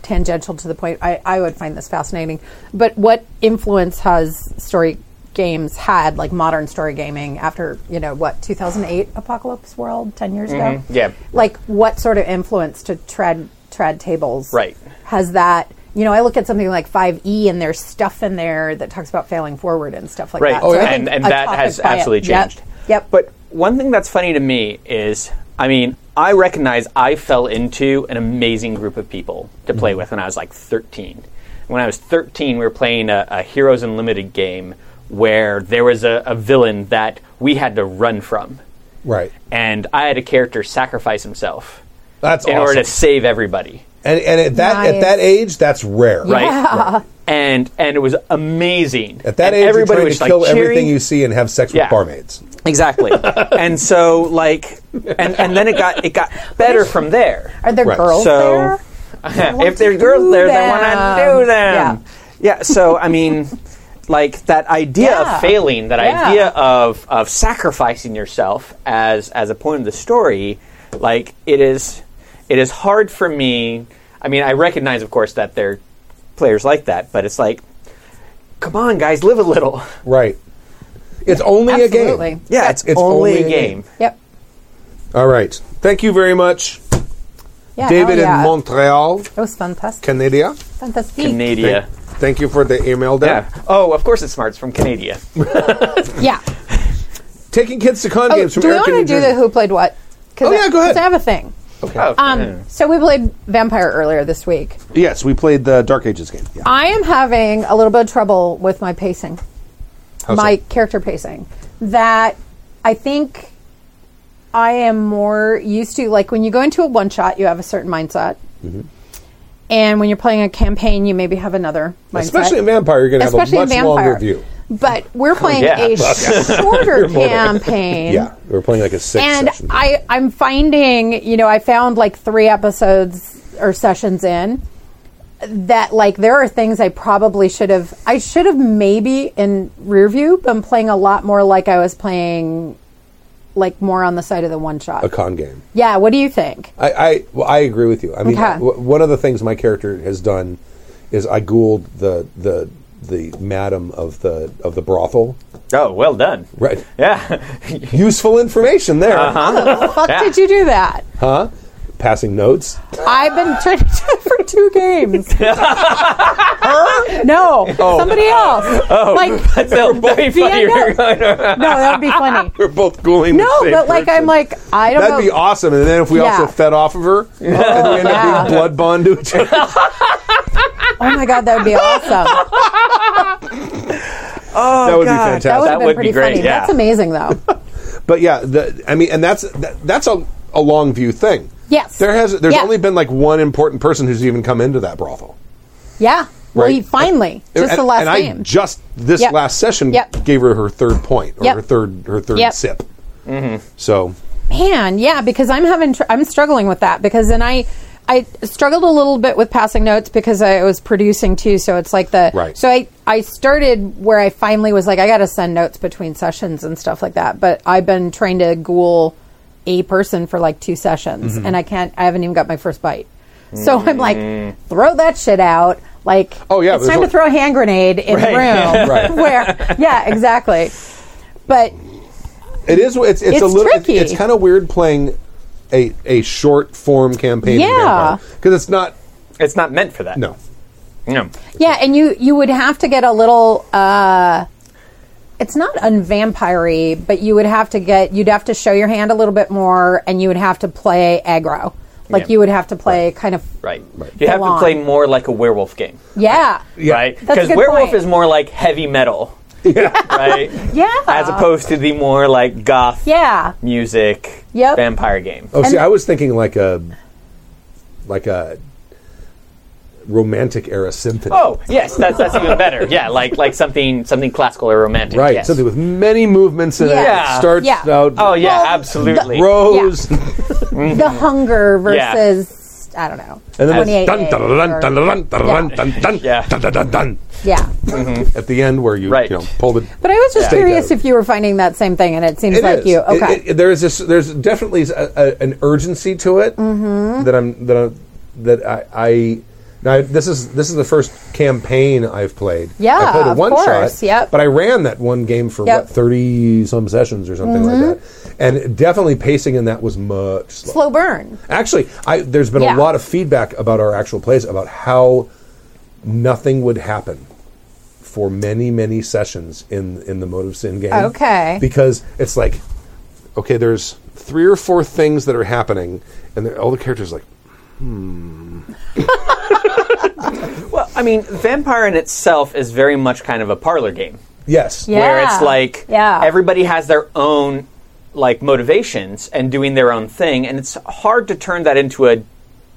[SPEAKER 3] tangential to the point. I, I would find this fascinating. But what influence has story games had, like modern story gaming, after you know what 2008 apocalypse world, ten years ago?
[SPEAKER 4] Mm-hmm. yeah.
[SPEAKER 3] Like what sort of influence to trad trad tables?
[SPEAKER 4] Right.
[SPEAKER 3] Has that? You know, I look at something like 5e, and there's stuff in there that talks about failing forward and stuff like
[SPEAKER 4] Right. Oh,
[SPEAKER 3] that. So I
[SPEAKER 4] and
[SPEAKER 3] think
[SPEAKER 4] and
[SPEAKER 3] a
[SPEAKER 4] that
[SPEAKER 3] topic
[SPEAKER 4] has
[SPEAKER 3] by it-
[SPEAKER 4] absolutely
[SPEAKER 3] yep,
[SPEAKER 4] changed.
[SPEAKER 3] Yep.
[SPEAKER 4] But one thing that's funny to me is, I mean, I recognize I fell into an amazing group of people to play with when I was like 13. When I was 13, we were playing a, a Heroes Unlimited game where there was a, a villain that we had to run from,
[SPEAKER 2] Right.
[SPEAKER 4] and I had a character sacrifice himself
[SPEAKER 2] That's
[SPEAKER 4] in
[SPEAKER 2] awesome.
[SPEAKER 4] order to save everybody.
[SPEAKER 2] And, and at that at
[SPEAKER 3] Nice.
[SPEAKER 2] that age, that's rare.
[SPEAKER 4] right?
[SPEAKER 3] Yeah.
[SPEAKER 4] *laughs* And and it was amazing.
[SPEAKER 2] At that
[SPEAKER 4] And
[SPEAKER 2] age,
[SPEAKER 4] everybody
[SPEAKER 2] you're trying
[SPEAKER 4] was
[SPEAKER 2] to
[SPEAKER 4] like
[SPEAKER 2] kill
[SPEAKER 4] cheering.
[SPEAKER 2] everything you see and have sex
[SPEAKER 4] Yeah.
[SPEAKER 2] with barmaids.
[SPEAKER 3] *laughs*
[SPEAKER 4] Exactly. and so like, and and then it got it got better from there.
[SPEAKER 3] Are there
[SPEAKER 2] Right.
[SPEAKER 3] girls
[SPEAKER 4] So *laughs*
[SPEAKER 3] there? want
[SPEAKER 4] if
[SPEAKER 3] to
[SPEAKER 4] there's girls
[SPEAKER 3] do
[SPEAKER 4] there, they want to
[SPEAKER 3] them.
[SPEAKER 4] do them. Yeah. So I mean. Like that idea
[SPEAKER 3] Yeah.
[SPEAKER 4] of failing, that
[SPEAKER 3] Yeah.
[SPEAKER 4] idea of, of sacrificing yourself as as a point of the story, like it is it is hard for me. I mean, I recognize, of course, that there are players like that, but it's like, come on, guys, live a little.
[SPEAKER 2] Right. It's only a
[SPEAKER 3] Absolutely.
[SPEAKER 2] game.
[SPEAKER 4] Yeah, it's,
[SPEAKER 2] It's
[SPEAKER 4] only,
[SPEAKER 2] only
[SPEAKER 4] a
[SPEAKER 2] a
[SPEAKER 4] game.
[SPEAKER 3] Yep.
[SPEAKER 2] All right. Thank you very much,
[SPEAKER 3] Yeah,
[SPEAKER 2] David
[SPEAKER 3] hell yeah.
[SPEAKER 2] in Montreal,
[SPEAKER 3] It was fantastic.
[SPEAKER 2] Canada.
[SPEAKER 3] fantastic.
[SPEAKER 4] Canada.
[SPEAKER 2] Thank you for the email there.
[SPEAKER 4] Yeah. Oh, of course it's smart. It's from Canada.
[SPEAKER 3] Yeah.
[SPEAKER 2] Taking kids to con
[SPEAKER 3] Oh,
[SPEAKER 2] games from
[SPEAKER 3] do we
[SPEAKER 2] Eric
[SPEAKER 3] want to
[SPEAKER 2] in New
[SPEAKER 3] do the
[SPEAKER 2] Jersey.
[SPEAKER 3] who played what? 'Cause
[SPEAKER 2] Oh,
[SPEAKER 3] I-
[SPEAKER 2] yeah, go ahead.
[SPEAKER 3] 'cause I have a thing.
[SPEAKER 4] Oh,
[SPEAKER 3] Um, So we played Vampire earlier this week.
[SPEAKER 2] Yes, we played the Dark Ages game. Yeah.
[SPEAKER 3] I am having a little bit of trouble with my pacing,
[SPEAKER 2] How so?
[SPEAKER 3] my character pacing. That I think I am more used to. Like when you go into a one shot, you have a certain mindset.
[SPEAKER 2] Mm-hmm.
[SPEAKER 3] And when you're playing a campaign, you maybe have another mindset.
[SPEAKER 2] Especially in Vampire, you're going to have a
[SPEAKER 3] Especially in
[SPEAKER 2] much longer
[SPEAKER 3] Vampire.
[SPEAKER 2] view.
[SPEAKER 3] But we're playing
[SPEAKER 4] yeah.
[SPEAKER 3] a shorter
[SPEAKER 2] more-
[SPEAKER 3] campaign.
[SPEAKER 2] *laughs* Yeah, we were playing like a six
[SPEAKER 3] and
[SPEAKER 2] session.
[SPEAKER 3] I, I'm finding, you know, I found like three episodes or sessions in that like there are things I probably should have I should have maybe in rear view been playing a lot more like I was playing like more on the side of the one shot.
[SPEAKER 2] a con game.
[SPEAKER 3] Yeah, what do you
[SPEAKER 2] *laughs*
[SPEAKER 3] think?
[SPEAKER 2] I I, well, I agree with you. I mean,
[SPEAKER 3] Okay.
[SPEAKER 2] w- one of the things my character has done is I ghouled the the the madam of the of the brothel.
[SPEAKER 4] Oh, well done.
[SPEAKER 2] Right. Uh-huh.
[SPEAKER 4] Yeah.
[SPEAKER 2] *laughs*
[SPEAKER 4] *laughs*
[SPEAKER 2] Useful information there.
[SPEAKER 3] Fuck did you do that?
[SPEAKER 2] Passing notes.
[SPEAKER 3] I've been trying *laughs* to do it for two
[SPEAKER 2] *laughs*
[SPEAKER 3] games. No, somebody else. Oh,
[SPEAKER 2] *laughs*
[SPEAKER 3] like *laughs*
[SPEAKER 4] That'll be
[SPEAKER 3] the end
[SPEAKER 4] funnier.
[SPEAKER 3] up- no, that would
[SPEAKER 2] *laughs*
[SPEAKER 3] be funny.
[SPEAKER 2] We're both ghouling. the
[SPEAKER 3] No,
[SPEAKER 2] same
[SPEAKER 3] but like
[SPEAKER 2] person.
[SPEAKER 3] I'm like I don't
[SPEAKER 2] That'd
[SPEAKER 3] know.
[SPEAKER 2] be awesome. And then if we
[SPEAKER 3] Yeah.
[SPEAKER 2] also fed off of her, and we end
[SPEAKER 3] *laughs* yeah.
[SPEAKER 2] up
[SPEAKER 3] *laughs*
[SPEAKER 2] being blood bond to each other.
[SPEAKER 3] Oh my god, that would be
[SPEAKER 4] *laughs*
[SPEAKER 3] awesome.
[SPEAKER 2] that would
[SPEAKER 4] God.
[SPEAKER 2] be
[SPEAKER 3] Oh, That would
[SPEAKER 2] fantastic.
[SPEAKER 3] have been
[SPEAKER 4] would be
[SPEAKER 3] pretty
[SPEAKER 4] great,
[SPEAKER 3] funny.
[SPEAKER 4] yeah.
[SPEAKER 3] That's amazing, though.
[SPEAKER 2] But yeah, the, I mean, and that's that, that's a, a long view thing.
[SPEAKER 3] Yes.
[SPEAKER 2] There has there's
[SPEAKER 3] Yeah.
[SPEAKER 2] only been like one important person who's even come into that brothel.
[SPEAKER 3] yeah. Well,
[SPEAKER 2] Right.
[SPEAKER 3] he finally just
[SPEAKER 2] and,
[SPEAKER 3] the last
[SPEAKER 2] and I
[SPEAKER 3] game.
[SPEAKER 2] just this
[SPEAKER 3] Yep.
[SPEAKER 2] last session
[SPEAKER 3] Yep.
[SPEAKER 2] gave her her third point or
[SPEAKER 3] Yep.
[SPEAKER 2] her third her third
[SPEAKER 3] Yep.
[SPEAKER 2] sip.
[SPEAKER 4] Mm-hmm.
[SPEAKER 2] So
[SPEAKER 3] Man, yeah, because I'm having tr- I'm struggling with that because then I I struggled a little bit with passing notes because I was producing too, so it's like the
[SPEAKER 2] Right.
[SPEAKER 3] So I I started where I finally was like I got to send notes between sessions and stuff like that, but I've been trying to ghoul a person for like two sessions
[SPEAKER 2] Mm-hmm.
[SPEAKER 3] and I can't I haven't even got my first bite. So I'm like throw that shit out. Like
[SPEAKER 2] Mm. Oh, yeah,
[SPEAKER 3] it's
[SPEAKER 2] there's
[SPEAKER 3] time to
[SPEAKER 2] no-
[SPEAKER 3] throw a hand grenade in the room
[SPEAKER 2] *laughs* Right.
[SPEAKER 3] *laughs* where yeah, exactly. But
[SPEAKER 2] it is it's, it's,
[SPEAKER 3] It's
[SPEAKER 2] a little
[SPEAKER 3] tricky.
[SPEAKER 2] it's kind of weird playing a a short form campaign
[SPEAKER 3] Yeah.
[SPEAKER 2] because it's not
[SPEAKER 4] It's not meant for that.
[SPEAKER 2] no
[SPEAKER 4] No.
[SPEAKER 3] Yeah, and you you would have to get a little. Uh, it's not unvampiry, but you would have to get you'd have to show your hand a little bit more, and you would have to play aggro. Like
[SPEAKER 4] Yeah.
[SPEAKER 3] you would have to play kind of
[SPEAKER 4] Right. You have
[SPEAKER 3] Full
[SPEAKER 4] to play
[SPEAKER 3] on.
[SPEAKER 4] more like a werewolf game.
[SPEAKER 3] yeah
[SPEAKER 4] Right?
[SPEAKER 3] That's a
[SPEAKER 4] Because
[SPEAKER 3] good
[SPEAKER 4] werewolf
[SPEAKER 3] point.
[SPEAKER 4] is more like heavy
[SPEAKER 2] *laughs*
[SPEAKER 4] metal. Right?
[SPEAKER 3] yeah
[SPEAKER 4] As opposed to the more like goth
[SPEAKER 3] yeah
[SPEAKER 4] music
[SPEAKER 3] Yep.
[SPEAKER 4] vampire game.
[SPEAKER 2] oh see
[SPEAKER 3] And-
[SPEAKER 2] I was thinking like a like a romantic era symphony
[SPEAKER 4] Oh, yes, that's that's even better. Yeah, like like something something classical or romantic.
[SPEAKER 2] right
[SPEAKER 4] yes.
[SPEAKER 2] something with many movements in it.
[SPEAKER 4] Yeah.
[SPEAKER 2] it starts
[SPEAKER 3] Yeah.
[SPEAKER 2] out
[SPEAKER 4] Oh yeah,
[SPEAKER 3] Well,
[SPEAKER 4] absolutely.
[SPEAKER 2] rose
[SPEAKER 3] the hunger
[SPEAKER 4] Mm-hmm. Yeah. Uh,
[SPEAKER 3] versus I don't know
[SPEAKER 2] and then
[SPEAKER 3] twenty
[SPEAKER 2] there's dun
[SPEAKER 3] eight
[SPEAKER 2] dun dun dun dun dun dun dun
[SPEAKER 4] Yeah.
[SPEAKER 2] dun dun dun dun
[SPEAKER 3] yeah.
[SPEAKER 2] at the end where you
[SPEAKER 4] Right.
[SPEAKER 2] you know pull the
[SPEAKER 3] But I was just
[SPEAKER 2] Yeah.
[SPEAKER 3] curious if you were finding that same thing, and it seems
[SPEAKER 2] It
[SPEAKER 3] like
[SPEAKER 2] is.
[SPEAKER 3] you
[SPEAKER 2] It-
[SPEAKER 3] okay
[SPEAKER 2] it- there is this. There's definitely a, a, an urgency to it
[SPEAKER 3] Mm-hmm.
[SPEAKER 2] that I'm that I'm, that I, I now this is this is the first campaign I've played.
[SPEAKER 3] Yeah,
[SPEAKER 2] I played a
[SPEAKER 3] of
[SPEAKER 2] one
[SPEAKER 3] course,
[SPEAKER 2] shot.
[SPEAKER 3] yep.
[SPEAKER 2] But I ran that one game for
[SPEAKER 3] Yep. Mm-hmm.
[SPEAKER 2] what thirty some sessions or something like that, and definitely pacing in that was much slower.
[SPEAKER 3] slow burn
[SPEAKER 2] Actually, I, there's been a
[SPEAKER 3] Yeah.
[SPEAKER 2] lot of feedback about our actual plays about how nothing would happen for many, many sessions in in the Mode of Sin game.
[SPEAKER 3] Okay.
[SPEAKER 2] because it's like, okay, there's three or four things that are happening, and they're- all the characters are like,
[SPEAKER 4] Well, I mean, vampire in itself is very much kind of a parlor game.
[SPEAKER 2] yes,
[SPEAKER 3] Yeah.
[SPEAKER 4] where it's like
[SPEAKER 3] Yeah.
[SPEAKER 4] everybody has their own like motivations and doing their own thing and it's hard to turn that into a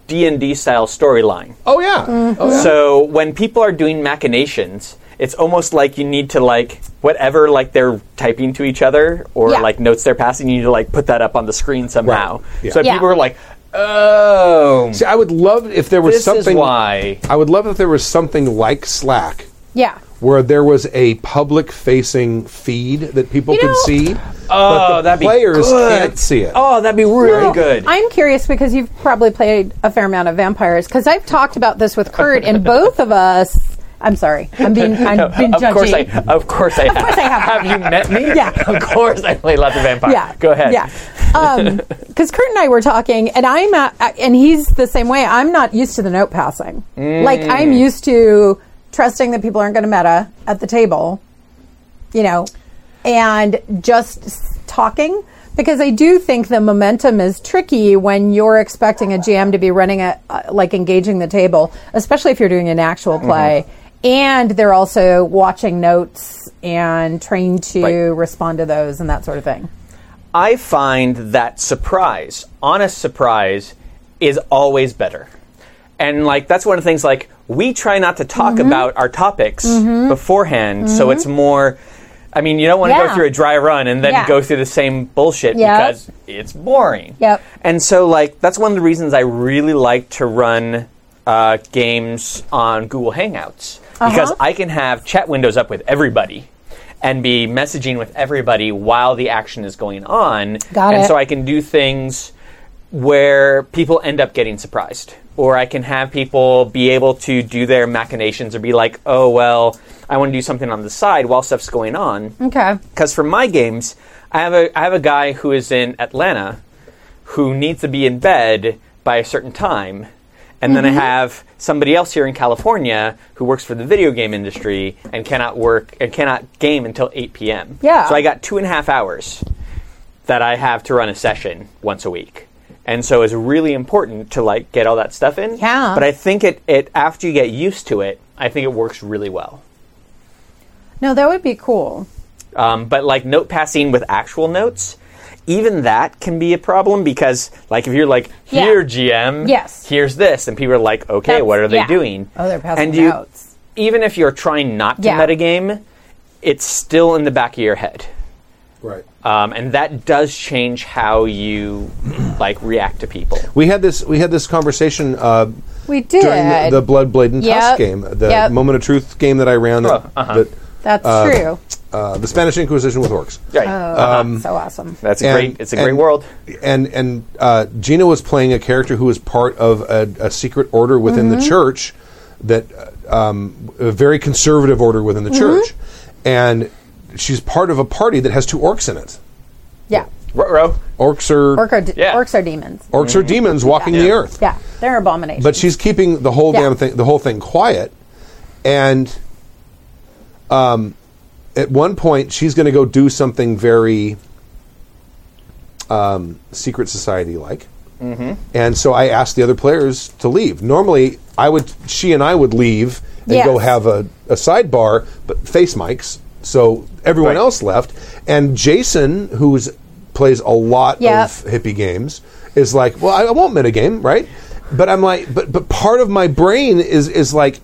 [SPEAKER 4] D&D style storyline.
[SPEAKER 2] oh yeah,
[SPEAKER 3] Mm-hmm.
[SPEAKER 2] oh yeah.
[SPEAKER 4] So when people are doing machinations, it's almost like you need to like whatever like they're typing to each other or
[SPEAKER 3] Yeah.
[SPEAKER 4] like notes they're passing, you need to like put that up on the screen somehow.
[SPEAKER 2] Yeah.
[SPEAKER 4] So
[SPEAKER 3] Yeah.
[SPEAKER 4] people are like, "Oh,
[SPEAKER 2] See, I would love if there was
[SPEAKER 4] this
[SPEAKER 2] something.
[SPEAKER 4] is why."
[SPEAKER 2] I would love if there was something like Slack.
[SPEAKER 3] yeah
[SPEAKER 2] Where there was a public-facing feed that people
[SPEAKER 3] You
[SPEAKER 2] could
[SPEAKER 3] know- uh,
[SPEAKER 2] see,
[SPEAKER 4] Oh,
[SPEAKER 2] but the
[SPEAKER 4] that'd be
[SPEAKER 2] players
[SPEAKER 4] good.
[SPEAKER 2] can't see it.
[SPEAKER 4] Oh, that'd be really
[SPEAKER 3] Well,
[SPEAKER 4] good.
[SPEAKER 3] I'm curious because you've probably played a fair amount of vampires because I've talked about this with Kurt
[SPEAKER 4] *laughs*
[SPEAKER 3] and both of us. I'm sorry, I'm being I'm being
[SPEAKER 4] of
[SPEAKER 3] judgy.
[SPEAKER 4] course, I of course I have.
[SPEAKER 3] course I have.
[SPEAKER 4] Have you met me?
[SPEAKER 3] Yeah.
[SPEAKER 4] *laughs* Of course, I play lots of vampire.
[SPEAKER 3] yeah,
[SPEAKER 4] Go ahead.
[SPEAKER 3] Yeah,
[SPEAKER 4] *laughs*
[SPEAKER 3] because Kurt and I were talking, and I'm at, and he's the same way. I'm not used to the note passing. Like I'm
[SPEAKER 4] Mm.
[SPEAKER 3] used to trusting that people aren't going to meta at the table, you know, and just s- talking. Because I do think the momentum is tricky when you're expecting a GM to be running a uh, like engaging the table, especially if you're doing an actual
[SPEAKER 4] Mm-hmm.
[SPEAKER 3] play, and they're also watching notes and trained to
[SPEAKER 4] Right.
[SPEAKER 3] respond to those and that sort of thing.
[SPEAKER 4] I find that surprise, honest surprise, is always better. and like that's one of the things like we try not to talk
[SPEAKER 3] Mm-hmm.
[SPEAKER 4] about our topics beforehand, so it's more. I mean, you don't want to
[SPEAKER 3] Yeah.
[SPEAKER 4] go through a dry run and then
[SPEAKER 3] Yeah.
[SPEAKER 4] go through the same bullshit
[SPEAKER 3] Yep.
[SPEAKER 4] because it's boring.
[SPEAKER 3] Yep.
[SPEAKER 4] And so, like, that's one of the reasons I really like to run uh, games on Google Hangouts because
[SPEAKER 3] Uh-huh.
[SPEAKER 4] I can have chat windows up with everybody and be messaging with everybody while the action is going on.
[SPEAKER 3] Got
[SPEAKER 4] and
[SPEAKER 3] it.
[SPEAKER 4] so I can do things where people end up getting surprised. Or I can have people be able to do their machinations or be like, oh, well, I want to do something on the side while stuff's going on
[SPEAKER 3] Okay.
[SPEAKER 4] because for my games, I have a I have a guy who is in Atlanta who needs to be in bed by a certain time,
[SPEAKER 3] Mm-hmm.
[SPEAKER 4] and then I have somebody else here in California who works for the video game industry and cannot work and cannot game until eight p.m.
[SPEAKER 3] Yeah.
[SPEAKER 4] so I got two and a half hours that I have to run a session once a week. And so it's really important to like get all that stuff in.
[SPEAKER 3] Yeah.
[SPEAKER 4] But I think it, it after you get used to it, I think it works really well.
[SPEAKER 3] No, that would be cool.
[SPEAKER 4] Um, but like note passing with actual notes, even that can be a problem because like if you're like
[SPEAKER 3] Yeah.
[SPEAKER 4] here GM,
[SPEAKER 3] Yes.
[SPEAKER 4] here's this, and people are like, okay,
[SPEAKER 3] That's-
[SPEAKER 4] what are they
[SPEAKER 3] yeah.
[SPEAKER 4] doing?
[SPEAKER 3] Oh, they're passing
[SPEAKER 4] and you,
[SPEAKER 3] notes.
[SPEAKER 4] Even if you're trying not to
[SPEAKER 3] Yeah.
[SPEAKER 4] metagame, it's still in the back of your head,
[SPEAKER 2] Right.
[SPEAKER 4] um, and that does change how you like react to people.
[SPEAKER 2] We had this. We had this conversation uh,
[SPEAKER 3] We did.
[SPEAKER 2] during the, the Blood Blade and
[SPEAKER 3] Yep.
[SPEAKER 2] Tusk game, the
[SPEAKER 3] Yep.
[SPEAKER 2] Moment of Truth game that I ran. That,
[SPEAKER 4] Oh, uh-huh.
[SPEAKER 2] that,
[SPEAKER 3] That's
[SPEAKER 2] uh, um,
[SPEAKER 3] true. Oh,
[SPEAKER 2] uh, the Spanish Inquisition with orcs.
[SPEAKER 4] Right.
[SPEAKER 3] so awesome.
[SPEAKER 4] That's a
[SPEAKER 2] And-
[SPEAKER 4] great. It's a great
[SPEAKER 2] and-
[SPEAKER 4] world.
[SPEAKER 2] And and uh, Gina was playing a character who was part of a, a secret order within
[SPEAKER 3] Mm-hmm.
[SPEAKER 2] the church, that uh, um, a very conservative order within the
[SPEAKER 3] Mm-hmm.
[SPEAKER 2] church, and she's part of a party that has two orcs in it.
[SPEAKER 3] Yeah.
[SPEAKER 4] Ruh-roh.
[SPEAKER 2] Orcs are
[SPEAKER 3] Orc are de-
[SPEAKER 4] Yeah.
[SPEAKER 3] orcs are demons.
[SPEAKER 2] orcs are demons walking the earth.
[SPEAKER 3] Yeah, they're abominations.
[SPEAKER 2] But she's keeping the whole
[SPEAKER 3] Yeah.
[SPEAKER 2] damn thing, the whole thing quiet, and um, at one point she's going to go do something very um, secret society like, mm-hmm. and so I asked the other players to leave. Normally, I would, she and I would leave and go
[SPEAKER 3] Yes.
[SPEAKER 2] have a, a sidebar, but face mics. So everyone
[SPEAKER 4] Right.
[SPEAKER 2] else left, and Jason, who's plays a lot
[SPEAKER 3] Yep.
[SPEAKER 2] of hippie games is like, well, I, I won't metagame, right? But I'm like, but but part of my brain is is like,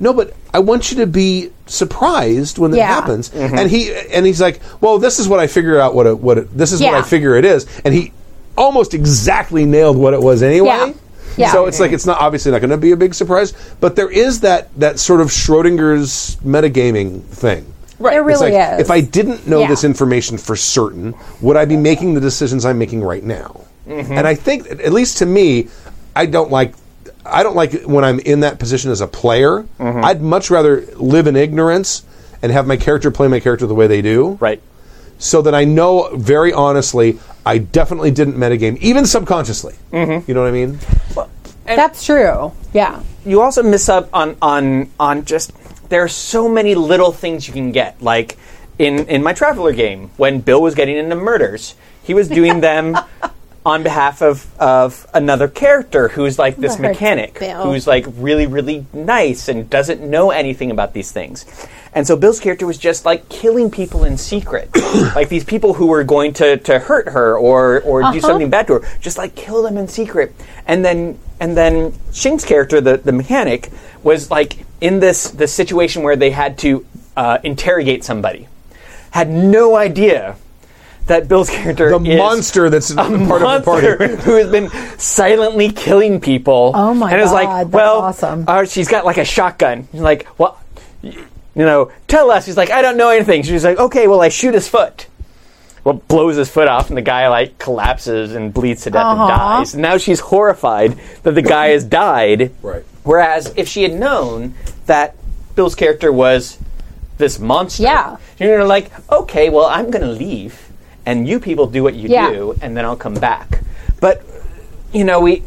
[SPEAKER 2] no, but I want you to be surprised when it
[SPEAKER 3] Yeah.
[SPEAKER 2] happens. And he and he's like, well, this is what I figure out what it, what it, this is what I
[SPEAKER 3] Yeah.
[SPEAKER 2] figure it is, and he almost exactly nailed what it was anyway.
[SPEAKER 3] Yeah. Yeah.
[SPEAKER 2] So it's like it's not obviously not going to be a big surprise, but there is that that sort of Schrodinger's metagaming thing.
[SPEAKER 3] there
[SPEAKER 2] It's
[SPEAKER 3] really
[SPEAKER 2] like,
[SPEAKER 3] is.
[SPEAKER 2] If I didn't know
[SPEAKER 3] Yeah.
[SPEAKER 2] this information for certain, would I be making the decisions I'm making right now?
[SPEAKER 4] Mm-hmm.
[SPEAKER 2] And I think, at least to me, I don't like. I don't like it when I'm in that position as a player.
[SPEAKER 4] Mm-hmm.
[SPEAKER 2] I'd much rather live in ignorance and have my character play my character the way they do,
[SPEAKER 4] Right.
[SPEAKER 2] So that I know very honestly, I definitely didn't metagame, even subconsciously.
[SPEAKER 4] Mm-hmm.
[SPEAKER 2] You know what I mean?
[SPEAKER 3] that's true. Yeah,
[SPEAKER 4] you also miss up on on on just there are so many little things you can get like in in my traveler game when bill was getting into murders he was doing them on behalf of of another character who's like this
[SPEAKER 3] Murdered
[SPEAKER 4] mechanic
[SPEAKER 3] Bill.
[SPEAKER 4] who's like really really nice and doesn't know anything about these things and so bill's character was just like killing people in secret *coughs* like these people who were going to to hurt her or or do something bad to her just like kill them in secret and then and then Shing's character, the, the mechanic, was like in this this situation where they had to uh, interrogate somebody. Had no idea that Bill's character
[SPEAKER 2] The
[SPEAKER 4] is
[SPEAKER 2] monster that's part of the
[SPEAKER 4] monster
[SPEAKER 2] party.
[SPEAKER 4] who has been silently killing people.
[SPEAKER 3] Oh my
[SPEAKER 4] And it's like,
[SPEAKER 3] God, that's
[SPEAKER 4] well,
[SPEAKER 3] awesome.
[SPEAKER 4] uh, she's got like a shotgun. He's like, well, y- you know, tell us. He's like, I don't know anything. She's like, okay, well, I shoot his foot. Well, blows his foot off, and the guy like collapses and bleeds to death
[SPEAKER 3] Uh-huh.
[SPEAKER 4] and dies. And now she's horrified that the guy has died.
[SPEAKER 2] Right.
[SPEAKER 4] Whereas if she had known that Bill's character was this monster,
[SPEAKER 3] Yeah.
[SPEAKER 4] you're like, okay, well, I'm going to leave, and you people do what you
[SPEAKER 3] Yeah.
[SPEAKER 4] do, and then I'll come back. But you know, we,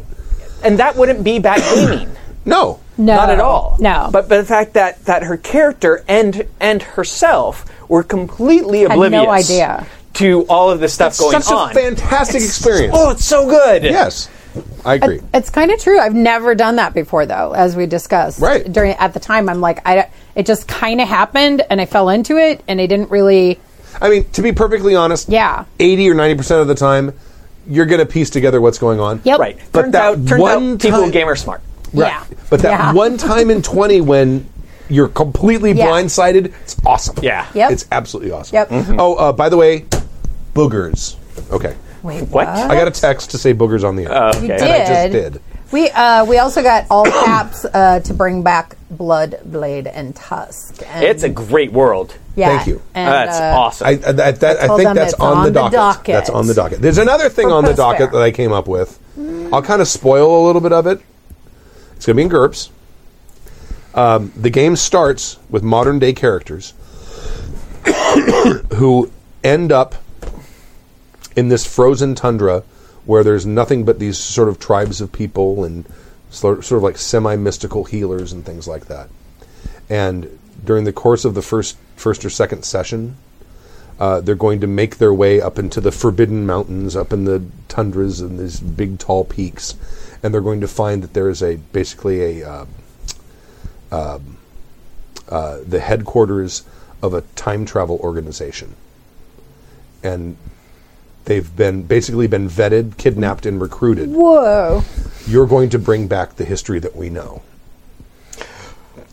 [SPEAKER 4] and that wouldn't
[SPEAKER 3] *clears throat*
[SPEAKER 4] be bad gaming.
[SPEAKER 2] No.
[SPEAKER 3] No.
[SPEAKER 4] Not at all.
[SPEAKER 3] No.
[SPEAKER 4] But but the fact that that her character and and herself were completely oblivious
[SPEAKER 3] idea.
[SPEAKER 4] to all of this stuff
[SPEAKER 2] It's
[SPEAKER 4] going
[SPEAKER 2] such
[SPEAKER 4] on.
[SPEAKER 2] a fantastic experience.
[SPEAKER 4] oh, it's so good.
[SPEAKER 2] Yes, I agree.
[SPEAKER 3] it's kind of true. I've never done that before, though, as we discussed.
[SPEAKER 2] Right.
[SPEAKER 3] during at the time, I'm like, I it just kind of happened, and I fell into it, and I didn't really.
[SPEAKER 2] I mean, to be perfectly honest,
[SPEAKER 3] Yeah.
[SPEAKER 2] eighty or ninety percent of the time, you're going to piece together what's going on.
[SPEAKER 3] Yep.
[SPEAKER 4] Right.
[SPEAKER 2] But
[SPEAKER 4] turns
[SPEAKER 2] that
[SPEAKER 4] out turns
[SPEAKER 2] one
[SPEAKER 4] out people
[SPEAKER 2] time-
[SPEAKER 4] game are smart.
[SPEAKER 2] Right.
[SPEAKER 3] Yeah.
[SPEAKER 2] But that
[SPEAKER 3] Yeah.
[SPEAKER 2] one time in 20 when you're completely
[SPEAKER 3] Yeah.
[SPEAKER 2] blindsided, it's awesome.
[SPEAKER 4] Yeah. Mm-hmm.
[SPEAKER 3] Yep.
[SPEAKER 2] It's absolutely awesome.
[SPEAKER 3] Yep.
[SPEAKER 2] Oh, uh, by the way, boogers. Okay.
[SPEAKER 3] Wait,
[SPEAKER 4] What?
[SPEAKER 2] I got a text to say boogers on the air.
[SPEAKER 3] You
[SPEAKER 4] Oh, Okay.
[SPEAKER 3] did.
[SPEAKER 4] And
[SPEAKER 2] I just did.
[SPEAKER 3] We uh, we also got all *coughs* caps uh, to bring back blood, blade, and tusk. And,
[SPEAKER 4] It's a great world.
[SPEAKER 3] yeah,
[SPEAKER 2] Thank you.
[SPEAKER 3] and,
[SPEAKER 4] That's
[SPEAKER 3] uh,
[SPEAKER 4] awesome.
[SPEAKER 2] I, I,
[SPEAKER 4] *laughs*
[SPEAKER 2] that, that- I
[SPEAKER 3] told
[SPEAKER 2] think
[SPEAKER 3] them
[SPEAKER 2] that's
[SPEAKER 3] it's
[SPEAKER 2] on,
[SPEAKER 3] on
[SPEAKER 2] the,
[SPEAKER 3] the
[SPEAKER 2] docket.
[SPEAKER 3] docket.
[SPEAKER 2] That's on the docket. There's another thing
[SPEAKER 3] For
[SPEAKER 2] on the
[SPEAKER 3] Post
[SPEAKER 2] docket
[SPEAKER 3] Fair.
[SPEAKER 2] that I came up with. I'll kind of spoil a little bit of it. It's going to be in GURPS. Um, the game starts with modern day characters *coughs* who end up in this frozen tundra where there's nothing but these sort of tribes of people and sor- sort of like semi mystical healers and things like that. And during the course of the first first or second session, uh, they're going to make their way up into the forbidden mountains, up in the tundras and these big tall peaks, and they're going to find that there is a basically a uh, um, uh, the headquarters of a time travel organization, and they've been basically been vetted, kidnapped, and recruited.
[SPEAKER 3] Whoa!
[SPEAKER 2] You're going to bring back the history that we know.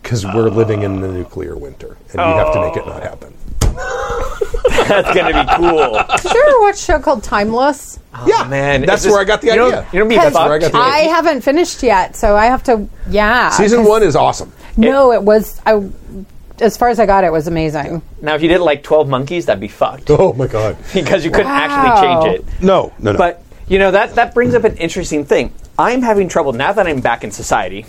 [SPEAKER 2] Because we're living in the nuclear winter, and we have to make
[SPEAKER 4] Oh.
[SPEAKER 2] it not happen.
[SPEAKER 4] That's going to be cool.
[SPEAKER 3] Did you ever watch a show called
[SPEAKER 4] *laughs*
[SPEAKER 3] Timeless?
[SPEAKER 2] yeah,
[SPEAKER 4] Oh, Man,
[SPEAKER 2] that's
[SPEAKER 4] is this-
[SPEAKER 2] where I got the
[SPEAKER 4] you know-
[SPEAKER 2] idea.
[SPEAKER 4] you know me,
[SPEAKER 2] that's
[SPEAKER 4] fuck.
[SPEAKER 2] where I got the
[SPEAKER 3] I
[SPEAKER 2] idea.
[SPEAKER 3] haven't finished yet, so I have to. Yeah,
[SPEAKER 2] Season
[SPEAKER 3] 'cause-
[SPEAKER 2] one is awesome.
[SPEAKER 3] No, it was. I as far as I got, it was amazing.
[SPEAKER 4] now, if you did like 12 monkeys, that'd be fucked.
[SPEAKER 2] Oh my god.
[SPEAKER 4] because you couldn't
[SPEAKER 3] Wow.
[SPEAKER 4] actually change it.
[SPEAKER 2] No, no, no.
[SPEAKER 4] But you know that that brings up an interesting thing. I'm having trouble now that I'm back
[SPEAKER 2] *laughs*
[SPEAKER 4] in society,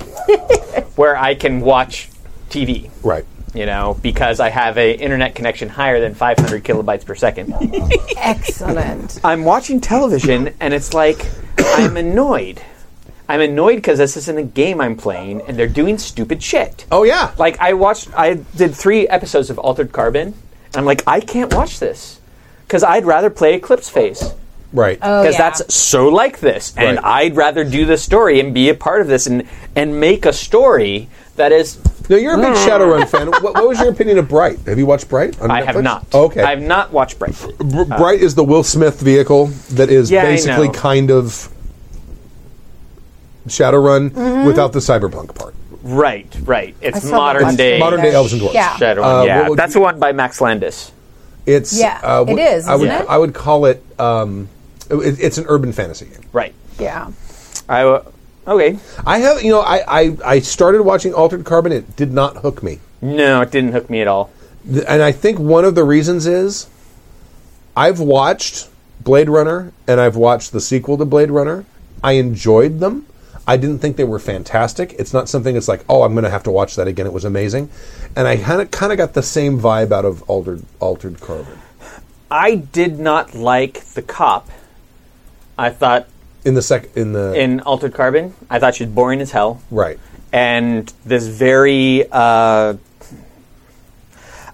[SPEAKER 4] where I can watch TV.
[SPEAKER 2] right.
[SPEAKER 4] You know, because I have a internet connection higher than 500 kilobytes per second.
[SPEAKER 2] *laughs*
[SPEAKER 4] *laughs*
[SPEAKER 3] Excellent.
[SPEAKER 4] I'm watching television, and it's like I'm annoyed. I'm annoyed because this isn't a game I'm playing, and they're doing stupid shit.
[SPEAKER 2] Oh yeah.
[SPEAKER 4] Like I watched, I did three episodes of Altered Carbon, and I'm like, I can't watch this because I'd rather play Eclipse Phase.
[SPEAKER 2] right.
[SPEAKER 3] Oh.
[SPEAKER 4] because
[SPEAKER 3] yeah.
[SPEAKER 4] that's so like this and
[SPEAKER 2] Right.
[SPEAKER 4] i'd rather do the story and be a part of this and and make a story that is
[SPEAKER 2] no, you're a big Shadowrun fan. What, what was your opinion of Bright? Have you watched Bright? on
[SPEAKER 4] Mm. i have
[SPEAKER 2] Netflix?
[SPEAKER 4] not
[SPEAKER 2] Okay.
[SPEAKER 4] i've not watched bright
[SPEAKER 2] Br- Bright is the Will Smith vehicle that is
[SPEAKER 4] Yeah, I
[SPEAKER 2] basically
[SPEAKER 4] know.
[SPEAKER 2] kind of Shadowrun
[SPEAKER 4] Mm-hmm.
[SPEAKER 2] without the cyberpunk part.
[SPEAKER 4] right right
[SPEAKER 3] I
[SPEAKER 4] it's
[SPEAKER 3] saw that
[SPEAKER 4] modern
[SPEAKER 3] last
[SPEAKER 4] day
[SPEAKER 3] night.
[SPEAKER 2] Modern day elves and dwarves.
[SPEAKER 3] Yeah.
[SPEAKER 4] shadow
[SPEAKER 2] Uh,
[SPEAKER 4] yeah
[SPEAKER 2] what would
[SPEAKER 4] that's
[SPEAKER 2] you-
[SPEAKER 4] the one by max landis
[SPEAKER 2] It's
[SPEAKER 3] Yeah,
[SPEAKER 2] uh,
[SPEAKER 3] it is,
[SPEAKER 2] I would
[SPEAKER 3] isn't it?
[SPEAKER 2] I would call it um, it, it's an urban fantasy game.
[SPEAKER 4] right
[SPEAKER 3] Yeah.
[SPEAKER 4] i w- okay
[SPEAKER 2] I have you know I, I I started watching Altered Carbon. It did not hook me.
[SPEAKER 4] no it didn't hook me at all
[SPEAKER 2] Th- and I think one of the reasons is I've watched Blade Runner and I've watched the sequel to Blade Runner. I enjoyed them. I didn't think they were fantastic. It's not something that's like, oh, I'm going to have to watch that again. It was amazing, and I kind of kind of got the same vibe out of Altered Altered Carbon
[SPEAKER 4] i did not like the cop i thought
[SPEAKER 2] in the sec in the
[SPEAKER 4] in altered carbon i thought she was boring as hell
[SPEAKER 2] right.
[SPEAKER 4] and this very uh,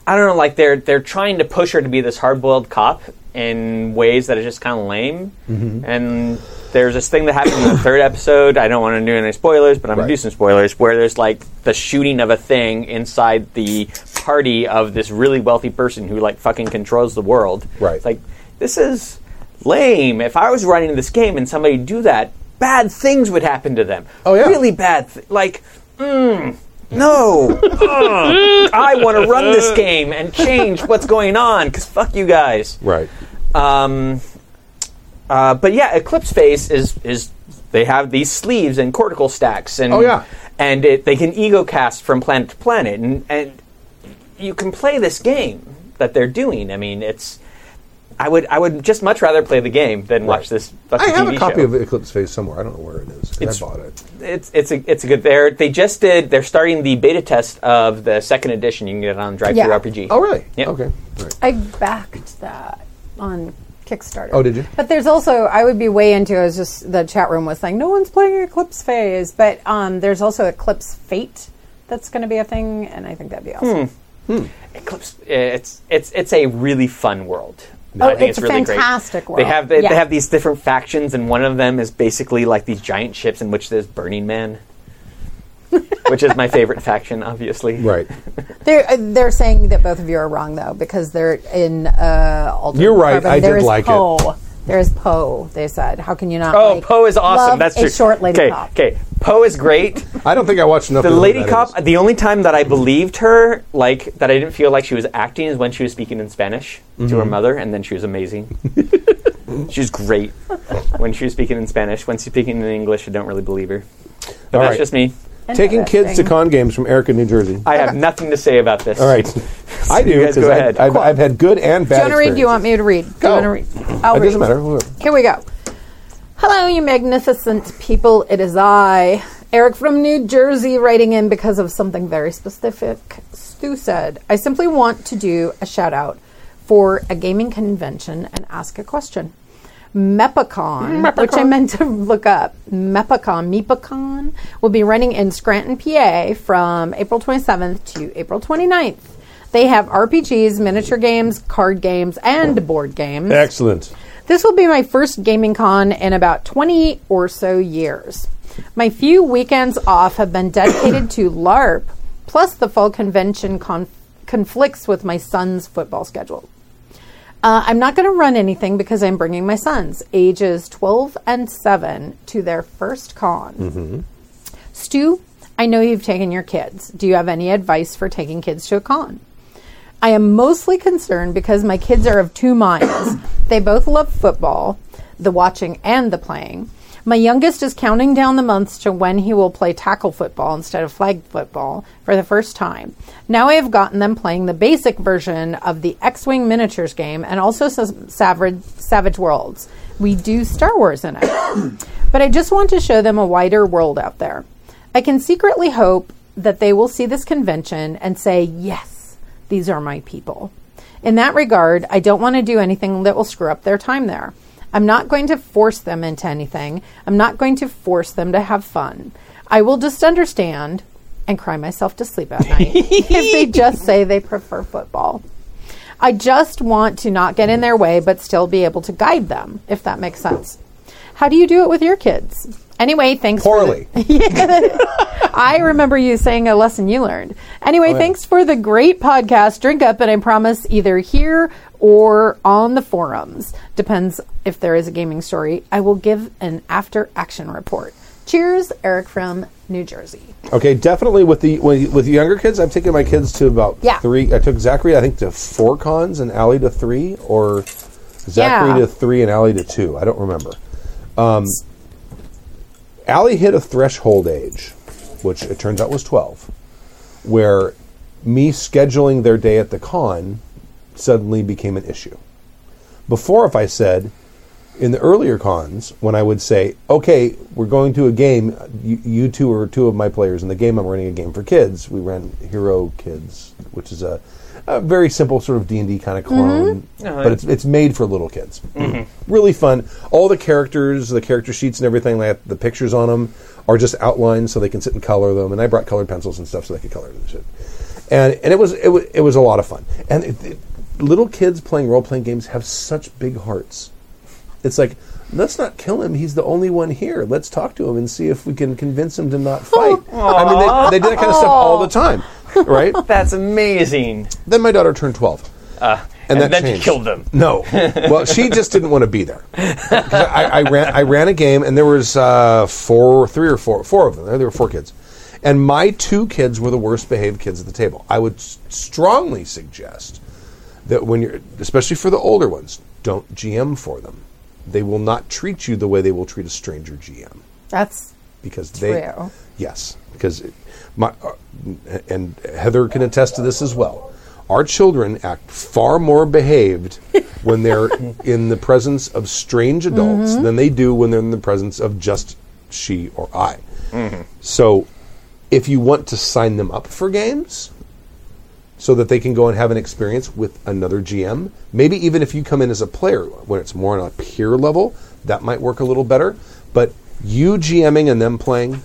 [SPEAKER 4] I don't know, like they're they're trying to push her to be this hard boiled cop in ways that are just kind of lame.
[SPEAKER 2] Mm-hmm.
[SPEAKER 4] And there's this thing that happened in the third episode. I don't want to do any spoilers, but I'm gonna
[SPEAKER 2] Right.
[SPEAKER 4] do some spoilers. Where there's like the shooting of a thing inside the party of this really wealthy person who like fucking controls the world.
[SPEAKER 2] Right.
[SPEAKER 4] It's like this is lame. If I was running this game and somebody do that, bad things would happen to them.
[SPEAKER 2] Oh, yeah.
[SPEAKER 4] Really bad. Th- like, mm, no. Ugh. I want to run this game and change what's going on because fuck you guys.
[SPEAKER 2] Right.
[SPEAKER 4] Um, uh, but yeah, Eclipse Face is is they have these sleeves and cortical stacks and
[SPEAKER 2] Oh, yeah.
[SPEAKER 4] and it, they can ego cast from planet to planet and and you can play this game that they're doing. I mean, it's I would I would just much rather play the game than watch this fucking
[SPEAKER 2] I have
[SPEAKER 4] TV
[SPEAKER 2] a copy
[SPEAKER 4] show.
[SPEAKER 2] of Eclipse Phase somewhere. I don't know where it is. 'cause
[SPEAKER 4] It's-
[SPEAKER 2] I bought it.
[SPEAKER 4] It's it's a it's a good. They're they just did. They're starting the beta test of the second edition. You can get it on Drive Through
[SPEAKER 3] Yeah.
[SPEAKER 4] RPG.
[SPEAKER 2] Oh, really?
[SPEAKER 4] Yep.
[SPEAKER 2] Okay. All right.
[SPEAKER 3] I backed that on Kickstarter.
[SPEAKER 2] Oh, did you?
[SPEAKER 3] But there's also I would be way into. I was just the chat room was saying no one's playing Eclipse Phase, but um, there's also Eclipse Fate that's going to be a thing, and I think that'd be
[SPEAKER 4] Hmm.
[SPEAKER 3] awesome.
[SPEAKER 4] Eclipse. eh, It's it's it's a really fun world.
[SPEAKER 3] Oh, it's a fantastic
[SPEAKER 4] They
[SPEAKER 3] world.
[SPEAKER 4] have they,
[SPEAKER 3] Yeah.
[SPEAKER 4] they have these different factions, and one of them is basically like these giant ships in which there's Burning
[SPEAKER 3] *laughs*
[SPEAKER 4] Man, which is my favorite faction, obviously.
[SPEAKER 2] Right.
[SPEAKER 3] They're uh, they're saying that both of you are wrong though because they're in uh, alternate
[SPEAKER 2] You're right,
[SPEAKER 3] Carbon.
[SPEAKER 2] I did
[SPEAKER 3] There is
[SPEAKER 2] like it.
[SPEAKER 3] Poe. There is Poe. They said, "How can you not?"
[SPEAKER 4] Oh,
[SPEAKER 3] like
[SPEAKER 4] Poe is awesome.
[SPEAKER 3] love
[SPEAKER 4] That's
[SPEAKER 3] a
[SPEAKER 4] true.
[SPEAKER 3] Short lady
[SPEAKER 4] Okay,
[SPEAKER 3] cop.
[SPEAKER 4] okay. Poe is
[SPEAKER 3] *laughs*
[SPEAKER 4] great.
[SPEAKER 2] I don't think I watched enough.
[SPEAKER 4] The
[SPEAKER 2] to know who
[SPEAKER 4] lady
[SPEAKER 2] that
[SPEAKER 4] cop. uh,
[SPEAKER 2] is.
[SPEAKER 4] The only time that I believed her, like that, I didn't feel like she was acting, is when she was speaking in Spanish to
[SPEAKER 2] Mm-hmm.
[SPEAKER 4] her mother, and then she
[SPEAKER 2] *laughs*
[SPEAKER 4] was amazing. she was great when she was speaking in Spanish. When she's speaking in English, I don't really believe her. But
[SPEAKER 2] All
[SPEAKER 4] that's
[SPEAKER 2] right.
[SPEAKER 4] just me.
[SPEAKER 2] Taking kids to
[SPEAKER 3] Interesting.
[SPEAKER 2] con games from Eric in New Jersey.
[SPEAKER 4] I
[SPEAKER 2] *laughs*
[SPEAKER 4] have nothing to say about this.
[SPEAKER 2] All
[SPEAKER 4] *laughs*
[SPEAKER 2] right, I do
[SPEAKER 4] you guys
[SPEAKER 2] because
[SPEAKER 4] go
[SPEAKER 2] I've,
[SPEAKER 4] ahead.
[SPEAKER 2] I've, I've had good and
[SPEAKER 3] Do you
[SPEAKER 2] bad.
[SPEAKER 3] want to read? Do you want me to read? Do
[SPEAKER 2] Go.
[SPEAKER 3] you want to read? I'll
[SPEAKER 2] It
[SPEAKER 3] read.
[SPEAKER 2] doesn't matter. Whatever.
[SPEAKER 3] Here we go. Hello, you magnificent people. It is I, Eric from New Jersey, writing in because of something very specific. Stu said, I simply want to do a shout out for a gaming convention and ask a question. Mepacon, which I meant to look up, Mepacon, Mepacon, will be running in Scranton, PA from April 27th to April 29th. They have RPGs, miniature games, card games, and board games.
[SPEAKER 2] Excellent.
[SPEAKER 3] This will be my first gaming con in about 20 or so years. My few weekends off have been dedicated to *coughs* LARP, plus the fall convention conf- conflicts with my son's football schedule. Uh, I'm not going to run anything because I'm bringing my sons, ages 12 and 7, to their first con. Stu, I know you've taken your kids. Do you have any advice for taking kids to a con? I am mostly concerned because my kids are of two minds. *coughs* they both love football, the watching and the playing. My youngest is counting down the months to when he will play tackle football instead of flag football for the first time. Now I have gotten them playing the basic version of the X Wing miniatures game and also some Savage, Savage Worlds. We do Star Wars in it. but I just want to show them a wider world out there. I can secretly hope that they will see this convention and say, yes, these are my people. In that regard, I don't want to do anything that will screw up their time there. I'm not going to force them into anything. I'm not going to force them to have fun. I will just understand and cry myself to sleep at night if they just say they prefer football. I just want to not get in their way, but still be able to guide them, if that makes sense. How do you do it with your kids? Anyway, thanks. for the-
[SPEAKER 2] Poorly.
[SPEAKER 3] *laughs* I remember you saying a lesson you learned. Anyway, thanks for the great podcast. Drink up, and I promise either here or on the forums, depends if there is a gaming story, I will give an after action report. Cheers, Eric from New Jersey.
[SPEAKER 2] Okay, definitely with the when, with the younger kids, I've taken my kids to about
[SPEAKER 3] Yeah.
[SPEAKER 2] three. I took Zachary, I think, to four cons and Allie to three, or Zachary
[SPEAKER 3] Yeah.
[SPEAKER 2] to three and Allie to two. I don't remember. Um, Allie hit a threshold age, which it turns out was twelve, where me scheduling their day at the con suddenly became an issue. Before, if I said, in the earlier cons when I would say, "Okay, we're going to a game. You, you two are two of my players in the game. I'm running a game for kids. We ran Hero Kids, which is a, a very simple sort of D and D kind of clone, but it's it's made for little kids. Really fun. All the characters, the character sheets, and everything like the pictures on them are just outlined, so they can sit and color them. And I brought colored pencils and stuff so they could color them. and shit. And and it was it was, it was a lot of fun. And it, it, little kids playing role playing games have such big hearts it's like let's not kill him he's the only one here let's talk to him and see if we can convince him to not fight i mean they, they do that kind of stuff all the time right
[SPEAKER 4] That's amazing.
[SPEAKER 2] then my daughter turned 12
[SPEAKER 4] and then she killed them.
[SPEAKER 2] no well she just didn't want to be there 'Cause I, I ran i ran a game and there was uh, four three or four four of them there were four kids and my two kids were the worst behaved kids at the table i would s- strongly suggest that when you're, especially for the older ones, don't GM for them. They will not treat you the way they will treat a stranger GM
[SPEAKER 3] That's
[SPEAKER 2] because they,
[SPEAKER 3] True.
[SPEAKER 2] yes, because it, my uh, and Heather can attest to this as well. Our children act far more behaved when they're in the presence of strange adults than they do when they're in the presence of just she or I. So, if you want to sign them up for games, so that they can go and have an experience with another GM. Maybe even if you come in as a player, when it's more on a peer level, that might work a little better. But you GMing and them playing,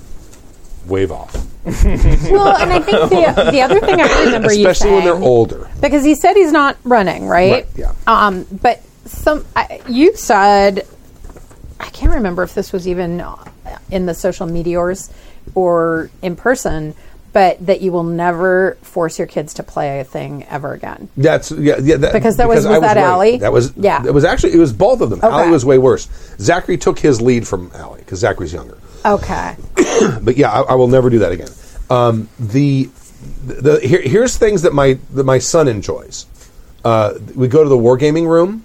[SPEAKER 2] wave off,
[SPEAKER 3] well, and I think the, the other
[SPEAKER 2] *laughs*
[SPEAKER 3] thing I remember you
[SPEAKER 2] especially when they're
[SPEAKER 3] saying-
[SPEAKER 2] older.
[SPEAKER 3] because he said he's not running, right?
[SPEAKER 2] Right, yeah.
[SPEAKER 3] Um, but some I, you said I can't remember if this was even in the social meteors or in person, but that you will never force your kids to play a thing ever again.
[SPEAKER 2] That's yeah, yeah. That,
[SPEAKER 3] Because that was- was
[SPEAKER 2] I right.
[SPEAKER 3] that Allie?
[SPEAKER 2] That was
[SPEAKER 3] Yeah.
[SPEAKER 2] It was actually it was both of them.
[SPEAKER 3] Okay.
[SPEAKER 2] Allie was way worse. Zachary took his lead from Allie because Zachary's younger.
[SPEAKER 3] Okay.
[SPEAKER 2] But yeah, I, I will never do that again. Um, the the here, here's things that my that my son enjoys. Uh, we go to the wargaming room.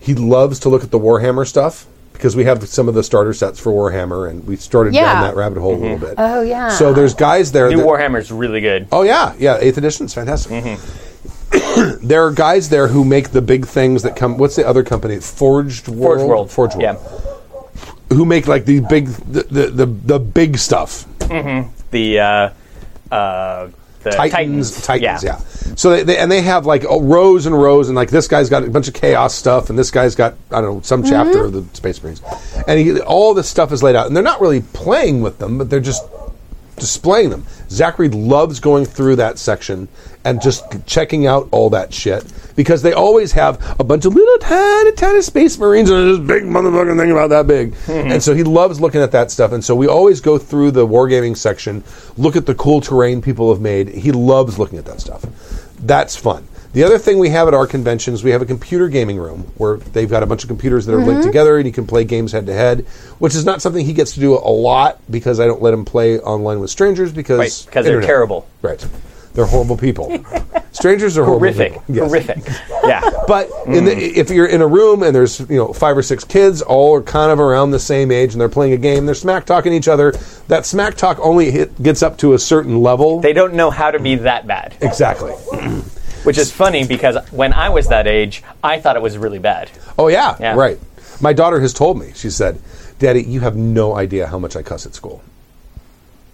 [SPEAKER 2] He loves to look at the Warhammer stuff because we have some of the starter sets for Warhammer, and we started down
[SPEAKER 3] Yeah.
[SPEAKER 2] that rabbit hole a little bit.
[SPEAKER 3] Oh, yeah.
[SPEAKER 2] So there's guys there.
[SPEAKER 4] Mm-hmm. New
[SPEAKER 2] that-
[SPEAKER 4] Warhammer's really good.
[SPEAKER 2] Oh yeah, yeah. Eighth edition is fantastic. *coughs*
[SPEAKER 4] Mm-hmm.
[SPEAKER 2] there are guys there who make the big things that come. What's the other company? Forged World.
[SPEAKER 4] Forge World.
[SPEAKER 2] Forge World.
[SPEAKER 4] Yeah.
[SPEAKER 2] Who make like the big, the the the, the big stuff.
[SPEAKER 4] The uh, uh, the
[SPEAKER 2] Titans, Titans, yeah. So they, they and they have like oh, rows and rows, and like this guy's got a bunch of chaos stuff, and this guy's got I don't know some chapter of the Space Marines, and he, all this stuff is laid out, and they're not really playing with them, but they're just displaying them. Zachary loves going through that section and just checking out all that shit because they always have a bunch of little tiny tiny space marines and this big motherfucking thing about that big.
[SPEAKER 4] Mm-hmm.
[SPEAKER 2] and so he loves looking at that stuff and so we always go through the wargaming section, look at the cool terrain people have made. He loves looking at that stuff. That's fun. The other thing we have at our conventions, we have a computer gaming room where they've got a bunch of computers that are linked
[SPEAKER 4] Mm-hmm.
[SPEAKER 2] together and you can play games head to head, which is not something he gets to do a lot because I don't let him play online with strangers because
[SPEAKER 4] Right, 'cause they're
[SPEAKER 2] internet.
[SPEAKER 4] terrible.
[SPEAKER 2] Right. They're horrible
[SPEAKER 4] *laughs*
[SPEAKER 2] people. strangers are horrible
[SPEAKER 4] Horrific.
[SPEAKER 2] people. Yes.
[SPEAKER 4] Horrific. yeah.
[SPEAKER 2] But in
[SPEAKER 4] Mm.
[SPEAKER 2] the, if you're in a room and there's you know five or six kids, all are kind of around the same age, and they're playing a game, they're smack talking each other. That smack talk only hit, gets up to a certain level.
[SPEAKER 4] They don't know how to be that bad.
[SPEAKER 2] exactly.
[SPEAKER 4] Which is funny because when I was that age, I thought it was really bad.
[SPEAKER 2] Oh yeah,
[SPEAKER 4] Yeah.
[SPEAKER 2] right. My daughter has told me. She said, "Daddy, you have no idea how much I cuss at school."
[SPEAKER 3] *laughs*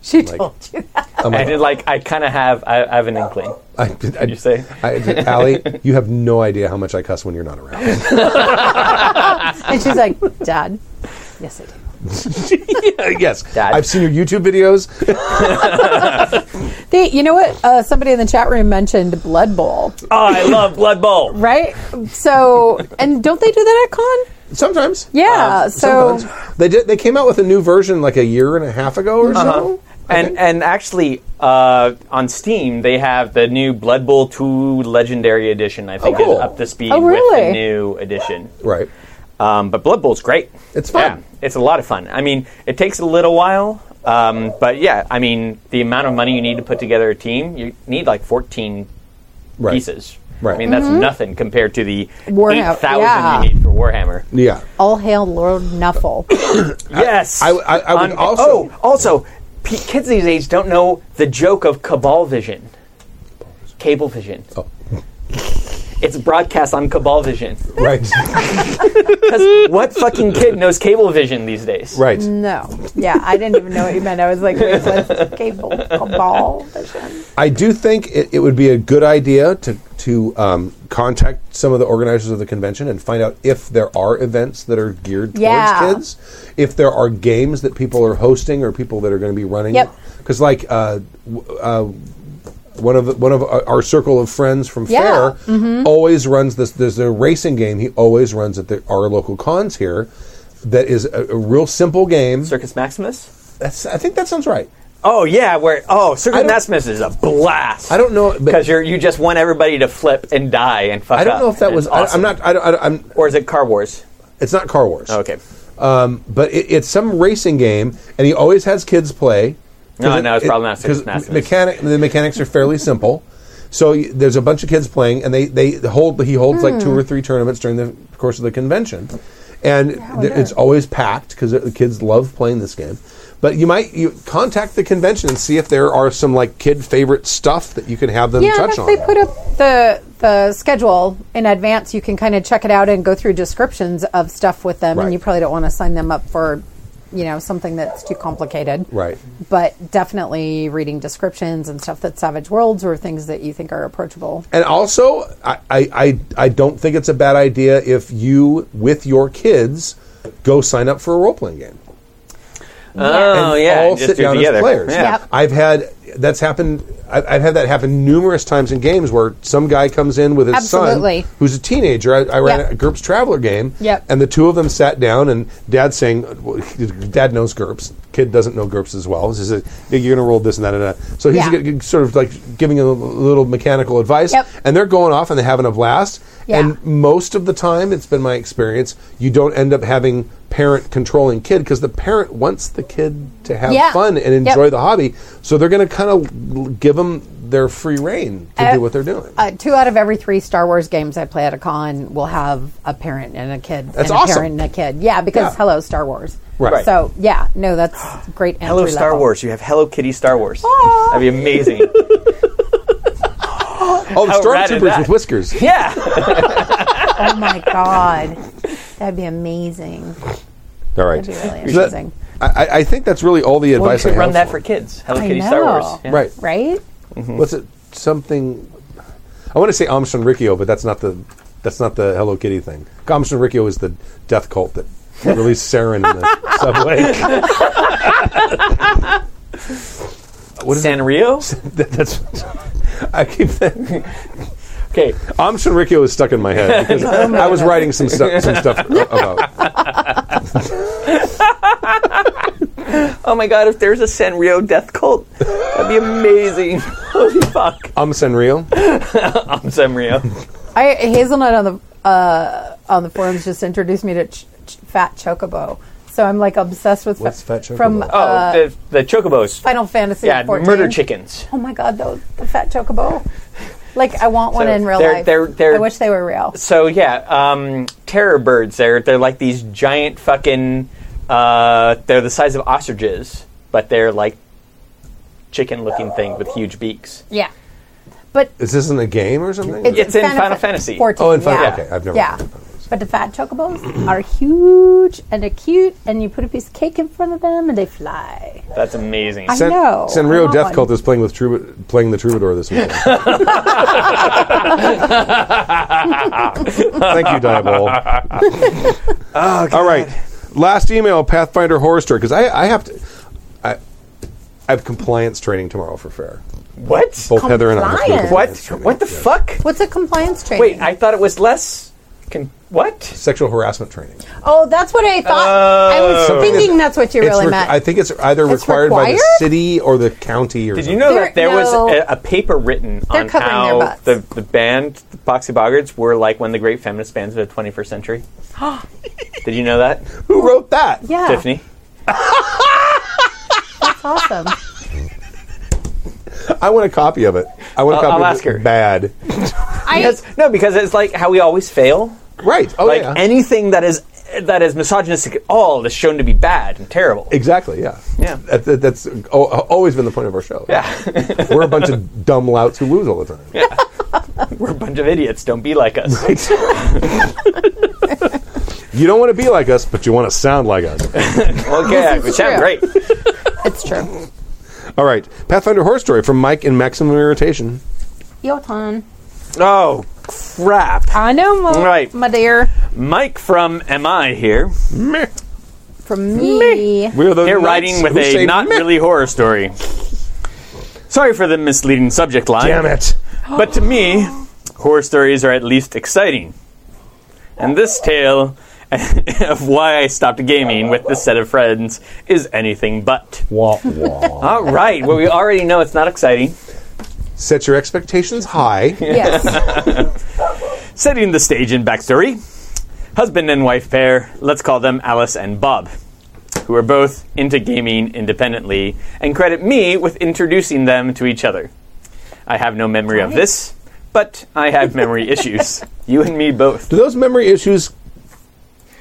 [SPEAKER 3] She told you that.
[SPEAKER 4] and it, like I kind of have, I, I have an inkling.
[SPEAKER 2] I, I,
[SPEAKER 4] you say?
[SPEAKER 2] I, Allie, you have no idea how much I cuss when you're not around. *laughs*
[SPEAKER 3] And she's like, Dad, yes, I do.
[SPEAKER 2] yes,
[SPEAKER 4] Dad.
[SPEAKER 2] I've seen your YouTube videos.
[SPEAKER 3] They, you know what? Uh, somebody in the chat room mentioned Blood Bowl,
[SPEAKER 4] Oh, I love Blood Bowl.
[SPEAKER 3] right? So, and don't they do that at Con?
[SPEAKER 2] Sometimes,
[SPEAKER 3] Yeah. so,
[SPEAKER 2] Um, Sometimes. they did. They came out with a new version like a year and a half ago or
[SPEAKER 4] Uh-huh.
[SPEAKER 2] so.
[SPEAKER 4] And and actually, uh, on Steam they have the new Blood Bowl Two Legendary Edition. I think
[SPEAKER 2] Oh, cool.
[SPEAKER 4] is up to speed
[SPEAKER 3] Oh,
[SPEAKER 4] with
[SPEAKER 3] really?
[SPEAKER 4] the new edition.
[SPEAKER 2] Right.
[SPEAKER 4] Um, but Blood Bowl's great.
[SPEAKER 2] It's fun.
[SPEAKER 4] Yeah, it's a lot of fun. I mean, it takes a little while, um, but yeah, I mean, the amount of money you need to put together a team, you need like 14
[SPEAKER 2] Right.
[SPEAKER 4] pieces.
[SPEAKER 2] Right.
[SPEAKER 4] I mean, that's nothing compared to the
[SPEAKER 3] Warhammer,
[SPEAKER 4] 8,000
[SPEAKER 3] yeah.
[SPEAKER 4] you need for Warhammer.
[SPEAKER 2] Yeah.
[SPEAKER 3] all hail Lord Nuffle.
[SPEAKER 4] Yes.
[SPEAKER 2] I- I- I would
[SPEAKER 4] On-
[SPEAKER 2] also-
[SPEAKER 4] Oh, also, p- kids these days don't know the joke of Cabal Vision. Cable Vision.
[SPEAKER 2] Oh.
[SPEAKER 4] *laughs* It's broadcast on Cabal Vision.
[SPEAKER 2] Right.
[SPEAKER 4] Because what fucking kid knows Cable Vision these days?
[SPEAKER 2] right.
[SPEAKER 3] No. Yeah, I didn't even know what you meant. I was like, wait,
[SPEAKER 2] *laughs*
[SPEAKER 3] what's cable cabal vision?
[SPEAKER 2] I do think it, it would be a good idea to to um, contact some of the organizers of the convention and find out if there are events that are geared towards
[SPEAKER 3] Yeah.
[SPEAKER 2] kids, if there are games that people are hosting or people that are going to be running.
[SPEAKER 3] Yep.
[SPEAKER 2] Because like uh, w- uh, one of one of our our circle of friends from
[SPEAKER 3] Yeah. Mm-hmm.
[SPEAKER 2] Fair always runs this. There's a racing game he always runs at the, our local cons here. That is a, a real simple game.
[SPEAKER 4] Circus Maximus?
[SPEAKER 2] That's, I think that sounds right.
[SPEAKER 4] Oh yeah, where oh
[SPEAKER 2] I
[SPEAKER 4] Circuit
[SPEAKER 2] don't-
[SPEAKER 4] Maximus is a blast.
[SPEAKER 2] I don't know, but-
[SPEAKER 4] because you you just want everybody to flip and die and fuck.
[SPEAKER 2] I don't
[SPEAKER 4] up,
[SPEAKER 2] know if that
[SPEAKER 4] and
[SPEAKER 2] was.
[SPEAKER 4] it's awesome.
[SPEAKER 2] I, I'm not. I, don't- I, don't- I'm.
[SPEAKER 4] Or is it Car Wars?
[SPEAKER 2] It's not Car Wars.
[SPEAKER 4] Okay.
[SPEAKER 2] Um, but it, it's some racing game, and he always has kids play.
[SPEAKER 4] No,
[SPEAKER 2] 'Cause
[SPEAKER 4] no, it's probably not Circus
[SPEAKER 2] 'cause
[SPEAKER 4] Maximus.
[SPEAKER 2] Mechanic. The mechanics are fairly simple. So y- there's a bunch of kids playing, and they they hold. He holds like
[SPEAKER 3] Hmm.
[SPEAKER 2] two or three tournaments during the course of the convention, and th- it's always packed because the kids love playing this game. But you might you contact the convention and see if there are some like kid favorite stuff that you can have them
[SPEAKER 3] Yeah, and
[SPEAKER 2] touch
[SPEAKER 3] if
[SPEAKER 2] on.
[SPEAKER 3] they put up the the schedule in advance, you can kind of check it out and go through descriptions of stuff with them.
[SPEAKER 2] Right.
[SPEAKER 3] And you probably don't want to sign them up for, you know, something that's too complicated.
[SPEAKER 2] Right.
[SPEAKER 3] But definitely reading descriptions and stuff that Savage Worlds or things that you think are approachable.
[SPEAKER 2] And also, I, I, I, I don't think it's a bad idea if you, with your kids, go sign up for a role playing game.
[SPEAKER 4] Oh
[SPEAKER 2] and
[SPEAKER 4] yeah,
[SPEAKER 2] all
[SPEAKER 4] Oh, and just
[SPEAKER 2] sit
[SPEAKER 4] do it
[SPEAKER 2] down as
[SPEAKER 4] together.
[SPEAKER 2] players.
[SPEAKER 4] Yeah.
[SPEAKER 3] Yep.
[SPEAKER 2] I've had that's happened. I've, I've had that happen numerous times in games where some guy comes in with his
[SPEAKER 3] Absolutely.
[SPEAKER 2] son, who's a teenager. I, I ran
[SPEAKER 3] Yep.
[SPEAKER 2] a GURPS Traveler game,
[SPEAKER 3] Yep.
[SPEAKER 2] and the two of them sat down, and Dad's saying, well, "Dad knows GURPS. Kid doesn't know GURPS as well. He says, you're going to roll this and that and that." So he's
[SPEAKER 3] Yeah.
[SPEAKER 2] g- g- sort of like giving a little mechanical advice,
[SPEAKER 3] Yep.
[SPEAKER 2] and they're going off and they're having a blast.
[SPEAKER 3] Yeah.
[SPEAKER 2] And most of the time, it's been my experience, you don't end up having parent controlling kid because the parent wants the kid to have
[SPEAKER 3] Yeah.
[SPEAKER 2] fun and
[SPEAKER 3] Yep.
[SPEAKER 2] enjoy the hobby. So they're going to kind of give them their free reign to
[SPEAKER 3] Uh,
[SPEAKER 2] do what they're doing.
[SPEAKER 3] Uh, two out of every three Star Wars games I play at a con will have a parent and a kid.
[SPEAKER 2] That's
[SPEAKER 3] and
[SPEAKER 2] awesome.
[SPEAKER 3] A parent and a kid. Yeah, because
[SPEAKER 2] Yeah.
[SPEAKER 3] hello Star Wars.
[SPEAKER 2] Right.
[SPEAKER 3] So yeah, no, that's great.
[SPEAKER 4] Hello,
[SPEAKER 3] entry
[SPEAKER 4] Star
[SPEAKER 3] level.
[SPEAKER 4] Wars. You have Hello Kitty Star Wars. That'd be amazing.
[SPEAKER 3] *laughs*
[SPEAKER 2] oh, the
[SPEAKER 4] how rad is
[SPEAKER 2] stormtroopers
[SPEAKER 4] that?
[SPEAKER 2] with
[SPEAKER 3] *laughs*
[SPEAKER 2] whiskers.
[SPEAKER 4] yeah.
[SPEAKER 3] Oh my god, that'd be amazing.
[SPEAKER 2] All right.
[SPEAKER 3] That'd be really
[SPEAKER 2] So that-
[SPEAKER 3] amazing.
[SPEAKER 2] I, I- I think that's really all the
[SPEAKER 4] well, you
[SPEAKER 2] advice
[SPEAKER 4] should
[SPEAKER 2] I
[SPEAKER 4] run
[SPEAKER 2] have
[SPEAKER 4] that for Mm-hmm. kids. Hello
[SPEAKER 3] I
[SPEAKER 4] Kitty Star
[SPEAKER 3] know.
[SPEAKER 4] Wars. Yeah.
[SPEAKER 2] Right.
[SPEAKER 3] Right?
[SPEAKER 2] What's it? Something. I want to say Amstrad Riccio, but that's not the that's not the Hello Kitty thing. Amstrad Riccio is the death cult that released sarin in
[SPEAKER 3] *laughs*
[SPEAKER 2] the subway. What is it?
[SPEAKER 4] Sanrio. *laughs*
[SPEAKER 2] That- that's *laughs* I keep thinking.
[SPEAKER 4] Okay.
[SPEAKER 2] Amstrad Riccio is stuck in my head
[SPEAKER 4] *laughs*
[SPEAKER 2] because I was writing some stuff some stuff about.
[SPEAKER 4] Oh my God! If there's a Sanrio death cult, that'd be amazing. *laughs* Holy fuck!
[SPEAKER 2] Um Sanrio.
[SPEAKER 4] I'm Sanrio.
[SPEAKER 3] I Hazelnut on the uh, on the forums just introduced me to ch- ch- Fat Chocobo, so I'm like obsessed with
[SPEAKER 2] What's Fat Chocobo?
[SPEAKER 3] from
[SPEAKER 2] Oh,
[SPEAKER 4] Oh,
[SPEAKER 3] uh,
[SPEAKER 4] the, the chocobos.
[SPEAKER 3] Final Fantasy.
[SPEAKER 4] yeah,
[SPEAKER 3] 14.
[SPEAKER 4] murder chickens.
[SPEAKER 3] Oh my god, those the Fat Chocobo. Like I want one
[SPEAKER 4] So
[SPEAKER 3] in real
[SPEAKER 4] they're-
[SPEAKER 3] life.
[SPEAKER 4] they're- they're-
[SPEAKER 3] I wish they were real.
[SPEAKER 4] So yeah, um, terror birds. They're they're like these giant fucking. Uh, they're the size of ostriches, but they're like chicken-looking things with huge beaks.
[SPEAKER 3] Yeah, but
[SPEAKER 2] Is this in a game or something?
[SPEAKER 4] It's in
[SPEAKER 3] Fan-
[SPEAKER 4] Final Fantasy.
[SPEAKER 3] 14,
[SPEAKER 2] Oh, in Final-
[SPEAKER 3] yeah.
[SPEAKER 2] okay, I've never
[SPEAKER 3] Yeah,
[SPEAKER 2] played Final Fantasy.
[SPEAKER 3] but the Fat Chocobos are huge and they're cute, and you put a piece of cake in front of them and they fly.
[SPEAKER 4] That's amazing.
[SPEAKER 3] I know. I
[SPEAKER 2] Sanrio
[SPEAKER 3] want
[SPEAKER 2] Death
[SPEAKER 3] one.
[SPEAKER 2] Cult is playing with Trouba- playing the troubadour this
[SPEAKER 4] *laughs*
[SPEAKER 2] weekend. Thank you, Dieball.
[SPEAKER 4] *laughs* Oh,
[SPEAKER 2] All right, last email, Pathfinder Horror Story, because I, I have to. I, I have compliance training tomorrow for fair.
[SPEAKER 4] what?
[SPEAKER 2] Both Heather and I. Have to do
[SPEAKER 3] Compliance?
[SPEAKER 4] What?
[SPEAKER 2] compliance training.
[SPEAKER 4] What the
[SPEAKER 2] Yeah.
[SPEAKER 4] fuck?
[SPEAKER 3] What's a compliance training?
[SPEAKER 4] Wait, I thought it was less. Con- what?
[SPEAKER 2] Sexual harassment training.
[SPEAKER 3] oh, that's what I thought. I
[SPEAKER 2] Oh.
[SPEAKER 3] was thinking that's what you
[SPEAKER 2] It's
[SPEAKER 3] really
[SPEAKER 2] re-
[SPEAKER 3] meant.
[SPEAKER 2] I think it's either
[SPEAKER 3] It's
[SPEAKER 2] required, by the
[SPEAKER 3] required?
[SPEAKER 2] city or the county or
[SPEAKER 4] Did you
[SPEAKER 2] something.
[SPEAKER 4] know
[SPEAKER 3] They're-
[SPEAKER 4] that there
[SPEAKER 3] no.
[SPEAKER 4] was a, a paper written
[SPEAKER 3] They're
[SPEAKER 4] on
[SPEAKER 3] covering their
[SPEAKER 4] how
[SPEAKER 3] butts.
[SPEAKER 4] the, the band the Boxy Boggards were like one of the great feminist bands of the
[SPEAKER 3] *gasps*
[SPEAKER 4] 21st century? Did you know that,
[SPEAKER 2] who wrote that?
[SPEAKER 3] yeah,
[SPEAKER 4] Tiffany?
[SPEAKER 3] That's awesome.
[SPEAKER 2] I want a copy of it. I want a
[SPEAKER 4] I'll-
[SPEAKER 2] copy
[SPEAKER 4] I'll
[SPEAKER 2] of
[SPEAKER 4] ask
[SPEAKER 2] it
[SPEAKER 4] her.
[SPEAKER 2] bad.
[SPEAKER 3] *laughs* I,
[SPEAKER 4] Because, no, because it's like how we always fail.
[SPEAKER 2] Right. Oh
[SPEAKER 4] Like
[SPEAKER 2] yeah.
[SPEAKER 4] anything that is that is misogynistic at all is shown to be bad and terrible.
[SPEAKER 2] Exactly. Yeah.
[SPEAKER 4] Yeah.
[SPEAKER 2] That, that, that's al- always been the point of our show.
[SPEAKER 4] yeah,
[SPEAKER 2] We're a bunch of dumb louts who lose all the time.
[SPEAKER 4] *laughs* we're a bunch of idiots. Don't be like us.
[SPEAKER 2] You don't want to be like us, but you want to sound like us. *laughs*
[SPEAKER 4] *laughs* *laughs* Okay,
[SPEAKER 3] This
[SPEAKER 4] we
[SPEAKER 3] is true.
[SPEAKER 4] sound great.
[SPEAKER 3] it's true.
[SPEAKER 2] All right. Pathfinder horror story from Mike in Maximum Irritation.
[SPEAKER 3] Yotan.
[SPEAKER 4] Oh crap!
[SPEAKER 3] I know, my,
[SPEAKER 4] Right.
[SPEAKER 3] my dear.
[SPEAKER 4] Mike from MI here.
[SPEAKER 2] Meh.
[SPEAKER 3] From me.
[SPEAKER 2] We're the
[SPEAKER 4] Here
[SPEAKER 2] nuts
[SPEAKER 4] writing with
[SPEAKER 2] who say
[SPEAKER 4] a not
[SPEAKER 2] meh.
[SPEAKER 4] really horror story. Sorry for the misleading subject line.
[SPEAKER 2] Damn it.
[SPEAKER 4] But to me, horror stories are at least exciting. And this tale *laughs* of why I stopped gaming with this set of friends is anything but.
[SPEAKER 2] Wah, wah.
[SPEAKER 4] All right, well, we already know it's not exciting.
[SPEAKER 2] Set your expectations high.
[SPEAKER 3] Yes.
[SPEAKER 4] Setting the stage in backstory husband and wife pair, let's call them Alice and Bob, who are both into gaming independently and credit me with introducing them to each other. I have no memory of this, but I have memory issues. You and me both.
[SPEAKER 2] Do those memory issues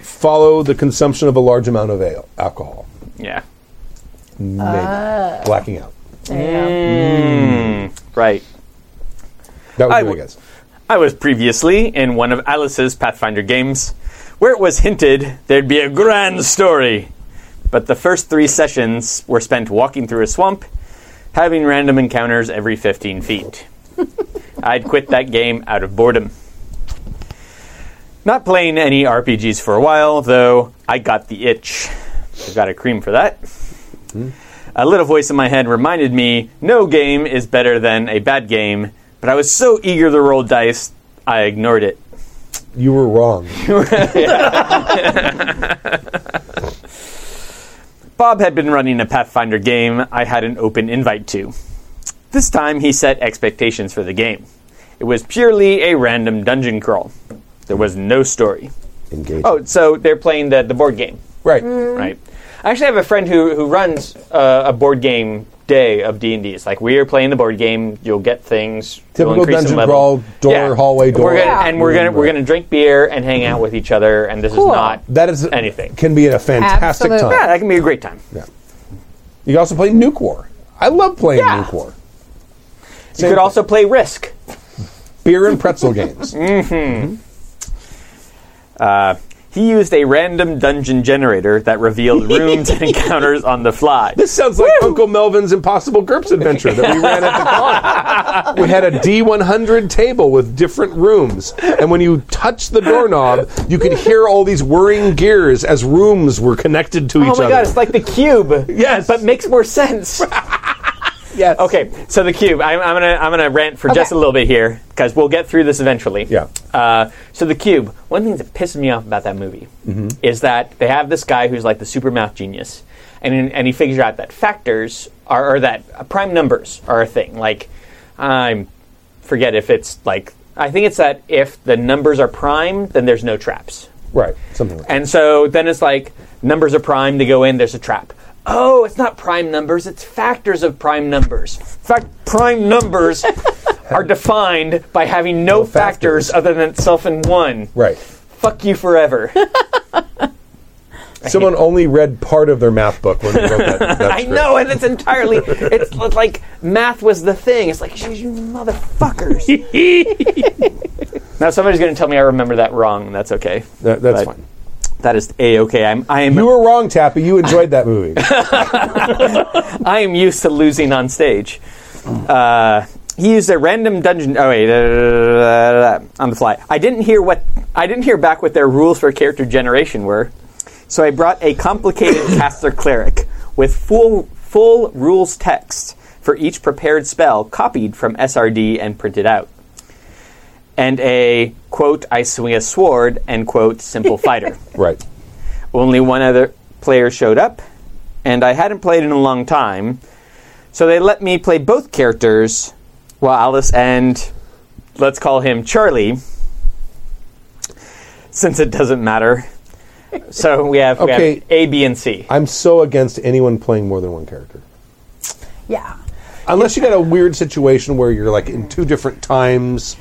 [SPEAKER 2] follow the consumption of a large amount of ale, alcohol?
[SPEAKER 4] Yeah.
[SPEAKER 2] Maybe. Blacking out.
[SPEAKER 3] There you
[SPEAKER 4] Right.
[SPEAKER 2] That was me,
[SPEAKER 4] I
[SPEAKER 2] I
[SPEAKER 4] w-
[SPEAKER 2] guess.
[SPEAKER 4] I was previously in one of Alice's Pathfinder games where it was hinted there'd be a grand story. But the first three sessions were spent walking through a swamp, having random encounters every 15 feet. *laughs* I'd quit that game out of boredom. Not playing any RPGs for a while, though I got the itch. I got a cream for that. a little voice in my head reminded me no game is better than a bad game, but I was so eager to roll dice, I ignored it.
[SPEAKER 2] You were
[SPEAKER 4] *laughs*
[SPEAKER 2] wrong.
[SPEAKER 4] Bob had been running a Pathfinder game I had an open invite to. This time he set expectations for the game. It was purely a random dungeon crawl. There was no story.
[SPEAKER 5] Engage.
[SPEAKER 4] Oh, mm. so they're playing the, the board game,
[SPEAKER 2] right.
[SPEAKER 4] right? I actually have a friend who, who runs uh, a board game day of D&D. It's like, we are playing the board game, you'll get things,
[SPEAKER 2] Typical
[SPEAKER 4] you'll increase in
[SPEAKER 2] dungeon
[SPEAKER 4] level.
[SPEAKER 2] crawl, door, hallway, door.
[SPEAKER 4] We're gonna,
[SPEAKER 3] Yeah.
[SPEAKER 4] And we're going to we're gonna drink beer and hang out with each other, and this
[SPEAKER 3] Cool.
[SPEAKER 4] is not
[SPEAKER 2] That is
[SPEAKER 4] anything.
[SPEAKER 2] Can be a fantastic
[SPEAKER 3] Absolute-
[SPEAKER 2] time.
[SPEAKER 4] yeah, that can be a great time.
[SPEAKER 2] Yeah. You can also play Nuke War. I love playing Nuke War.
[SPEAKER 4] You could also play Risk.
[SPEAKER 2] Beer and pretzel games.
[SPEAKER 4] Uh, he used a random dungeon generator
[SPEAKER 2] *laughs*
[SPEAKER 4] that revealed rooms and encounters on the fly.
[SPEAKER 2] This sounds like Uncle Melvin's Impossible GURPS adventure that we ran at the con. we had a D100 table with different rooms, and when you touched the doorknob, you could hear all these whirring gears as rooms were connected to each
[SPEAKER 4] oh my
[SPEAKER 2] other.
[SPEAKER 4] god, it's like the cube.
[SPEAKER 2] Yes.
[SPEAKER 4] but makes
[SPEAKER 2] *laughs*
[SPEAKER 4] more sense.
[SPEAKER 2] yes.
[SPEAKER 4] okay, so the cube. I'm, I'm gonna I'm gonna rant for just a little bit here because we'll get through this eventually.
[SPEAKER 2] Yeah.
[SPEAKER 4] Uh, so the cube. One thing that pisses me off about that movie
[SPEAKER 2] Mm-hmm.
[SPEAKER 4] is that they have this guy who's like the super math genius, and and he figures out that factors are or that uh, prime numbers are a thing. Like I'm forget if it's like I think it's that if the numbers are prime, then there's no traps.
[SPEAKER 2] Right. Something like that.
[SPEAKER 4] And so then it's like numbers are prime to go in, there's a trap. Oh, it's not prime numbers, it's factors of prime numbers. In fact,
[SPEAKER 2] *laughs*
[SPEAKER 4] prime numbers are defined by having no,
[SPEAKER 2] factors.
[SPEAKER 4] factors. other than itself and one.
[SPEAKER 2] Right.
[SPEAKER 4] Fuck you forever.
[SPEAKER 2] *laughs* Someone only read part of their math book when they wrote that. that
[SPEAKER 4] *laughs* I
[SPEAKER 2] script.
[SPEAKER 4] know, and it's entirely it's li- like math was the thing. It's like
[SPEAKER 2] *laughs*
[SPEAKER 4] you motherfuckers. now somebody's gonna tell me I remember that wrong, and that's okay.
[SPEAKER 2] That- that's
[SPEAKER 4] But
[SPEAKER 2] fine.
[SPEAKER 4] That is a okay. I'm I am
[SPEAKER 2] You were wrong, Tappy. You enjoyed that
[SPEAKER 4] *laughs*
[SPEAKER 2] movie.
[SPEAKER 4] I am used to losing on stage. Uh, he used a random dungeon. Oh wait, uh, on the fly. I didn't hear what I didn't hear back what their rules for character generation were, so I brought a complicated caster cleric with full full rules text for each prepared spell, copied from SRD and printed out, and a quote I swing a sword end quote simple fighter.
[SPEAKER 2] right.
[SPEAKER 4] Only one other player showed up, and I hadn't played in a long time, so they let me play both characters while Alice and let's call him Charlie, since it doesn't matter. So we have, we
[SPEAKER 2] Okay.
[SPEAKER 4] have A, B, and C.
[SPEAKER 2] I'm so against anyone playing more than one character.
[SPEAKER 3] Yeah.
[SPEAKER 2] Unless you got a weird situation where you're like in two different times.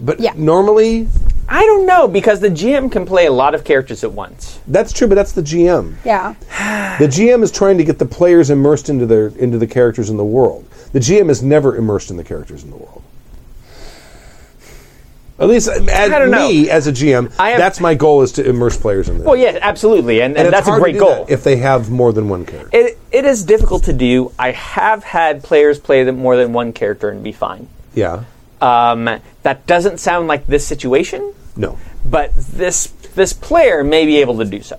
[SPEAKER 2] But
[SPEAKER 3] Yeah.
[SPEAKER 2] normally,
[SPEAKER 4] I don't know because the GM can play a lot of characters at once.
[SPEAKER 2] that's true, but that's the GM.
[SPEAKER 3] Yeah.
[SPEAKER 2] The GM is trying to get the players immersed into their into the characters in the world. The GM is never immersed in the characters in the world. At least uh, as
[SPEAKER 4] I don't know.
[SPEAKER 2] me as a GM,
[SPEAKER 4] I have-
[SPEAKER 2] that's my goal is to immerse players in the
[SPEAKER 4] Well, yeah, absolutely, and, and,
[SPEAKER 2] it's
[SPEAKER 4] that's a
[SPEAKER 2] hard to
[SPEAKER 4] great
[SPEAKER 2] do
[SPEAKER 4] goal.
[SPEAKER 2] that if they have more than one character.
[SPEAKER 4] it, it is difficult to do. I have had players play them more than one character and be fine.
[SPEAKER 2] yeah.
[SPEAKER 4] Um, that doesn't sound like this situation,
[SPEAKER 2] No.
[SPEAKER 4] but this this player may be able to do so.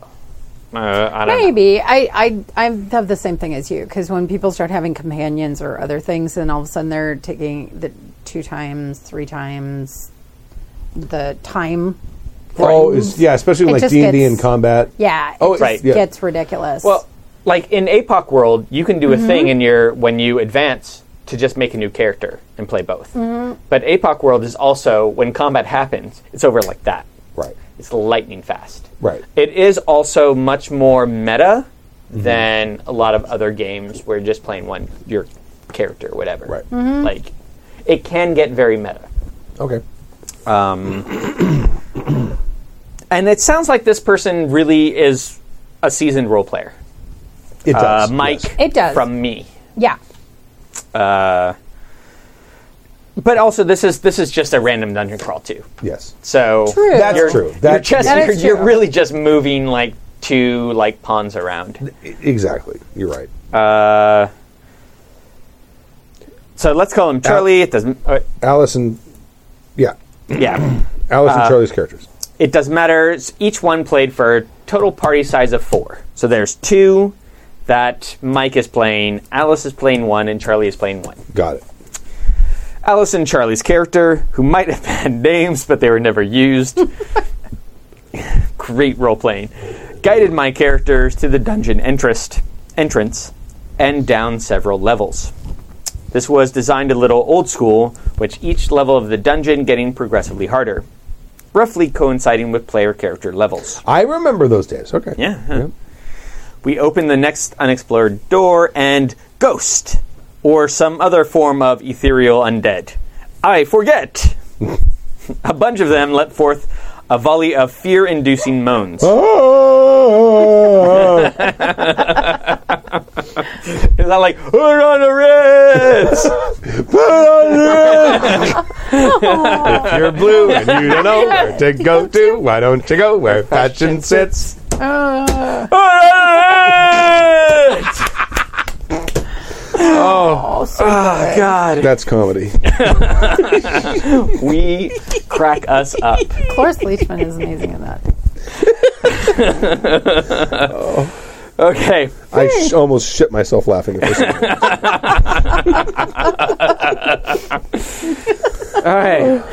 [SPEAKER 4] Uh, I don't know.
[SPEAKER 3] Maybe I, I I have the same thing as you because when people start having companions or other things, then all of a sudden they're taking the two times, three times the time. that
[SPEAKER 2] Oh,
[SPEAKER 3] moves.
[SPEAKER 2] it's, yeah, especially
[SPEAKER 3] It
[SPEAKER 2] like
[SPEAKER 3] just
[SPEAKER 2] D and D
[SPEAKER 3] gets-
[SPEAKER 2] and combat.
[SPEAKER 3] yeah. It
[SPEAKER 2] Oh,
[SPEAKER 3] just
[SPEAKER 2] right, yeah.
[SPEAKER 3] gets ridiculous.
[SPEAKER 4] Well, like in APOC world, you can do a thing in your when you advance to just make a new character and play both. But APOC world is also when combat happens, it's over like that.
[SPEAKER 2] Right.
[SPEAKER 4] It's lightning fast.
[SPEAKER 2] Right. Mm-hmm.
[SPEAKER 4] It is also much more meta than a lot of other games where you're just playing one your character, whatever.
[SPEAKER 2] Right.
[SPEAKER 3] Mm-hmm.
[SPEAKER 4] Like it can get very meta.
[SPEAKER 2] Okay.
[SPEAKER 4] And it sounds like this person really is a seasoned role player.
[SPEAKER 2] It
[SPEAKER 4] Uh,
[SPEAKER 2] does.
[SPEAKER 4] Mike
[SPEAKER 2] yes.
[SPEAKER 3] It does.
[SPEAKER 4] from me.
[SPEAKER 3] yeah.
[SPEAKER 4] But also this is this is just a random dungeon crawl too.
[SPEAKER 2] Yes.
[SPEAKER 4] So
[SPEAKER 3] True. That's
[SPEAKER 4] you're,
[SPEAKER 2] true.
[SPEAKER 4] you're
[SPEAKER 2] That-
[SPEAKER 4] just
[SPEAKER 3] That
[SPEAKER 4] you're,
[SPEAKER 3] is
[SPEAKER 4] you're
[SPEAKER 3] true.
[SPEAKER 4] really just moving like two like pawns around.
[SPEAKER 2] I- Exactly. You're right.
[SPEAKER 4] So let's call him Charlie. It doesn't uh,
[SPEAKER 2] Alice and yeah,
[SPEAKER 4] yeah.
[SPEAKER 2] Alice
[SPEAKER 4] Uh,
[SPEAKER 2] and Charlie's characters.
[SPEAKER 4] it doesn't matter. It's- Each one played for a total party size of four. So there's two that Mike is playing, Alice is playing one, and Charlie is playing one.
[SPEAKER 2] Got it.
[SPEAKER 4] Alice and Charlie's character, who might have had *laughs* names, but they were never used. Great role playing. Guided my characters to the dungeon entrance, entrance and down several levels. This was designed a little old school, with each level of the dungeon getting progressively harder, roughly coinciding with player character levels.
[SPEAKER 2] I remember those days. Okay.
[SPEAKER 4] Yeah. We open the next unexplored door and ghost, or some other form of ethereal undead. I forget. *laughs* a bunch of them let forth a volley of fear inducing moans.
[SPEAKER 2] Oh.
[SPEAKER 4] It's not like, we're on a ritz!
[SPEAKER 2] *laughs* if you're blue and you don't know where to go to, why don't you go where passion sits?
[SPEAKER 4] We're on a ritz!
[SPEAKER 3] Oh, so good.
[SPEAKER 4] Ah, God.
[SPEAKER 2] That's comedy.
[SPEAKER 4] We crack us up.
[SPEAKER 3] Cloris Leachman is amazing in that.
[SPEAKER 4] Okay.
[SPEAKER 2] I sh- almost shit myself laughing.
[SPEAKER 4] *laughs*
[SPEAKER 2] At this
[SPEAKER 4] All right.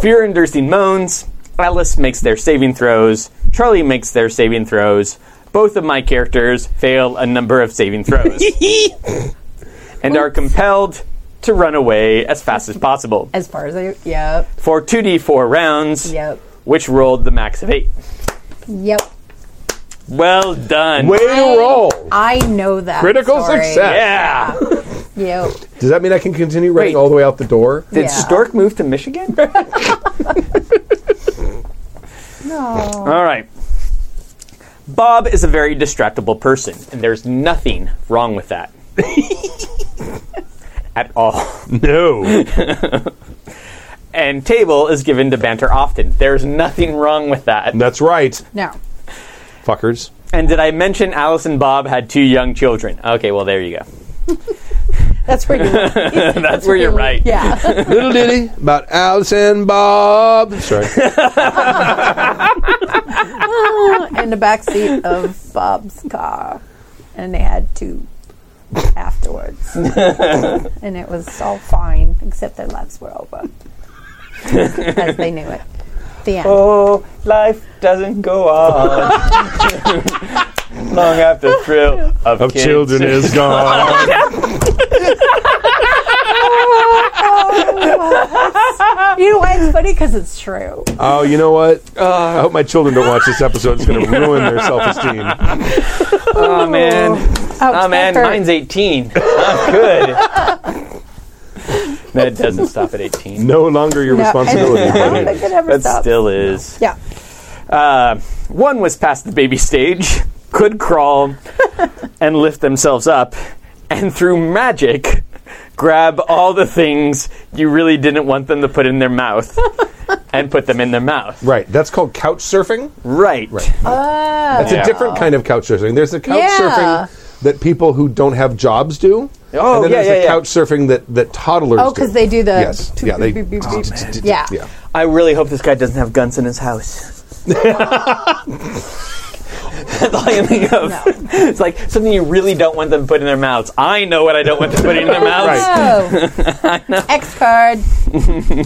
[SPEAKER 4] Fear inducing moans. Alice makes their saving throws. Charlie makes their saving throws. Both of my characters fail a number of saving throws and are compelled to run away as fast as possible
[SPEAKER 3] As far as I, yep,
[SPEAKER 4] for 2d4 rounds,
[SPEAKER 3] yep,
[SPEAKER 4] which rolled the max of 8.
[SPEAKER 3] yep.
[SPEAKER 4] Well done.
[SPEAKER 2] Way to roll.
[SPEAKER 3] I know that
[SPEAKER 2] Critical
[SPEAKER 3] story.
[SPEAKER 2] success.
[SPEAKER 4] yeah.
[SPEAKER 3] Yep.
[SPEAKER 2] Does that mean I can continue running
[SPEAKER 4] Wait.
[SPEAKER 2] all the way out the door?
[SPEAKER 4] Did
[SPEAKER 3] Yeah.
[SPEAKER 4] Stork move to Michigan?
[SPEAKER 3] No.
[SPEAKER 4] All right. Bob is a very distractible person, and there's nothing wrong with that. *laughs* At all.
[SPEAKER 2] No.
[SPEAKER 4] And table is given to banter often. There's nothing wrong with that.
[SPEAKER 2] That's right,
[SPEAKER 3] No.
[SPEAKER 2] fuckers.
[SPEAKER 4] And did I mention Alice and Bob had two young children? Okay, well, there you go.
[SPEAKER 3] That's where you're right.
[SPEAKER 4] That's where *laughs* you're right.
[SPEAKER 3] Yeah.
[SPEAKER 2] Little ditty about Alice and Bob. Sorry. *laughs*
[SPEAKER 3] In the back seat of Bob's car. And they had two
[SPEAKER 4] *laughs*
[SPEAKER 3] afterwards. and it was all fine, except their lives were over. As they knew it. The end.
[SPEAKER 4] Oh, life doesn't go on. *laughs* Long after the thrill of,
[SPEAKER 2] Of
[SPEAKER 4] kids.
[SPEAKER 2] children is gone.
[SPEAKER 3] You know why it's funny? Because it's true.
[SPEAKER 2] oh, you know what? I hope my children don't watch this episode. It's going to ruin their self-esteem.
[SPEAKER 4] Oh, man. Oh man, mine's *laughs* 18. I'm good. no, it doesn't stop at 18.
[SPEAKER 2] No longer your responsibility.
[SPEAKER 3] I Oh don't
[SPEAKER 2] buddy.
[SPEAKER 3] think it ever
[SPEAKER 4] That
[SPEAKER 3] stops.
[SPEAKER 4] still is.
[SPEAKER 3] Yeah.
[SPEAKER 4] Uh, one was past the baby stage, *laughs* could crawl and lift themselves up, and through magic, grab all the things you really didn't want them to put in their mouth and put them in their mouth.
[SPEAKER 2] Right. That's called couch surfing.
[SPEAKER 4] Right.
[SPEAKER 3] Oh.
[SPEAKER 2] That's
[SPEAKER 4] Yeah.
[SPEAKER 2] a different kind of couch surfing. There's the couch
[SPEAKER 3] Yeah.
[SPEAKER 2] surfing that people who don't have jobs do.
[SPEAKER 4] Oh,
[SPEAKER 2] and then
[SPEAKER 4] yeah,
[SPEAKER 2] there's
[SPEAKER 4] yeah,
[SPEAKER 2] the
[SPEAKER 4] yeah.
[SPEAKER 2] couch surfing that, that toddlers
[SPEAKER 3] Oh,
[SPEAKER 2] do.
[SPEAKER 3] 'cause they do the-
[SPEAKER 2] Yes. Yeah, they, Ah,
[SPEAKER 3] Yeah.
[SPEAKER 2] yeah.
[SPEAKER 4] I really hope this guy doesn't have guns in his house. That's all you think of.
[SPEAKER 3] No.
[SPEAKER 4] It's like something you really don't want them to put in their mouths. I know what I don't want them putting in their mouths.
[SPEAKER 2] Right.
[SPEAKER 4] *laughs*
[SPEAKER 3] Oh. X card.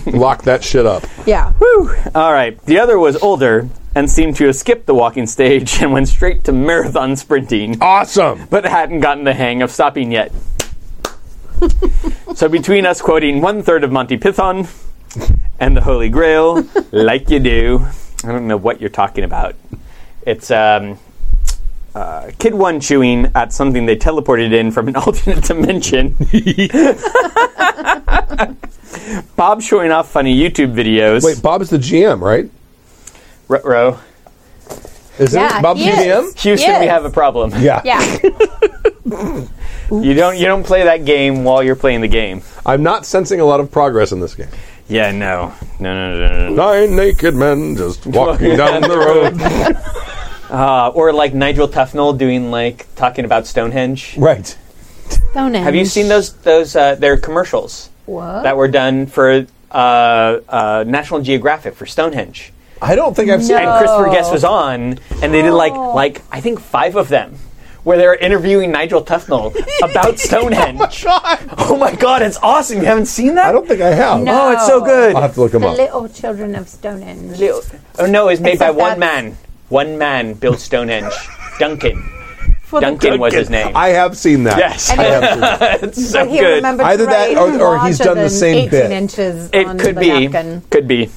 [SPEAKER 2] Lock that shit up.
[SPEAKER 3] Yeah.
[SPEAKER 4] Whew. All right. The other was older and seemed to have skipped the walking stage and went straight to marathon sprinting,
[SPEAKER 2] Awesome.
[SPEAKER 4] but hadn't gotten the hang of stopping yet. so between us quoting one third of Monty Python and the
[SPEAKER 2] *laughs*
[SPEAKER 4] Holy Grail, like you do, I don't know what you're talking about. It's um, uh, kid one chewing at something they teleported in from an *laughs*
[SPEAKER 2] *laughs*
[SPEAKER 4] alternate dimension. Bob showing off funny YouTube videos.
[SPEAKER 2] Wait, Bob is the GM, right?
[SPEAKER 4] Ruh-roh.
[SPEAKER 2] Is
[SPEAKER 3] Yeah,
[SPEAKER 2] it Bob's
[SPEAKER 3] he
[SPEAKER 2] the
[SPEAKER 3] is.
[SPEAKER 2] GM?
[SPEAKER 4] Houston, we
[SPEAKER 3] Yes.
[SPEAKER 4] have a problem.
[SPEAKER 2] Yeah.
[SPEAKER 4] *laughs*
[SPEAKER 3] Yeah.
[SPEAKER 4] You don't you don't play that game while you're playing the game.
[SPEAKER 2] I'm not sensing a lot of progress in this game.
[SPEAKER 4] Yeah, no. No, no, no, no, no.
[SPEAKER 2] Nine naked men
[SPEAKER 4] *laughs*
[SPEAKER 2] just walking down the road.
[SPEAKER 4] Uh, or like Nigel Tufnell doing like talking about Stonehenge.
[SPEAKER 2] right.
[SPEAKER 4] Have you seen those those uh, their commercials
[SPEAKER 3] What?
[SPEAKER 4] that were done for uh, uh, National Geographic for Stonehenge?
[SPEAKER 2] I don't think I've seen
[SPEAKER 4] And
[SPEAKER 3] No.
[SPEAKER 4] Christopher Guest was on, and they did like like I think five of them. where they were interviewing Nigel Tufnell about Stonehenge. Oh my god, it's awesome! You haven't seen that?
[SPEAKER 2] I don't think I have.
[SPEAKER 3] No.
[SPEAKER 4] Oh, it's so good.
[SPEAKER 2] I'll have to look them
[SPEAKER 5] The
[SPEAKER 2] up.
[SPEAKER 5] little children of Stonehenge.
[SPEAKER 4] Little- oh no, it's made
[SPEAKER 5] Except
[SPEAKER 4] by one
[SPEAKER 5] that's-
[SPEAKER 4] man. One man built Stonehenge. Duncan.
[SPEAKER 3] For the-
[SPEAKER 4] Duncan was his name.
[SPEAKER 2] I have seen that.
[SPEAKER 4] Yes.
[SPEAKER 2] I have seen that.
[SPEAKER 4] it's so
[SPEAKER 3] he
[SPEAKER 4] good.
[SPEAKER 3] remembered
[SPEAKER 2] Either
[SPEAKER 3] to
[SPEAKER 2] that
[SPEAKER 3] write
[SPEAKER 2] or- or he's
[SPEAKER 3] larger
[SPEAKER 2] done the
[SPEAKER 3] than
[SPEAKER 2] same
[SPEAKER 3] 18
[SPEAKER 2] bit.
[SPEAKER 3] inches
[SPEAKER 4] it
[SPEAKER 3] on
[SPEAKER 4] could
[SPEAKER 3] the
[SPEAKER 4] be.
[SPEAKER 3] napkin.
[SPEAKER 4] Could be.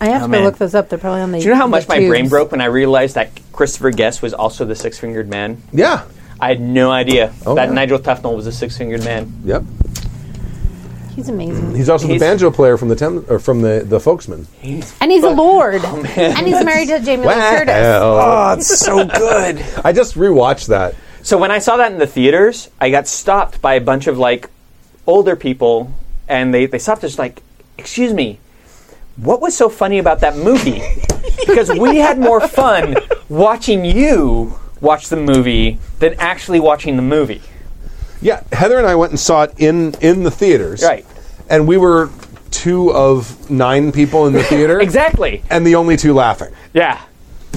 [SPEAKER 3] I have to
[SPEAKER 4] man.
[SPEAKER 3] look those up. They're probably on the.
[SPEAKER 4] Do you know how
[SPEAKER 3] the
[SPEAKER 4] much my brain
[SPEAKER 3] tubes.
[SPEAKER 4] broke when I realized that Christopher Guest was also the six fingered man?
[SPEAKER 2] Yeah.
[SPEAKER 4] I had no idea
[SPEAKER 2] Oh,
[SPEAKER 4] that
[SPEAKER 2] yeah.
[SPEAKER 4] Nigel Tufnell was a six fingered man.
[SPEAKER 2] Yep.
[SPEAKER 3] He's amazing,
[SPEAKER 2] He's also
[SPEAKER 4] He's-
[SPEAKER 2] the banjo player from the Tem- or from the the Folksman.
[SPEAKER 3] and he's a lord,
[SPEAKER 5] And he's married to Jamie Lee Curtis.
[SPEAKER 2] Well,
[SPEAKER 4] Oh, it's *laughs* so good.
[SPEAKER 2] I just rewatched that.
[SPEAKER 4] So when I saw that in the theaters, I got stopped by a bunch of like older people, and they they stopped us like, "Excuse me, what was so funny about that movie?"
[SPEAKER 3] *laughs*
[SPEAKER 4] because we had more fun watching you watch the movie than actually watching the movie.
[SPEAKER 2] Yeah, Heather and I went and saw it in in the theaters.
[SPEAKER 4] Right.
[SPEAKER 2] And we were two of nine people in
[SPEAKER 4] *laughs*
[SPEAKER 2] the theater.
[SPEAKER 4] Exactly.
[SPEAKER 2] And the only two laughing.
[SPEAKER 4] Yeah.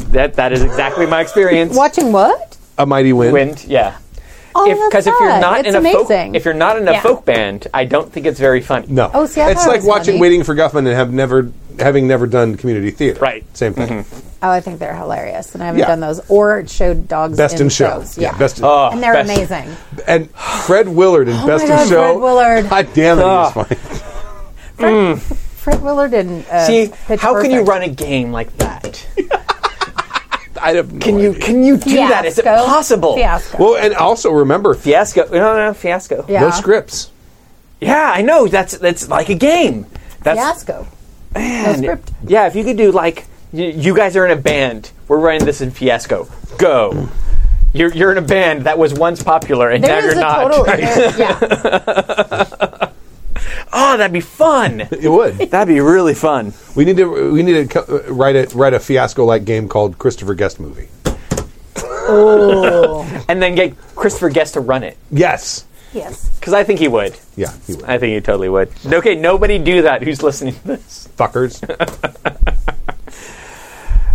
[SPEAKER 4] That that is exactly my experience.
[SPEAKER 3] Watching what?
[SPEAKER 2] A mighty wind.
[SPEAKER 4] Wind. Yeah.
[SPEAKER 3] Oh, that's
[SPEAKER 4] Because if, you're
[SPEAKER 3] fun.
[SPEAKER 4] not
[SPEAKER 3] it's
[SPEAKER 4] in a folk,
[SPEAKER 3] amazing.
[SPEAKER 4] if you're not in a
[SPEAKER 5] Yeah.
[SPEAKER 4] folk band, I don't think it's very funny.
[SPEAKER 2] No.
[SPEAKER 3] Oh, see, I
[SPEAKER 2] it's
[SPEAKER 3] thought it
[SPEAKER 2] like
[SPEAKER 3] was
[SPEAKER 2] watching
[SPEAKER 3] funny.
[SPEAKER 2] Waiting for Guffman and have never having never done community theater.
[SPEAKER 4] Right.
[SPEAKER 2] Same thing.
[SPEAKER 3] oh, I think they're hilarious, and I haven't
[SPEAKER 2] Yeah.
[SPEAKER 3] done those or showed dogs.
[SPEAKER 2] Best in, show.
[SPEAKER 3] shows. Yeah,
[SPEAKER 2] Best in,
[SPEAKER 4] Ah.
[SPEAKER 3] and they're
[SPEAKER 4] best.
[SPEAKER 3] amazing.
[SPEAKER 2] and Fred Willard in Best
[SPEAKER 3] Oh God,
[SPEAKER 2] in Show. *laughs*
[SPEAKER 3] Fred Willard.
[SPEAKER 2] God damn it,
[SPEAKER 4] Ah.
[SPEAKER 2] he was funny.
[SPEAKER 3] Fred Willard and uh,
[SPEAKER 4] See,
[SPEAKER 3] Pitch
[SPEAKER 4] how can you
[SPEAKER 3] Perfect.
[SPEAKER 4] run a game like that?
[SPEAKER 2] I have no
[SPEAKER 4] Can you
[SPEAKER 2] idea.
[SPEAKER 4] can you do that? Is it
[SPEAKER 3] Fiasco.
[SPEAKER 4] possible?
[SPEAKER 3] Fiasco.
[SPEAKER 2] Well, and also remember,
[SPEAKER 4] Fiasco. No, no, no, fiasco.
[SPEAKER 3] Yeah.
[SPEAKER 2] no scripts.
[SPEAKER 4] Yeah, I know. That's that's like a game. That's
[SPEAKER 3] Fiasco.
[SPEAKER 4] man.
[SPEAKER 3] script.
[SPEAKER 4] Yeah, if you could do like you, you guys are in a band. We're running this in fiasco. Go. You're you're in a band that was once popular and
[SPEAKER 3] There
[SPEAKER 4] now
[SPEAKER 3] is
[SPEAKER 4] you're
[SPEAKER 3] a
[SPEAKER 4] not. *laughs*
[SPEAKER 3] total. there- yeah,
[SPEAKER 4] Oh, that'd be fun.
[SPEAKER 2] It
[SPEAKER 3] *laughs*
[SPEAKER 2] would.
[SPEAKER 4] that'd be really fun.
[SPEAKER 2] we need to we need to co- uh, write a write a fiasco like game called Christopher Guest movie.
[SPEAKER 4] And then get Christopher Guest to run it
[SPEAKER 2] Yes.
[SPEAKER 5] Yes.
[SPEAKER 4] because I think he would.
[SPEAKER 2] Yeah. He
[SPEAKER 4] *laughs*
[SPEAKER 2] would.
[SPEAKER 4] I think he totally would. Okay, nobody do that. Who's listening to this?
[SPEAKER 2] Fuckers.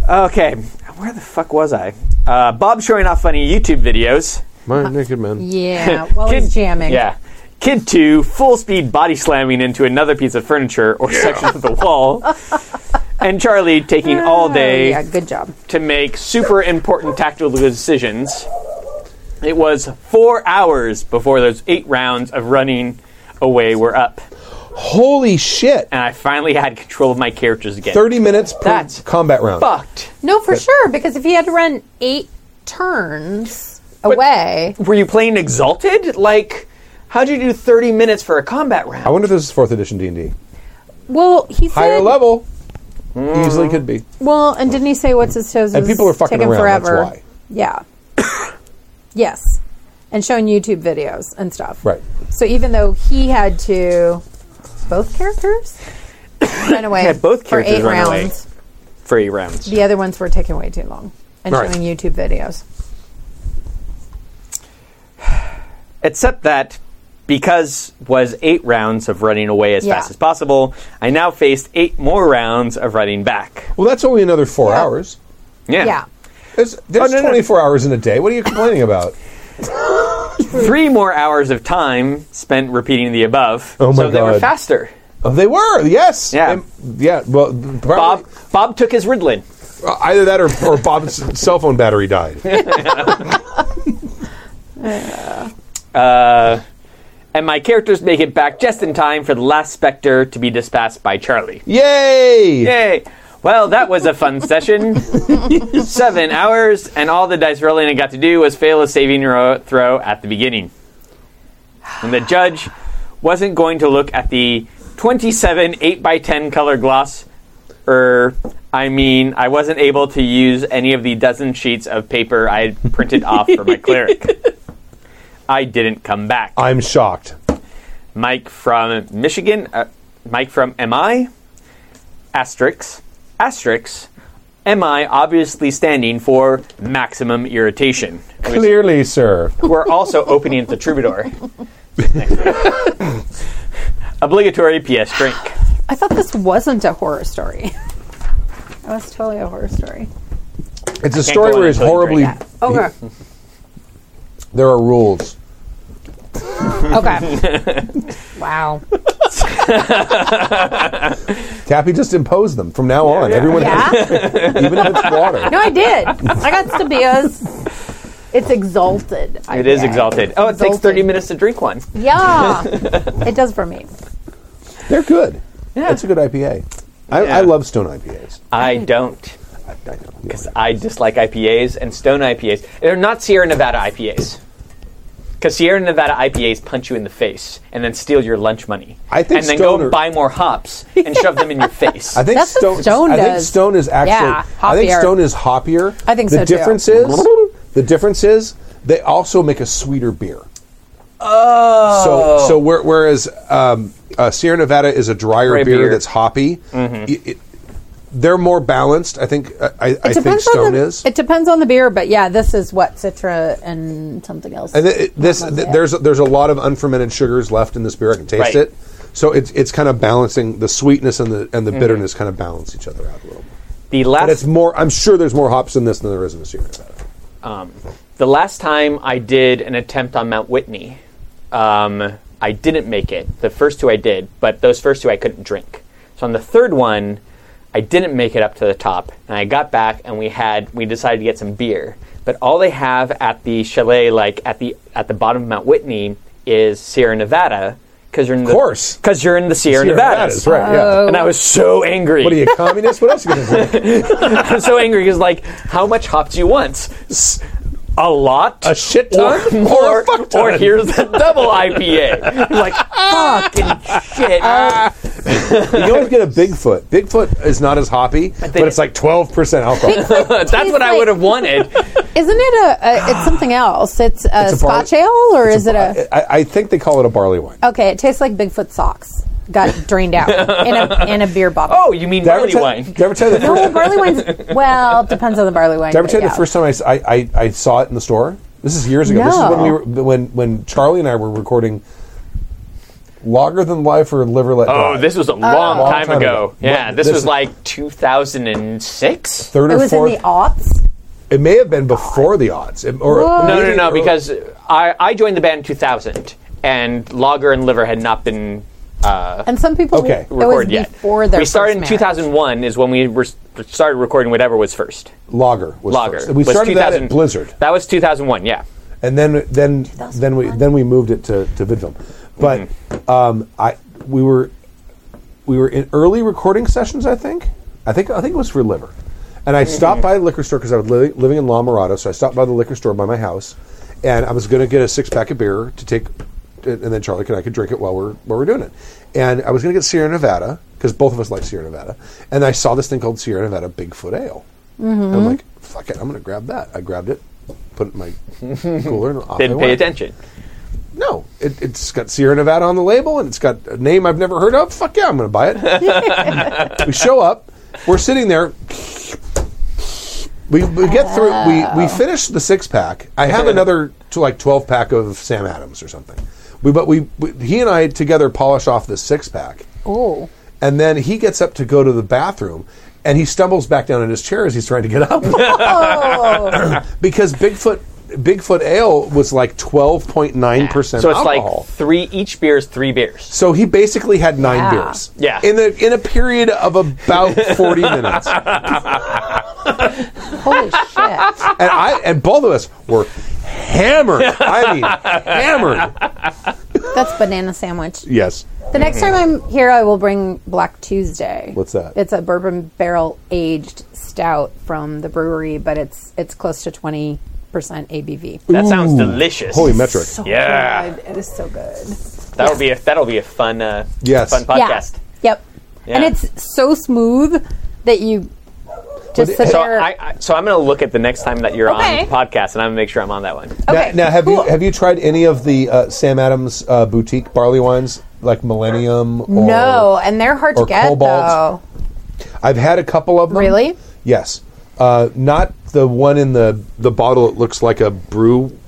[SPEAKER 4] Okay, where the fuck was I? Uh, Bob showing off funny YouTube videos.
[SPEAKER 3] *laughs*
[SPEAKER 2] My naked man. *laughs*
[SPEAKER 3] yeah. While he's jamming,
[SPEAKER 4] Yeah. Kid 2 full speed body slamming into another piece of furniture or section of the wall. and Charlie taking all day
[SPEAKER 3] Oh, Yeah, good job.
[SPEAKER 4] to make super important tactical decisions. It was four hours before those eight rounds of running away were up.
[SPEAKER 2] Holy shit.
[SPEAKER 4] And I finally had control of my characters again.
[SPEAKER 2] 30 minutes per
[SPEAKER 4] That's
[SPEAKER 2] combat round.
[SPEAKER 4] Fucked.
[SPEAKER 3] No, for sure, because if he had to run eight turns away,
[SPEAKER 4] Were you playing Exalted? Like, how'd you do 30 minutes for a combat round?
[SPEAKER 2] I wonder if this is 4th edition D&D.
[SPEAKER 3] well, he said
[SPEAKER 2] Higher level.
[SPEAKER 4] Mm-hmm.
[SPEAKER 2] Easily could be.
[SPEAKER 3] Well, and didn't he say what's his toes?
[SPEAKER 2] And
[SPEAKER 3] was
[SPEAKER 2] people are fucking
[SPEAKER 3] taking
[SPEAKER 2] around, that's
[SPEAKER 3] Forever.
[SPEAKER 2] why.
[SPEAKER 3] Yeah. *coughs* yes, and showing YouTube videos and stuff.
[SPEAKER 2] Right.
[SPEAKER 3] So even though he had to, both
[SPEAKER 2] *coughs*
[SPEAKER 3] characters ran away.
[SPEAKER 4] Yeah, both
[SPEAKER 3] for
[SPEAKER 4] characters
[SPEAKER 3] eight
[SPEAKER 4] ran away.
[SPEAKER 3] rounds.
[SPEAKER 4] for eight rounds.
[SPEAKER 3] The other ones were taking way too long and
[SPEAKER 2] Right.
[SPEAKER 3] showing YouTube videos.
[SPEAKER 4] Except that because was eight rounds of running away as
[SPEAKER 3] Yeah.
[SPEAKER 4] fast as possible, I now faced eight more rounds of running back.
[SPEAKER 2] Well, that's only another 4 hours.
[SPEAKER 4] Yeah.
[SPEAKER 3] Yeah.
[SPEAKER 2] There's, there's
[SPEAKER 4] no, no.
[SPEAKER 2] 24 hours in a day. What are you complaining about?
[SPEAKER 4] Three more hours of time spent repeating the above.
[SPEAKER 2] Oh my
[SPEAKER 4] so they were
[SPEAKER 2] God.
[SPEAKER 4] faster.
[SPEAKER 2] Oh, They were, yes.
[SPEAKER 4] Yeah.
[SPEAKER 2] Um, yeah, well, probably-
[SPEAKER 4] Bob Bob took his Ritalin.
[SPEAKER 2] uh, either that or, or
[SPEAKER 4] *laughs*
[SPEAKER 2] Bob's cell phone battery died.
[SPEAKER 4] And my characters make it back just in time for the last Spectre to be dispatched by Charlie.
[SPEAKER 2] Yay!
[SPEAKER 4] Yay! Well, that was a fun session. *laughs* Seven hours, and all the dice rolling I got to do was fail a saving ro- throw at the beginning. And the judge wasn't going to look at the 27 8x10 color gloss. Er, I mean, I wasn't able to use any of the dozen sheets of paper I had printed off for my *laughs* cleric. I didn't come back.
[SPEAKER 2] I'm shocked.
[SPEAKER 4] Mike from Michigan, uh, Mike from MI, asterisk, asterisk, MI obviously standing for maximum irritation. which
[SPEAKER 2] Clearly, sir.
[SPEAKER 4] We're also opening the troubadour. Next week. Obligatory PS drink.
[SPEAKER 3] I thought this wasn't a horror story. *laughs* that was totally a horror story.
[SPEAKER 2] It's a story
[SPEAKER 4] go on
[SPEAKER 2] where he's
[SPEAKER 4] until you
[SPEAKER 2] horribly
[SPEAKER 4] *laughs* drink.
[SPEAKER 3] Okay.
[SPEAKER 2] There are rules.
[SPEAKER 3] Okay. wow.
[SPEAKER 2] Tappy just imposed them from now on. Everyone, has,
[SPEAKER 3] Yeah.
[SPEAKER 2] even if it's
[SPEAKER 4] *laughs*
[SPEAKER 2] water.
[SPEAKER 3] No, I did. I got Stabias. It's exalted.
[SPEAKER 4] It is exalted. Oh, it takes 30 minutes to drink one.
[SPEAKER 3] Yeah. it does for me.
[SPEAKER 2] They're good. That's a good IPA. I,
[SPEAKER 4] Yeah.
[SPEAKER 2] I love stone IPAs.
[SPEAKER 4] I don't.
[SPEAKER 2] I, I know.
[SPEAKER 4] Because I dislike IPAs and stone IPAs. They're not Sierra Nevada IPAs. Because Sierra Nevada IPAs punch you in the face and then steal your lunch money.
[SPEAKER 2] I think
[SPEAKER 4] and then
[SPEAKER 2] Stoner-
[SPEAKER 4] go buy more hops and shove them in
[SPEAKER 2] *laughs*
[SPEAKER 4] your face.
[SPEAKER 2] I think
[SPEAKER 3] That's what
[SPEAKER 2] stone.
[SPEAKER 3] Stone
[SPEAKER 2] I think
[SPEAKER 3] does.
[SPEAKER 2] stone is actually.
[SPEAKER 3] Yeah,
[SPEAKER 2] I think
[SPEAKER 3] hoppier.
[SPEAKER 2] stone is hoppier.
[SPEAKER 3] I think
[SPEAKER 2] the
[SPEAKER 3] so, too.
[SPEAKER 2] difference is the difference is they also make a sweeter beer. Oh. So so where, whereas um, uh, Sierra Nevada is a drier
[SPEAKER 4] Dry
[SPEAKER 2] beer,
[SPEAKER 4] beer. Mm-hmm.
[SPEAKER 2] that's hoppy. it- it- they're more balanced. I think. uh, I, I, I think
[SPEAKER 3] on
[SPEAKER 2] stone
[SPEAKER 3] the,
[SPEAKER 2] is.
[SPEAKER 3] It depends on the beer, but yeah, this is what Citra and something else.
[SPEAKER 2] And th- this
[SPEAKER 3] Not
[SPEAKER 2] th-
[SPEAKER 3] Mosaic.
[SPEAKER 2] there's there's a lot of unfermented sugars left in this beer. I can taste
[SPEAKER 4] Right.
[SPEAKER 2] it. So it's it's kind of balancing the sweetness and the
[SPEAKER 4] Mm-hmm.
[SPEAKER 2] and the bitterness kind of balance each other out a little.
[SPEAKER 4] the
[SPEAKER 2] And it's
[SPEAKER 4] last
[SPEAKER 2] more. I'm sure there's more hops in this than there is in the Sierra Nevada.
[SPEAKER 4] um, the last time I did an attempt on Mount Whitney, um, I didn't make it. The first two I did, but those first two I couldn't drink. So on the third one, I didn't make it up to the top, and I got back and we had we decided to get some beer. But all they have at the chalet, like at the at the bottom of Mount Whitney, is Sierra Nevada because you're in the
[SPEAKER 2] course.
[SPEAKER 4] because you're in the Sierra,
[SPEAKER 2] Sierra Nevadas,
[SPEAKER 4] Nevadas.
[SPEAKER 2] right, yeah.
[SPEAKER 4] And I was so angry. *laughs*
[SPEAKER 2] What are you, a communist? What else are you going to drink?
[SPEAKER 4] I'm so angry because, like, how much hop do you want? S- A lot?
[SPEAKER 2] A shit ton? *laughs*
[SPEAKER 4] Or,
[SPEAKER 2] Or
[SPEAKER 4] more,
[SPEAKER 2] a fuck
[SPEAKER 4] or
[SPEAKER 2] ton?
[SPEAKER 4] here's the double IPA. like, fucking shit.
[SPEAKER 3] Uh,
[SPEAKER 2] You can always get a Bigfoot. Bigfoot is not as hoppy, but,
[SPEAKER 4] they-
[SPEAKER 2] it's like 12% alcohol.
[SPEAKER 4] That's what I
[SPEAKER 3] like-
[SPEAKER 4] would have wanted.
[SPEAKER 3] Isn't it a, a it's something else? It's a
[SPEAKER 2] It's a bar-
[SPEAKER 3] Scotch ale or is it a
[SPEAKER 2] I, I think they call it a barley wine.
[SPEAKER 3] Okay, it tastes like Bigfoot socks. Got drained
[SPEAKER 4] *laughs*
[SPEAKER 3] out in a in a beer bottle.
[SPEAKER 4] Oh, you mean
[SPEAKER 2] Did I ever
[SPEAKER 4] barley
[SPEAKER 2] tell-
[SPEAKER 4] wine?
[SPEAKER 2] Did I ever tell you the first,
[SPEAKER 3] Well, barley wine's well, depends on the barley wine.
[SPEAKER 2] did I ever
[SPEAKER 3] but
[SPEAKER 2] tell you the
[SPEAKER 3] yeah.
[SPEAKER 2] first time I, s- I- I- I saw it in the store? This is years ago. This is when we were, when when Charlie and I were recording Longer Than Life or Liver Let
[SPEAKER 4] Oh,
[SPEAKER 2] Die.
[SPEAKER 4] this was a long,
[SPEAKER 2] Long
[SPEAKER 4] time,
[SPEAKER 2] time
[SPEAKER 4] ago.
[SPEAKER 2] ago.
[SPEAKER 4] Yeah,
[SPEAKER 2] Well,
[SPEAKER 4] this,
[SPEAKER 2] this
[SPEAKER 4] was
[SPEAKER 2] is-
[SPEAKER 4] like 2006?
[SPEAKER 2] third
[SPEAKER 3] It
[SPEAKER 2] or
[SPEAKER 3] was in
[SPEAKER 2] fourth.
[SPEAKER 3] the aughts.
[SPEAKER 2] it may have been before the odds. It- or,
[SPEAKER 3] Whoa.
[SPEAKER 4] No, no, no,
[SPEAKER 2] or-
[SPEAKER 4] because I, I joined the band in 2000, and Lager and Liver had not been
[SPEAKER 3] And some people
[SPEAKER 2] Okay.
[SPEAKER 3] it was
[SPEAKER 4] recorded yet.
[SPEAKER 3] before their
[SPEAKER 4] we started
[SPEAKER 3] first
[SPEAKER 4] in
[SPEAKER 3] marriage.
[SPEAKER 4] 2001 is when we were, started recording whatever was first.
[SPEAKER 2] Lager was
[SPEAKER 4] Lager.
[SPEAKER 2] first. We
[SPEAKER 4] was
[SPEAKER 2] started that
[SPEAKER 4] 2000
[SPEAKER 2] at Blizzard.
[SPEAKER 4] That was 2001, yeah.
[SPEAKER 2] and then then then we then we moved it to to VidFilm. But um, I we were we were in early recording sessions. I think I think I think it was for Liver, and I
[SPEAKER 4] Mm-hmm.
[SPEAKER 2] stopped by the liquor store because I was li- living in La Mirada, so I stopped by the liquor store by my house, and I was going to get a six pack of beer to take, and and then Charlie and I could drink it while we're while we're doing it, and I was going to get Sierra Nevada because both of us like Sierra Nevada, and I saw this thing called Sierra Nevada Bigfoot Ale.
[SPEAKER 4] Mm-hmm.
[SPEAKER 2] And I'm like, fuck it, I'm going to grab that. I grabbed it, put it in
[SPEAKER 4] *laughs*
[SPEAKER 2] my cooler, and off I
[SPEAKER 4] Didn't pay
[SPEAKER 2] went.
[SPEAKER 4] attention.
[SPEAKER 2] No, it, it's got Sierra Nevada on the label, and it's got a name I've never heard of. Fuck yeah, I'm going to buy it.
[SPEAKER 4] *laughs*
[SPEAKER 2] we show up, we're sitting there. We, we get through. We, we finish the six pack. I have another to like twelve pack of Sam Adams or something. We but we, we he and I together polish off this six pack.
[SPEAKER 3] Oh.
[SPEAKER 2] And then he gets up to go to the bathroom, and he stumbles back down in his chair as he's trying to get
[SPEAKER 4] *laughs*
[SPEAKER 2] up
[SPEAKER 3] Oh.
[SPEAKER 2] because Bigfoot Bigfoot Ale was like twelve point nine percent
[SPEAKER 4] So it's
[SPEAKER 2] alcohol.
[SPEAKER 4] like three, each beer is three beers.
[SPEAKER 2] So he basically had nine
[SPEAKER 3] Yeah.
[SPEAKER 2] beers.
[SPEAKER 4] Yeah.
[SPEAKER 2] In the in a period of about forty minutes, and
[SPEAKER 3] Holy shit.
[SPEAKER 2] I and both of us were hammered. I mean, hammered.
[SPEAKER 3] That's banana sandwich.
[SPEAKER 2] Yes.
[SPEAKER 3] The next time I'm here, I will bring Black Tuesday.
[SPEAKER 2] What's that?
[SPEAKER 3] It's a bourbon barrel aged stout from the brewery, but it's it's close to twenty percent ABV.
[SPEAKER 4] That sounds delicious.
[SPEAKER 2] Holy metric.
[SPEAKER 4] Yeah.
[SPEAKER 3] good. Oh it is so good.
[SPEAKER 4] That'll be a that'll be a fun uh,
[SPEAKER 2] Yes.
[SPEAKER 4] fun podcast.
[SPEAKER 3] Yeah. Yep.
[SPEAKER 4] Yeah.
[SPEAKER 3] And it's so smooth that you just sit
[SPEAKER 4] So
[SPEAKER 3] there.
[SPEAKER 4] I, I so I'm gonna look at the next time that you're
[SPEAKER 3] Okay.
[SPEAKER 4] on podcast, and I'm gonna make sure I'm on that one.
[SPEAKER 3] okay.
[SPEAKER 2] now, now have
[SPEAKER 3] cool.
[SPEAKER 2] you have you tried any of the uh, Sam Adams uh, boutique barley wines like Millennium? Or,
[SPEAKER 3] no, and they're hard to
[SPEAKER 2] or
[SPEAKER 3] get
[SPEAKER 2] cobalt.
[SPEAKER 3] though.
[SPEAKER 2] I've had a couple of them.
[SPEAKER 3] Really?
[SPEAKER 2] Yes. Uh, not the one in the the bottle. that looks like a brew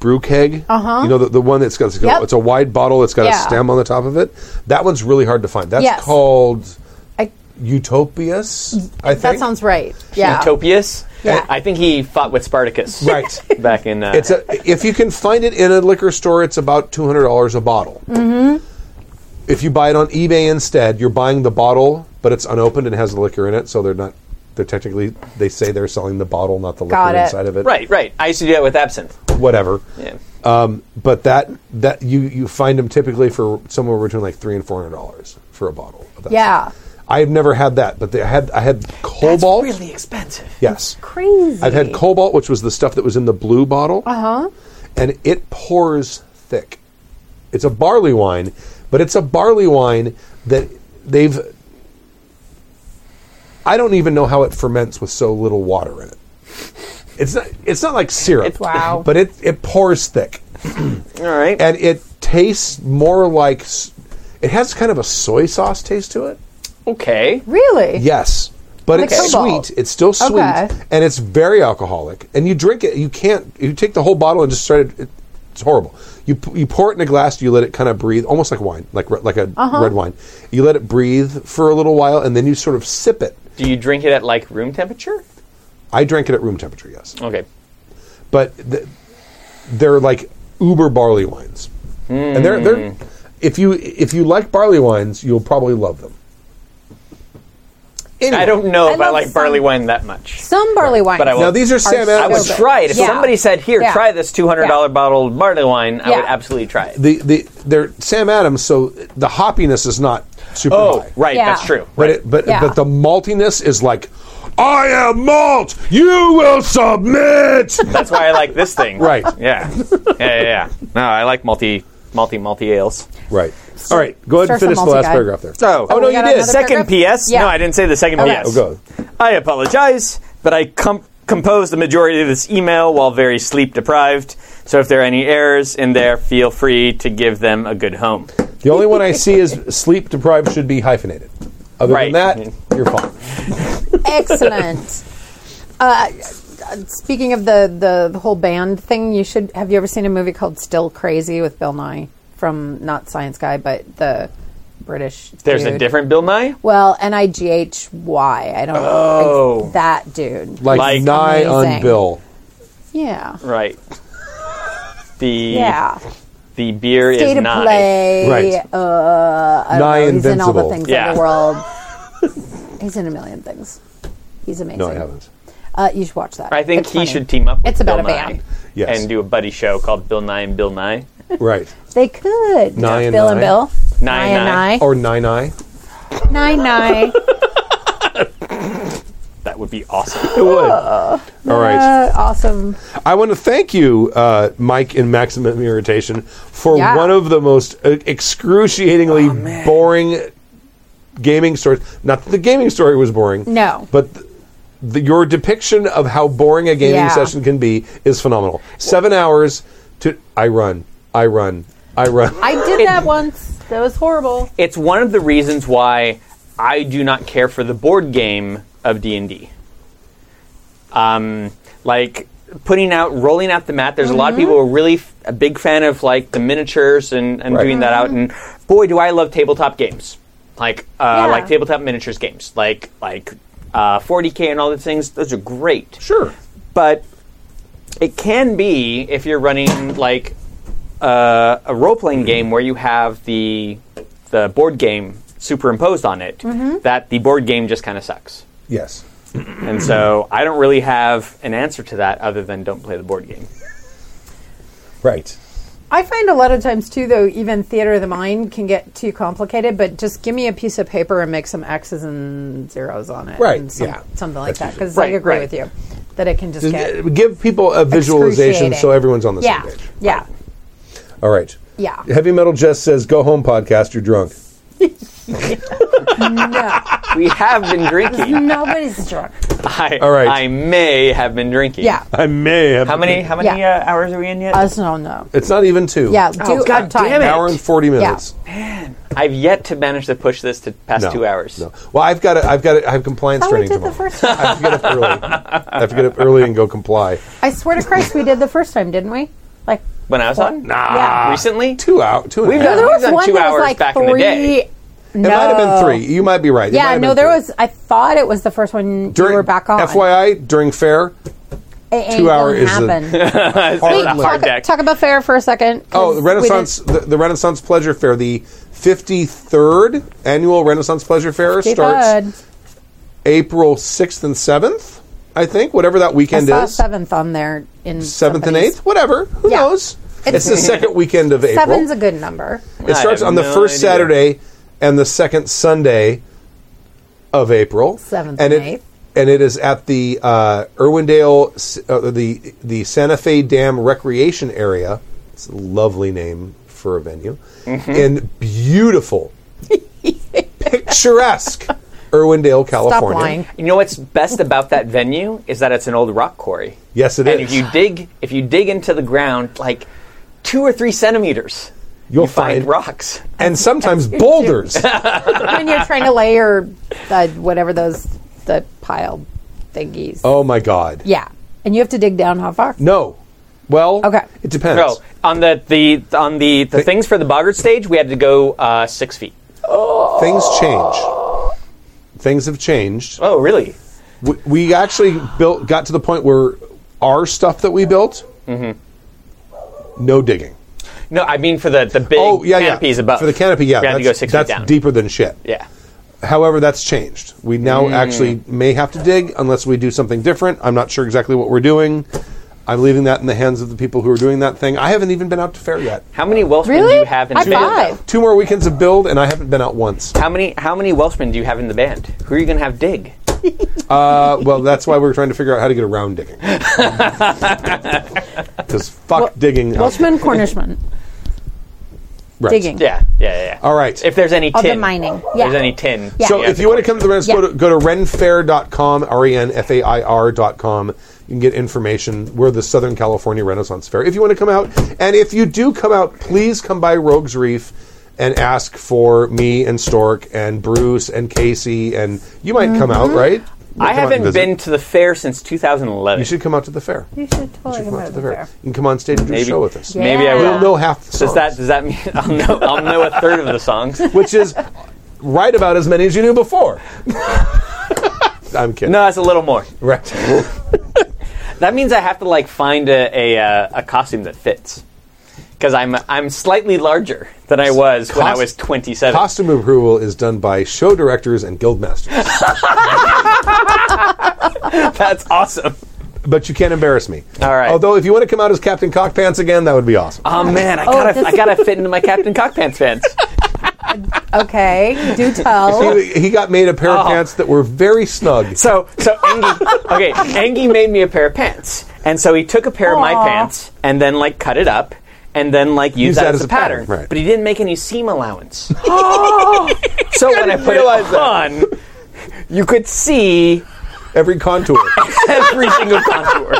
[SPEAKER 2] brew keg. Uh huh. You know the, the one that's got it's, got-
[SPEAKER 3] Uh-huh. Yep.
[SPEAKER 2] it's a wide bottle. It's got
[SPEAKER 3] Yeah.
[SPEAKER 2] a stem on the top of it. That one's really hard to find. That's
[SPEAKER 3] Yes.
[SPEAKER 2] called
[SPEAKER 3] I,
[SPEAKER 2] Utopias. I think
[SPEAKER 3] that sounds right. Yeah.
[SPEAKER 4] Utopias.
[SPEAKER 3] Yeah.
[SPEAKER 4] I think he fought with
[SPEAKER 2] *laughs*
[SPEAKER 4] Spartacus.
[SPEAKER 2] Right.
[SPEAKER 4] *laughs* Back in. Uh,
[SPEAKER 2] It's a, if you can find it in a liquor store, it's about two hundred dollars a bottle. Mm-hmm. If you buy it on eBay instead, you're buying the bottle, but it's unopened and has the liquor in it, so they're not. They're technically they say they're selling the bottle, not the
[SPEAKER 3] Got
[SPEAKER 2] liquor
[SPEAKER 3] it.
[SPEAKER 2] inside of it.
[SPEAKER 4] right, right. I used to do that with absinthe.
[SPEAKER 2] Whatever.
[SPEAKER 4] Yeah.
[SPEAKER 2] Um, but that that you you find them typically for somewhere between like three and four hundred dollars for a bottle. of that.
[SPEAKER 3] yeah.
[SPEAKER 2] I've never had that, but they, I had I had cobalt.
[SPEAKER 4] That's really expensive.
[SPEAKER 2] yes.
[SPEAKER 3] Crazy. Uh-huh.
[SPEAKER 2] I've had cobalt, which was the stuff that was in the blue bottle.
[SPEAKER 3] Huh?
[SPEAKER 2] and it pours thick. It's a barley wine, but it's a barley wine that they've. I don't even know how it ferments with so little water in it. It's not. It's not like syrup.
[SPEAKER 4] It's-
[SPEAKER 3] Wow.
[SPEAKER 2] But it it pours thick,
[SPEAKER 4] All right.
[SPEAKER 2] and it tastes more like. s- It has kind of a soy sauce taste to it.
[SPEAKER 4] okay.
[SPEAKER 3] Really?
[SPEAKER 2] Yes. But
[SPEAKER 3] Like
[SPEAKER 2] it's
[SPEAKER 3] cobalt.
[SPEAKER 2] sweet. It's still sweet,
[SPEAKER 3] Okay.
[SPEAKER 2] and it's very alcoholic. And you drink it. You can't. You take the whole bottle and just try to. It, it's horrible. You p- you pour it in a glass. You let it kind of breathe, almost like wine, like re- like a
[SPEAKER 3] Uh-huh.
[SPEAKER 2] red wine. You let it breathe for a little while, and then you sort of sip it.
[SPEAKER 4] Do you drink it at like room temperature?
[SPEAKER 2] I drank it at room temperature, yes,
[SPEAKER 4] Okay.
[SPEAKER 2] but th- they're like uber barley wines, and they're they're
[SPEAKER 4] Hmm.
[SPEAKER 2] if you if you like barley wines, you'll probably love them.
[SPEAKER 4] I don't know
[SPEAKER 3] I
[SPEAKER 4] if I
[SPEAKER 3] love
[SPEAKER 4] like barley
[SPEAKER 3] some-
[SPEAKER 4] wine that much.
[SPEAKER 3] Some barley wine.
[SPEAKER 4] But I will-
[SPEAKER 2] Now these are Sam
[SPEAKER 3] so
[SPEAKER 4] I would
[SPEAKER 2] Adams.
[SPEAKER 3] good.
[SPEAKER 4] try it. If
[SPEAKER 3] Yeah.
[SPEAKER 4] somebody said, "Here,
[SPEAKER 3] Yeah.
[SPEAKER 4] try this two hundred dollar
[SPEAKER 3] Yeah.
[SPEAKER 4] bottle of barley wine," I would
[SPEAKER 3] Yeah.
[SPEAKER 4] absolutely try it.
[SPEAKER 2] the the they're Sam Adams, so the hoppiness is not super
[SPEAKER 4] oh,
[SPEAKER 2] high.
[SPEAKER 4] right.
[SPEAKER 3] Yeah.
[SPEAKER 4] That's true.
[SPEAKER 2] But
[SPEAKER 4] right.
[SPEAKER 2] it, but
[SPEAKER 3] Yeah.
[SPEAKER 2] but the maltiness is like, I am malt. You will
[SPEAKER 4] *laughs*
[SPEAKER 2] submit.
[SPEAKER 4] That's why I like this
[SPEAKER 3] *laughs*
[SPEAKER 4] thing.
[SPEAKER 2] Right.
[SPEAKER 4] Yeah. Yeah. Yeah. yeah. No, I like multi, multi, multi ales.
[SPEAKER 2] right. All right. Go ahead and
[SPEAKER 3] Start some
[SPEAKER 2] finish the
[SPEAKER 3] multi
[SPEAKER 2] last
[SPEAKER 3] guy.
[SPEAKER 2] paragraph there.
[SPEAKER 4] So,
[SPEAKER 2] oh no,
[SPEAKER 3] we
[SPEAKER 2] you
[SPEAKER 3] got
[SPEAKER 2] did.
[SPEAKER 3] another-
[SPEAKER 4] second
[SPEAKER 3] paragraph?
[SPEAKER 4] PS.
[SPEAKER 3] Yeah.
[SPEAKER 4] No, I didn't say the second
[SPEAKER 3] Okay.
[SPEAKER 4] PS.
[SPEAKER 2] Oh, go.
[SPEAKER 4] I apologize, but I com- composed the majority of this email while very sleep deprived. So if there are any errors in there, feel free to give them a good home.
[SPEAKER 2] The only one I see is sleep deprived should be hyphenated. Other
[SPEAKER 4] Right.
[SPEAKER 2] than that, you're fine.
[SPEAKER 4] *laughs*
[SPEAKER 3] Excellent. uh, speaking of the, the the whole band thing, you should have you ever seen a movie called Still Crazy with Bill Nye from not Science Guy, but the British.
[SPEAKER 4] There's a
[SPEAKER 3] dude.
[SPEAKER 4] different Bill Nye.
[SPEAKER 3] Well, N I G H Y. I don't know.
[SPEAKER 4] Oh.
[SPEAKER 3] Like that dude.
[SPEAKER 2] Like,
[SPEAKER 4] Like-
[SPEAKER 2] nigh on
[SPEAKER 3] Amazing.
[SPEAKER 2] Bill.
[SPEAKER 3] yeah.
[SPEAKER 4] Right. The
[SPEAKER 3] Yeah.
[SPEAKER 4] the beer
[SPEAKER 3] State
[SPEAKER 4] is
[SPEAKER 3] of
[SPEAKER 4] Nye.
[SPEAKER 3] play.
[SPEAKER 2] Right.
[SPEAKER 3] Uh, I don't
[SPEAKER 2] Nye
[SPEAKER 3] know. He's in all the
[SPEAKER 2] Invincible.
[SPEAKER 3] things
[SPEAKER 4] Yeah.
[SPEAKER 3] in the world.
[SPEAKER 4] *laughs*
[SPEAKER 3] he's in a million things. He's amazing.
[SPEAKER 2] No, I haven't.
[SPEAKER 3] Uh, you should watch that.
[SPEAKER 4] I think
[SPEAKER 3] It's
[SPEAKER 4] he
[SPEAKER 3] funny.
[SPEAKER 4] should team up. With
[SPEAKER 3] It's about
[SPEAKER 4] Bill
[SPEAKER 3] a
[SPEAKER 4] Nye
[SPEAKER 3] band.
[SPEAKER 2] Yes.
[SPEAKER 4] And do a buddy show called Bill Nye and Bill Nye.
[SPEAKER 3] *laughs*
[SPEAKER 2] Right.
[SPEAKER 3] They could.
[SPEAKER 2] Nye and
[SPEAKER 3] Bill and
[SPEAKER 2] Nye.
[SPEAKER 3] Bill.
[SPEAKER 4] Nye and Nye.
[SPEAKER 2] Or nine eye.
[SPEAKER 3] Nye Nye.
[SPEAKER 4] That would be awesome.
[SPEAKER 2] It would.
[SPEAKER 3] *laughs*
[SPEAKER 2] All right.
[SPEAKER 3] Uh, awesome.
[SPEAKER 2] I want to thank you, uh, Mike and Maximum Irritation, for
[SPEAKER 3] Yeah. Oh,
[SPEAKER 2] one of the most uh, excruciatingly boring gaming stories. Not that the gaming story was boring.
[SPEAKER 3] No.
[SPEAKER 2] But th- the, your depiction of how boring a gaming
[SPEAKER 3] Yeah.
[SPEAKER 2] session can be is phenomenal. Seven hours to. I run. I run. I run.
[SPEAKER 3] I did that once. That was horrible.
[SPEAKER 4] it's one of the reasons why I do not care for the board game of D and D. Um, like putting out, rolling out the mat. There's a lot of people who are really f- a big fan of like the miniatures and, and
[SPEAKER 2] Right.
[SPEAKER 4] doing that out. And boy, do I love tabletop games, like uh,
[SPEAKER 3] Yeah.
[SPEAKER 4] like tabletop miniatures games, like like uh, 40k and all those things. Those are great
[SPEAKER 2] sure.
[SPEAKER 4] but it can be if you're running like uh, a role playing game where you have the the board game superimposed on it
[SPEAKER 3] Mm-hmm.
[SPEAKER 4] that the board game just kind of sucks.
[SPEAKER 2] Yes.
[SPEAKER 4] And so I don't really have an answer to that other than don't play the board game.
[SPEAKER 2] Right.
[SPEAKER 3] I find a lot of times too, though, even theater of the mind can get too complicated. But just give me a piece of paper and make some x's and zeros on it,
[SPEAKER 2] Right,
[SPEAKER 3] and some-
[SPEAKER 2] yeah.
[SPEAKER 3] something like that. Because
[SPEAKER 4] Right,
[SPEAKER 3] I agree
[SPEAKER 4] right.
[SPEAKER 3] with you that it can just
[SPEAKER 2] G-
[SPEAKER 3] get
[SPEAKER 2] uh, Give people a visualization so
[SPEAKER 3] excruciating.
[SPEAKER 2] everyone's on the
[SPEAKER 3] yeah,
[SPEAKER 2] same page.
[SPEAKER 3] yeah,
[SPEAKER 2] All right.
[SPEAKER 3] Yeah.
[SPEAKER 2] Heavy Metal Jess says, go home, podcast. You're drunk.
[SPEAKER 4] We have been
[SPEAKER 3] *laughs*
[SPEAKER 4] drinking.
[SPEAKER 5] Nobody's
[SPEAKER 2] *laughs*
[SPEAKER 5] drunk.
[SPEAKER 4] I,
[SPEAKER 2] All right.
[SPEAKER 4] I may have been drinking.
[SPEAKER 3] yeah.
[SPEAKER 2] I may have.
[SPEAKER 4] How many how many
[SPEAKER 3] Yeah.
[SPEAKER 4] uh, hours are we in yet?
[SPEAKER 3] Us no no.
[SPEAKER 2] It's not even two.
[SPEAKER 3] Yeah, do
[SPEAKER 4] Oh, God
[SPEAKER 3] on time.
[SPEAKER 4] damn
[SPEAKER 2] An
[SPEAKER 4] it.
[SPEAKER 2] hour and forty minutes.
[SPEAKER 4] I've yet to manage to push this to past
[SPEAKER 2] No,
[SPEAKER 4] two hours.
[SPEAKER 2] No. Well, I've got to, I've got to, I have compliance
[SPEAKER 3] Oh, we
[SPEAKER 2] training
[SPEAKER 3] did
[SPEAKER 2] tomorrow.
[SPEAKER 3] the first time.
[SPEAKER 2] I have to get up early. I have to get up early and go comply.
[SPEAKER 3] I swear to Christ, we did the first time, didn't we? Like
[SPEAKER 4] When I was on?
[SPEAKER 2] Nah.
[SPEAKER 4] Recently?
[SPEAKER 2] Two out. Two and a
[SPEAKER 4] We've
[SPEAKER 2] half.
[SPEAKER 4] done-
[SPEAKER 3] there
[SPEAKER 4] We've
[SPEAKER 3] was one
[SPEAKER 4] two
[SPEAKER 3] that
[SPEAKER 4] hours
[SPEAKER 3] was like
[SPEAKER 4] back in the
[SPEAKER 3] three
[SPEAKER 4] day.
[SPEAKER 2] It might have been
[SPEAKER 3] No.
[SPEAKER 2] three. You might be right. It might
[SPEAKER 3] Yeah,
[SPEAKER 2] have
[SPEAKER 3] no,
[SPEAKER 2] been
[SPEAKER 3] there
[SPEAKER 2] three.
[SPEAKER 3] was. I thought it was the first one
[SPEAKER 2] During,
[SPEAKER 3] you were back on.
[SPEAKER 2] FYI, during fair.
[SPEAKER 3] It ain't
[SPEAKER 2] two hour
[SPEAKER 3] gonna
[SPEAKER 2] is a- *laughs*
[SPEAKER 3] happen.
[SPEAKER 2] hard
[SPEAKER 3] Wait,
[SPEAKER 2] look.
[SPEAKER 4] hard deck.
[SPEAKER 3] talk, talk about fair for a second. 'cause
[SPEAKER 2] Oh, the
[SPEAKER 3] we didn't-
[SPEAKER 2] Renaissance, the, the Renaissance Pleasure Fair, the 53rd annual Renaissance Pleasure Fair
[SPEAKER 3] we
[SPEAKER 2] starts
[SPEAKER 3] did.
[SPEAKER 2] April 6th and 7th, I think, whatever that
[SPEAKER 3] I
[SPEAKER 2] weekend
[SPEAKER 3] saw
[SPEAKER 2] is.
[SPEAKER 3] seventh on there in
[SPEAKER 2] 7th and
[SPEAKER 3] somebody's-
[SPEAKER 2] 8th, whatever. Who
[SPEAKER 3] Yeah.
[SPEAKER 2] knows? It's,
[SPEAKER 3] It's- *laughs*
[SPEAKER 2] the second weekend of April.
[SPEAKER 3] Seven's a good number.
[SPEAKER 2] It
[SPEAKER 4] I
[SPEAKER 2] starts
[SPEAKER 4] have
[SPEAKER 2] on the
[SPEAKER 4] no
[SPEAKER 2] first
[SPEAKER 4] idea.
[SPEAKER 2] Saturday and the second Sunday of April.
[SPEAKER 3] Seventh
[SPEAKER 2] and
[SPEAKER 3] and
[SPEAKER 2] it,
[SPEAKER 3] eighth.
[SPEAKER 2] And it is at the uh, Irwindale, S- uh, the the Santa Fe Dam Recreation Area. It's a lovely name for a venue.
[SPEAKER 4] Mm-hmm.
[SPEAKER 2] And
[SPEAKER 3] *laughs*
[SPEAKER 2] beautiful, picturesque Irwindale,
[SPEAKER 3] Stop
[SPEAKER 2] California. *laughs*
[SPEAKER 3] lying.
[SPEAKER 4] You know what's best about that venue is that it's an old rock quarry.
[SPEAKER 2] Yes, it
[SPEAKER 4] and
[SPEAKER 2] is.
[SPEAKER 4] if you dig, if you dig into the ground like two or three centimeters,
[SPEAKER 2] You'll
[SPEAKER 4] you find
[SPEAKER 2] find-
[SPEAKER 4] rocks.
[SPEAKER 2] And
[SPEAKER 3] *laughs*
[SPEAKER 2] sometimes boulders.
[SPEAKER 3] when you're trying to layer uh, whatever those the pile thingies.
[SPEAKER 2] oh my God.
[SPEAKER 3] Yeah, and you have to dig down how far?
[SPEAKER 2] No. Well,
[SPEAKER 3] Okay.
[SPEAKER 2] it depends.
[SPEAKER 4] No, on the the on the, the things for the boggart stage, we had to go uh, six feet.
[SPEAKER 2] Things change. Things have changed.
[SPEAKER 4] Oh, really?
[SPEAKER 2] we, we actually built got to the point where our stuff that we built
[SPEAKER 4] Mm-hmm.
[SPEAKER 2] no digging
[SPEAKER 4] No, I mean for the the big
[SPEAKER 2] oh yeah
[SPEAKER 4] canopies
[SPEAKER 2] yeah
[SPEAKER 4] above
[SPEAKER 2] for the canopy yeah
[SPEAKER 4] we had to
[SPEAKER 2] that's-
[SPEAKER 4] go six
[SPEAKER 2] that's
[SPEAKER 4] feet down.
[SPEAKER 2] deeper than shit
[SPEAKER 4] Yeah, Mm.
[SPEAKER 2] however that's changed we now actually may have to dig unless we do something different i'm not sure exactly what we're doing i'm leaving that in the hands of the people who are doing that thing i haven't even been out to fair yet
[SPEAKER 4] how many Welshmen do
[SPEAKER 3] Really?
[SPEAKER 4] you have in
[SPEAKER 3] High
[SPEAKER 4] the band?
[SPEAKER 3] five.
[SPEAKER 2] two more weekends of build and i haven't been out once
[SPEAKER 4] How many how many Welshmen do you have in the band? Who are you going to have dig?
[SPEAKER 2] uh, well that's why we're trying to figure out how to get around
[SPEAKER 4] *laughs*
[SPEAKER 2] digging because fuck digging out-
[SPEAKER 3] Welshman, Cornishman,
[SPEAKER 2] *laughs* right.
[SPEAKER 3] digging.
[SPEAKER 4] Yeah, yeah, yeah. yeah.
[SPEAKER 2] all right
[SPEAKER 4] If there's any
[SPEAKER 3] Of
[SPEAKER 4] tin,
[SPEAKER 3] the mining,
[SPEAKER 4] If
[SPEAKER 3] yeah.
[SPEAKER 4] There's any tin.
[SPEAKER 3] Yeah.
[SPEAKER 2] So
[SPEAKER 3] Yeah,
[SPEAKER 2] if you want to come to the Renaissance, go
[SPEAKER 3] Yeah.
[SPEAKER 2] to, go to renfair.com, R-E-N-F-A-I-R dot com. You can get information. We're the Southern California Renaissance Fair. If you want to come out, and if you do come out, please come by Rogues Reef and ask for me and Stork and Bruce and Casey, and you might come out,
[SPEAKER 3] Mm-hmm.
[SPEAKER 2] right? You might
[SPEAKER 4] I
[SPEAKER 2] come out and
[SPEAKER 4] haven't
[SPEAKER 2] visit.
[SPEAKER 4] been to the fair since 2011.
[SPEAKER 2] You should come out to the fair. You
[SPEAKER 5] You should totally
[SPEAKER 2] come out
[SPEAKER 5] remember
[SPEAKER 2] to
[SPEAKER 5] the
[SPEAKER 2] the fair.
[SPEAKER 5] fair.
[SPEAKER 2] You can come on stage and do a
[SPEAKER 4] Maybe-
[SPEAKER 2] show with us.
[SPEAKER 4] Maybe
[SPEAKER 5] Yeah.
[SPEAKER 4] I will.
[SPEAKER 2] You'll know half the songs,
[SPEAKER 4] Does that does that mean *laughs* I'll know I'll know a third of the
[SPEAKER 2] *laughs*
[SPEAKER 4] songs?
[SPEAKER 2] which is right about as many as you knew before. I'm kidding.
[SPEAKER 4] No, it's a little more.
[SPEAKER 2] Right.
[SPEAKER 4] That means I have to like find a a, uh, a costume that fits because I'm I'm slightly larger than I was when I
[SPEAKER 2] Cost-
[SPEAKER 4] was 27.
[SPEAKER 2] Costume approval is done by show directors and guild masters.
[SPEAKER 4] *laughs* That's awesome.
[SPEAKER 2] but you can't embarrass me.
[SPEAKER 4] All right.
[SPEAKER 2] Although, if you want to come out as Captain Cockpants again, that would be awesome.
[SPEAKER 4] Oh man, I gotta
[SPEAKER 3] this-
[SPEAKER 4] I gotta fit into my Captain Cockpants pants.
[SPEAKER 3] Okay,
[SPEAKER 2] *laughs*
[SPEAKER 3] do tell.
[SPEAKER 2] he, he got made a pair of pants that were very snug.
[SPEAKER 4] Oh. So so
[SPEAKER 3] *laughs*
[SPEAKER 4] Engie, okay, Engie made me a pair of pants, and so he took a pair of my
[SPEAKER 3] Aw.
[SPEAKER 4] pants and then like cut it up. And then, like, used that, as, a pattern.
[SPEAKER 2] right.
[SPEAKER 4] But he didn't make any seam allowance.
[SPEAKER 3] *laughs* Oh.
[SPEAKER 4] so when I put it
[SPEAKER 2] realize that.
[SPEAKER 4] on, you could see
[SPEAKER 2] Every contour.
[SPEAKER 3] *laughs*
[SPEAKER 4] every single contour.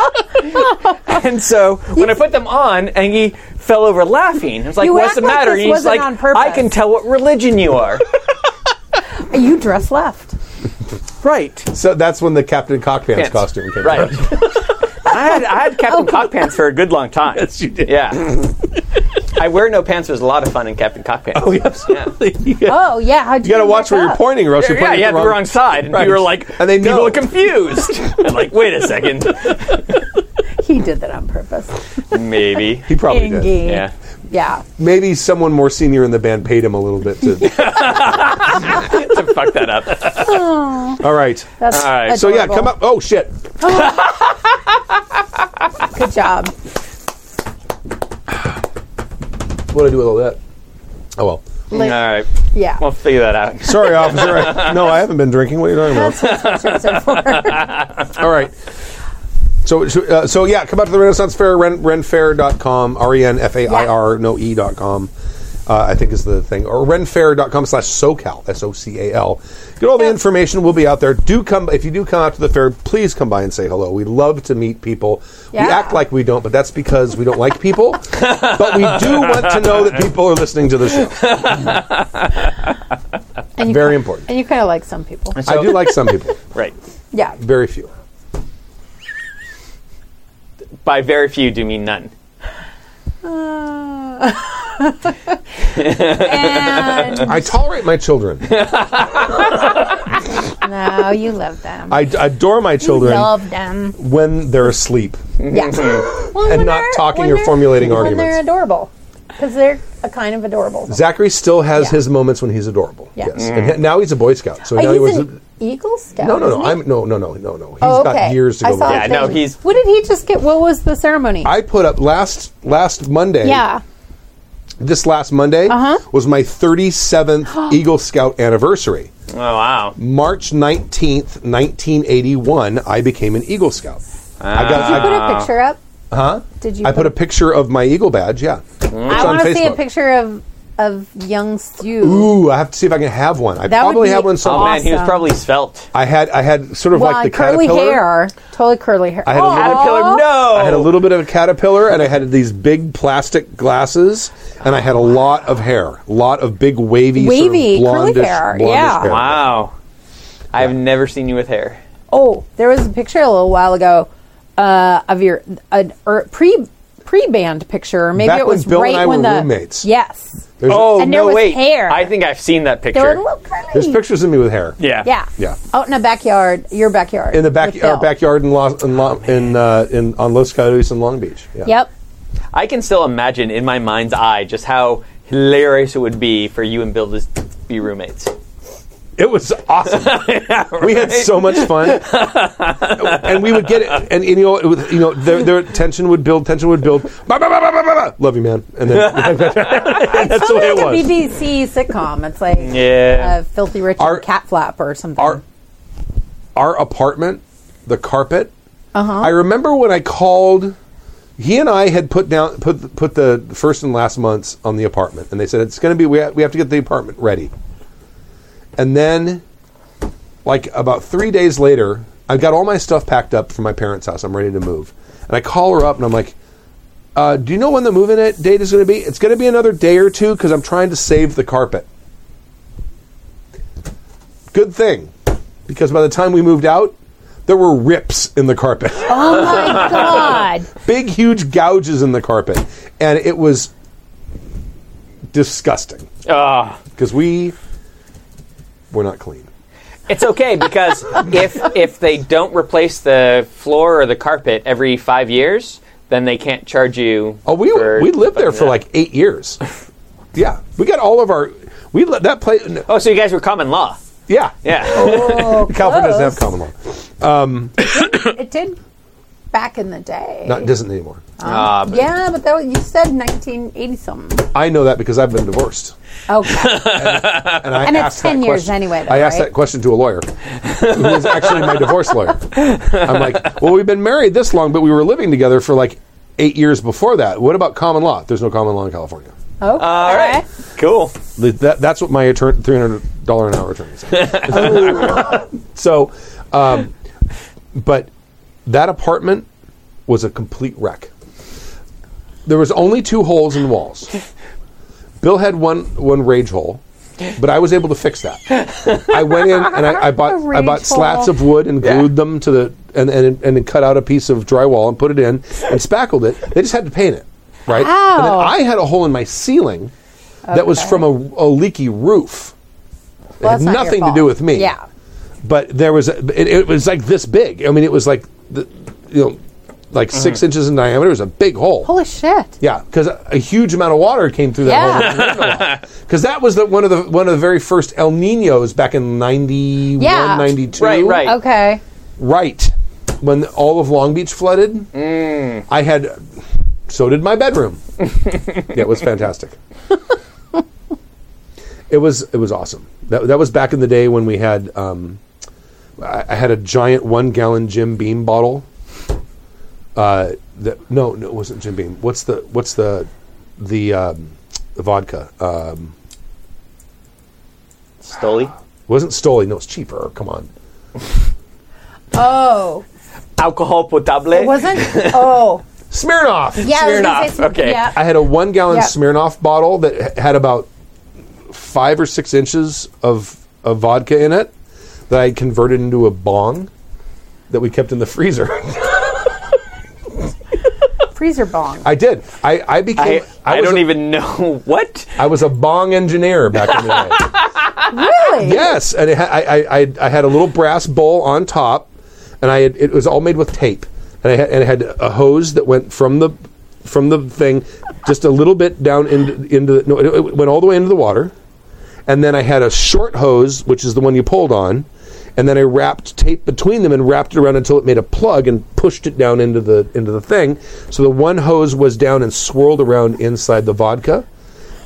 [SPEAKER 4] and so when I put them on, Angie fell over laughing. I was like,
[SPEAKER 3] You
[SPEAKER 4] "What's
[SPEAKER 3] act
[SPEAKER 4] the
[SPEAKER 3] like
[SPEAKER 4] matter?"
[SPEAKER 3] this
[SPEAKER 4] he's
[SPEAKER 3] wasn't
[SPEAKER 4] like,
[SPEAKER 3] on purpose.
[SPEAKER 4] "I can tell what religion
[SPEAKER 3] *laughs*
[SPEAKER 4] you are."
[SPEAKER 3] you dress left.
[SPEAKER 4] right.
[SPEAKER 2] so that's when the Captain Cockpants
[SPEAKER 4] Pants.
[SPEAKER 2] costume came.
[SPEAKER 4] Right.
[SPEAKER 2] out.
[SPEAKER 4] *laughs* I had I had
[SPEAKER 3] Oh.
[SPEAKER 4] Captain Cockpants for a good long time. Yes, you did. Yeah. I wear no pants was a lot of fun in Captain Cockpants. *laughs* Oh, absolutely.
[SPEAKER 3] Oh yeah, how'd you,
[SPEAKER 2] You got to watch
[SPEAKER 3] mess
[SPEAKER 2] where you're
[SPEAKER 3] up?
[SPEAKER 2] pointing, or else
[SPEAKER 4] Yeah,
[SPEAKER 2] you're
[SPEAKER 4] yeah,
[SPEAKER 2] pointing
[SPEAKER 4] you
[SPEAKER 2] at
[SPEAKER 4] had
[SPEAKER 2] the
[SPEAKER 4] the wrong side, and
[SPEAKER 2] Right.
[SPEAKER 4] you were like,
[SPEAKER 2] And they
[SPEAKER 4] people
[SPEAKER 2] know.
[SPEAKER 4] are confused.
[SPEAKER 2] *laughs*
[SPEAKER 4] I'm like, wait a second,
[SPEAKER 3] He did that on purpose.
[SPEAKER 4] maybe,
[SPEAKER 2] He probably did.
[SPEAKER 3] Ingy.
[SPEAKER 4] yeah.
[SPEAKER 3] Yeah.
[SPEAKER 2] Maybe someone more senior in the band paid him a little bit
[SPEAKER 4] *laughs*
[SPEAKER 2] to.
[SPEAKER 4] to fuck that
[SPEAKER 3] *laughs*
[SPEAKER 4] up.
[SPEAKER 2] All right.
[SPEAKER 3] That's
[SPEAKER 4] All right.
[SPEAKER 2] So yeah,
[SPEAKER 3] adorable.
[SPEAKER 2] come up. Oh shit!
[SPEAKER 3] Good job.
[SPEAKER 2] What do I do with all that? Oh well.
[SPEAKER 4] All right,
[SPEAKER 3] Yeah.
[SPEAKER 4] we'll figure that out.
[SPEAKER 2] Sorry, officer. I- no, I haven't been drinking. What are you talking about?
[SPEAKER 3] *laughs* That's what pictures are
[SPEAKER 4] *laughs*
[SPEAKER 3] for.
[SPEAKER 2] All right. So, so, uh, so yeah, come out to the Renaissance Fair, ren, renfair.com, R-E-N-F-A-I-R, no E dot com, uh, I think is the thing. Or renfair.com slash SoCal, S-O-C-A-L. Get all the information. We'll be out there. Do come, if you do come out to the fair, please come by and say hello. We love to meet people. We
[SPEAKER 3] Yeah.
[SPEAKER 2] act like we don't, but that's because we don't like
[SPEAKER 3] *laughs*
[SPEAKER 2] people. But we do want to know that people are listening to the show.
[SPEAKER 3] And
[SPEAKER 2] *laughs*
[SPEAKER 3] you
[SPEAKER 2] Very
[SPEAKER 3] ki-
[SPEAKER 2] important.
[SPEAKER 3] And you kind of like some people.
[SPEAKER 2] I do like some people.
[SPEAKER 4] Right.
[SPEAKER 3] Yeah.
[SPEAKER 2] Very few.
[SPEAKER 4] By very few, do you mean none?
[SPEAKER 3] Uh,
[SPEAKER 5] and
[SPEAKER 2] I tolerate my children. *laughs*
[SPEAKER 5] no, you love them.
[SPEAKER 2] I d- adore my children
[SPEAKER 5] You love them.
[SPEAKER 2] when they're asleep
[SPEAKER 3] yeah.
[SPEAKER 5] Well,
[SPEAKER 2] *laughs* and
[SPEAKER 5] when
[SPEAKER 2] not
[SPEAKER 5] they're-
[SPEAKER 2] talking
[SPEAKER 5] when
[SPEAKER 2] or
[SPEAKER 5] they're-
[SPEAKER 2] formulating
[SPEAKER 3] and they're
[SPEAKER 2] arguments.
[SPEAKER 3] adorable because they're a kind of adorable.
[SPEAKER 2] Zachary still has
[SPEAKER 3] Yeah.
[SPEAKER 2] his moments when he's adorable.
[SPEAKER 3] Yeah.
[SPEAKER 2] Yes, and he- now he's a Boy Scout. So
[SPEAKER 3] Oh,
[SPEAKER 2] now he was.
[SPEAKER 3] he's an Eagle Scout.
[SPEAKER 2] no, no, no.
[SPEAKER 3] isn't he?
[SPEAKER 2] I'm no, no, no, no, no. He's
[SPEAKER 3] Oh,
[SPEAKER 2] got
[SPEAKER 3] okay.
[SPEAKER 2] years to
[SPEAKER 3] I
[SPEAKER 2] go.
[SPEAKER 3] saw
[SPEAKER 2] before.
[SPEAKER 3] a
[SPEAKER 4] Yeah, no,
[SPEAKER 3] picture.
[SPEAKER 4] he's-
[SPEAKER 3] What did he just get? What was the ceremony?
[SPEAKER 2] I put up last last Monday.
[SPEAKER 5] Yeah.
[SPEAKER 2] This last Monday
[SPEAKER 3] Uh-huh.
[SPEAKER 2] was my
[SPEAKER 3] *gasps*
[SPEAKER 2] 37th Eagle Scout anniversary.
[SPEAKER 4] Oh wow.
[SPEAKER 2] March 19th, 1981, I became an Eagle Scout. I got,
[SPEAKER 5] Did you put
[SPEAKER 2] I,
[SPEAKER 5] a picture up? Huh? Did you?
[SPEAKER 2] Uh, I put a picture of my Eagle badge, yeah. It's
[SPEAKER 5] I
[SPEAKER 2] on
[SPEAKER 5] want to see a
[SPEAKER 2] Facebook.
[SPEAKER 5] picture of of young Stu.
[SPEAKER 2] Ooh, I have to see if I can have one. I
[SPEAKER 5] That would
[SPEAKER 2] probably
[SPEAKER 5] be
[SPEAKER 2] have one
[SPEAKER 4] Oh
[SPEAKER 2] somewhere.
[SPEAKER 4] man, he was
[SPEAKER 5] Awesome.
[SPEAKER 4] probably svelte.
[SPEAKER 2] I had I had sort of
[SPEAKER 3] well,
[SPEAKER 2] like the
[SPEAKER 3] curly
[SPEAKER 2] caterpillar.
[SPEAKER 3] hair, Oh. totally curly hair.
[SPEAKER 2] I had a
[SPEAKER 3] Aw.
[SPEAKER 2] little-
[SPEAKER 4] Caterpillar, no.
[SPEAKER 2] I had a little bit of a caterpillar, and I had these big plastic glasses, and I had a lot of hair, a lot of big wavy, sort of
[SPEAKER 3] Wavy, curly
[SPEAKER 2] blondish-
[SPEAKER 3] hair,
[SPEAKER 2] blondish
[SPEAKER 3] yeah.
[SPEAKER 2] hair.
[SPEAKER 4] Wow. I've never seen you with hair.
[SPEAKER 3] Oh, there was a picture a little while ago uh, of your an er, pre pre band picture. Maybe
[SPEAKER 2] Back
[SPEAKER 3] it
[SPEAKER 2] when
[SPEAKER 3] was
[SPEAKER 2] Bill and
[SPEAKER 3] right
[SPEAKER 2] I
[SPEAKER 3] when
[SPEAKER 2] were
[SPEAKER 3] the
[SPEAKER 2] roommates.
[SPEAKER 3] Yes,
[SPEAKER 2] There's,
[SPEAKER 4] Oh
[SPEAKER 5] And there
[SPEAKER 4] no!
[SPEAKER 5] was
[SPEAKER 4] wait,
[SPEAKER 5] hair.
[SPEAKER 4] I think I've seen that
[SPEAKER 5] They were
[SPEAKER 4] picture.
[SPEAKER 5] a little curly.
[SPEAKER 2] there's pictures of me with hair.
[SPEAKER 4] Yeah.
[SPEAKER 3] yeah,
[SPEAKER 2] Yeah.
[SPEAKER 3] Out in a backyard, your backyard,
[SPEAKER 2] in the back
[SPEAKER 3] with
[SPEAKER 2] our
[SPEAKER 3] Bill.
[SPEAKER 2] backyard in Los, in, Lo- in, uh, in on Los Coyotes in Long Beach. Yeah.
[SPEAKER 5] Yep.
[SPEAKER 4] I can still imagine in my mind's eye just how hilarious it would be for you and Bill to be roommates.
[SPEAKER 2] It was awesome. We had so much fun, and we would get it, and, and you know, it was, you know, their, their tension would build, tension would build. Bah, bah, bah, bah, bah, bah, bah. Love you, man. And then *laughs* that's the way it
[SPEAKER 3] It's like a
[SPEAKER 2] was.
[SPEAKER 3] BBC sitcom. It's like
[SPEAKER 4] Yeah.
[SPEAKER 3] uh, Filthy Rich
[SPEAKER 2] Our-
[SPEAKER 3] and Cat Flap or something.
[SPEAKER 2] our our apartment, the carpet. I remember when I called. He and I had put down put put the first and last months on the apartment, and they said it's going to be we have, we have to get the apartment ready. And then, like about three days later, I've got all my stuff packed up from my parents' house. I'm ready to move, and I call her up and I'm like, uh, "Do you know when the move-in it- date is going to be? It's going to be another day or two because I'm trying to save the carpet." Good thing, because by the time we moved out, there were rips in the carpet.
[SPEAKER 5] Oh my
[SPEAKER 3] *laughs*
[SPEAKER 5] God.
[SPEAKER 2] *laughs* Big, huge gouges in the carpet. And it was disgusting
[SPEAKER 4] Ah.
[SPEAKER 2] because we were not clean.
[SPEAKER 5] *laughs*
[SPEAKER 4] It's okay because if if they don't replace the floor or the carpet every five years, then they can't charge you.
[SPEAKER 2] Oh, we
[SPEAKER 4] for
[SPEAKER 2] we lived there
[SPEAKER 4] fucking
[SPEAKER 2] for
[SPEAKER 4] that.
[SPEAKER 2] like eight years. yeah, we got all of our we let that place.
[SPEAKER 4] Oh, so you guys were common law.
[SPEAKER 2] Yeah,
[SPEAKER 4] Yeah.
[SPEAKER 3] Oh,
[SPEAKER 2] California doesn't
[SPEAKER 3] close.
[SPEAKER 2] have common law.
[SPEAKER 3] It did back in the day.
[SPEAKER 2] Not doesn't anymore. uh,
[SPEAKER 4] Ah, but-
[SPEAKER 3] yeah, but that was, you said 1980 something.
[SPEAKER 2] I know that because I've been divorced.
[SPEAKER 3] Okay.
[SPEAKER 2] *laughs* And, I
[SPEAKER 5] And it's
[SPEAKER 2] asked that
[SPEAKER 5] 10 years
[SPEAKER 2] question-
[SPEAKER 5] anyway, though,
[SPEAKER 2] I asked
[SPEAKER 5] right?
[SPEAKER 2] that question to a lawyer who was actually my divorce lawyer. I'm like, well, we've been married this long, but we were living together for like eight years before that. What about common law? There's no common law in California.
[SPEAKER 3] Oh,
[SPEAKER 4] All right. Cool.
[SPEAKER 2] Th- That, that's what my attorney, $300 an hour attorney said.
[SPEAKER 3] *laughs*
[SPEAKER 2] so, um, but that apartment was a complete wreck. There was only two holes in the walls. Bill had one one rage hole, but I was able to fix that. I went in and
[SPEAKER 3] *laughs*
[SPEAKER 2] I, I bought I
[SPEAKER 3] rage
[SPEAKER 2] bought slats
[SPEAKER 3] hole.
[SPEAKER 2] of wood and
[SPEAKER 4] Yeah.
[SPEAKER 2] glued them to the and, and and then cut out a piece of drywall and put it in and spackled it. They just had to paint it, right? And then
[SPEAKER 3] Ow.
[SPEAKER 2] I had a hole in my ceiling that was from a, a leaky roof.
[SPEAKER 3] Well,
[SPEAKER 2] it had
[SPEAKER 3] that's not your
[SPEAKER 2] nothing to
[SPEAKER 3] fault.
[SPEAKER 2] do with me.
[SPEAKER 3] Yeah.
[SPEAKER 2] but there was a, it, it was like this big. I mean, it was like the, you know, like
[SPEAKER 4] Mm-hmm.
[SPEAKER 2] six inches in diameter. It was a big hole.
[SPEAKER 3] Holy shit.
[SPEAKER 2] Yeah, because a a huge amount of water came through that hole. *laughs* Because that was the, one of the one of the very first El Ninos back in 91,
[SPEAKER 3] Yeah.
[SPEAKER 2] 92.
[SPEAKER 4] Right, right.
[SPEAKER 3] Okay.
[SPEAKER 2] Right. When all of Long Beach flooded, I had, so did my bedroom. yeah, it was fantastic. it was it was awesome. That, that was back in the day when we had, um, I, I had a giant one gallon Jim Beam bottle. Uh, that no, no, it wasn't Jim Beam. What's the what's the the, um, the vodka? Um,
[SPEAKER 4] Stoli.
[SPEAKER 2] it wasn't Stoli. No, it's cheaper. Come on.
[SPEAKER 3] Oh,
[SPEAKER 4] Alcohol potable.
[SPEAKER 2] *laughs*
[SPEAKER 3] it wasn't. Oh,
[SPEAKER 2] Smirnoff.
[SPEAKER 3] yeah. I was gonna
[SPEAKER 4] Smirnoff,
[SPEAKER 3] say some-
[SPEAKER 4] okay.
[SPEAKER 3] Yeah.
[SPEAKER 2] I had a one gallon
[SPEAKER 3] Yeah.
[SPEAKER 2] Smirnoff bottle that h- had about five or six inches of, of vodka in it that I converted into a *laughs* bong that we kept in the freezer.
[SPEAKER 5] freezer
[SPEAKER 2] *laughs*
[SPEAKER 5] bong.
[SPEAKER 2] I did. I, I became.
[SPEAKER 4] I, I,
[SPEAKER 2] was
[SPEAKER 4] don't
[SPEAKER 2] a-
[SPEAKER 4] even know *laughs* what.
[SPEAKER 2] I was a bong engineer back in
[SPEAKER 4] *laughs*
[SPEAKER 2] the day.
[SPEAKER 5] really?
[SPEAKER 2] Yes, and it ha- I, I, I, I had a little brass bowl on top, and I had, it was all made with tape, and I had, and it had a hose that went from the from the thing just a little bit down into into the, no, it, it went all the way into the water, and then I had a short hose, which is the one you pulled on, and then I wrapped tape between them and wrapped it around until it made a plug and pushed it down into the into the thing. So the one hose was down and swirled around inside the vodka.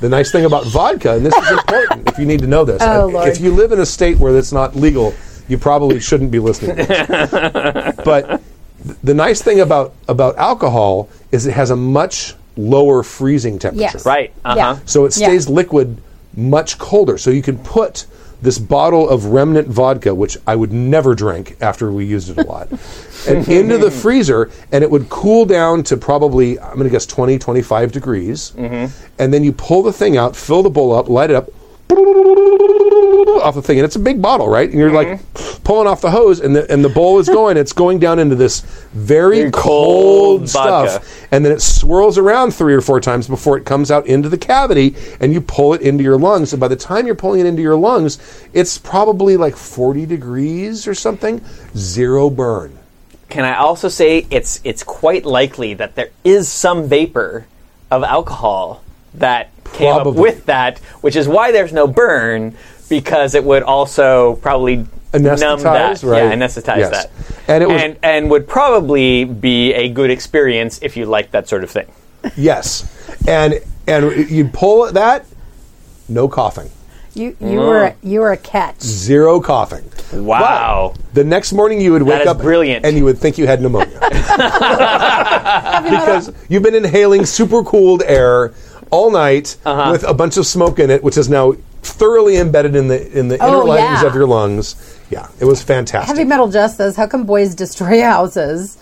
[SPEAKER 2] The nice thing about vodka, and this is important if you need to know this,
[SPEAKER 5] Oh,
[SPEAKER 2] if
[SPEAKER 5] Lord.
[SPEAKER 2] you live in a state where that's not legal, you probably shouldn't be listening.
[SPEAKER 5] *laughs*
[SPEAKER 2] To this. but th- the nice thing about about alcohol is it has a much lower freezing temperature.
[SPEAKER 5] Yes.
[SPEAKER 4] Right. Uh huh.
[SPEAKER 5] Yeah.
[SPEAKER 2] So it
[SPEAKER 5] Yeah.
[SPEAKER 2] stays liquid much colder. So you can put this bottle of remnant vodka, which I would never drink after we used it a
[SPEAKER 5] *laughs*
[SPEAKER 2] lot, and into the freezer, and it would cool down to probably, I'm going to guess 20, 25 degrees.
[SPEAKER 5] Mm-hmm.
[SPEAKER 2] And then you pull the thing out, fill the bowl up, light it up. Off the thing, and it's a big bottle, right? And you're
[SPEAKER 5] Mm-hmm.
[SPEAKER 2] like pulling off the hose, and the and the bowl is going. It's going down into this very
[SPEAKER 4] Very
[SPEAKER 2] cold,
[SPEAKER 4] cold
[SPEAKER 2] stuff,
[SPEAKER 4] vodka.
[SPEAKER 2] and then it swirls around three or four times before it comes out into the cavity and you pull it into your lungs and by the time you're pulling it into your lungs it's probably like 40 degrees or something zero burn
[SPEAKER 4] Can I also say it's it's quite likely that there is some vapor of alcohol that came up
[SPEAKER 2] Probably.
[SPEAKER 4] with that, which is why there's no burn because it would also probably numb that,
[SPEAKER 2] Anesthetize, right.
[SPEAKER 4] yeah, anesthetize
[SPEAKER 2] Yes.
[SPEAKER 4] that,
[SPEAKER 2] And it was-
[SPEAKER 4] and, and would probably be a good experience if you like that sort of thing.
[SPEAKER 2] yes and and you pull at that no coughing
[SPEAKER 5] You you were you were a catch.
[SPEAKER 2] zero coughing
[SPEAKER 4] Wow.
[SPEAKER 2] But the next morning you would wake
[SPEAKER 4] is
[SPEAKER 2] up
[SPEAKER 4] brilliant.
[SPEAKER 2] and you would think you had pneumonia *laughs* because you've been inhaling super cooled air all night
[SPEAKER 4] Uh-huh.
[SPEAKER 2] with a bunch of smoke in it which is now thoroughly embedded in the in the inner
[SPEAKER 5] Oh,
[SPEAKER 2] linings
[SPEAKER 5] yeah.
[SPEAKER 2] of your lungs yeah it was
[SPEAKER 3] Heavy
[SPEAKER 2] fantastic
[SPEAKER 3] Metal Just says, "How come boys destroy houses?"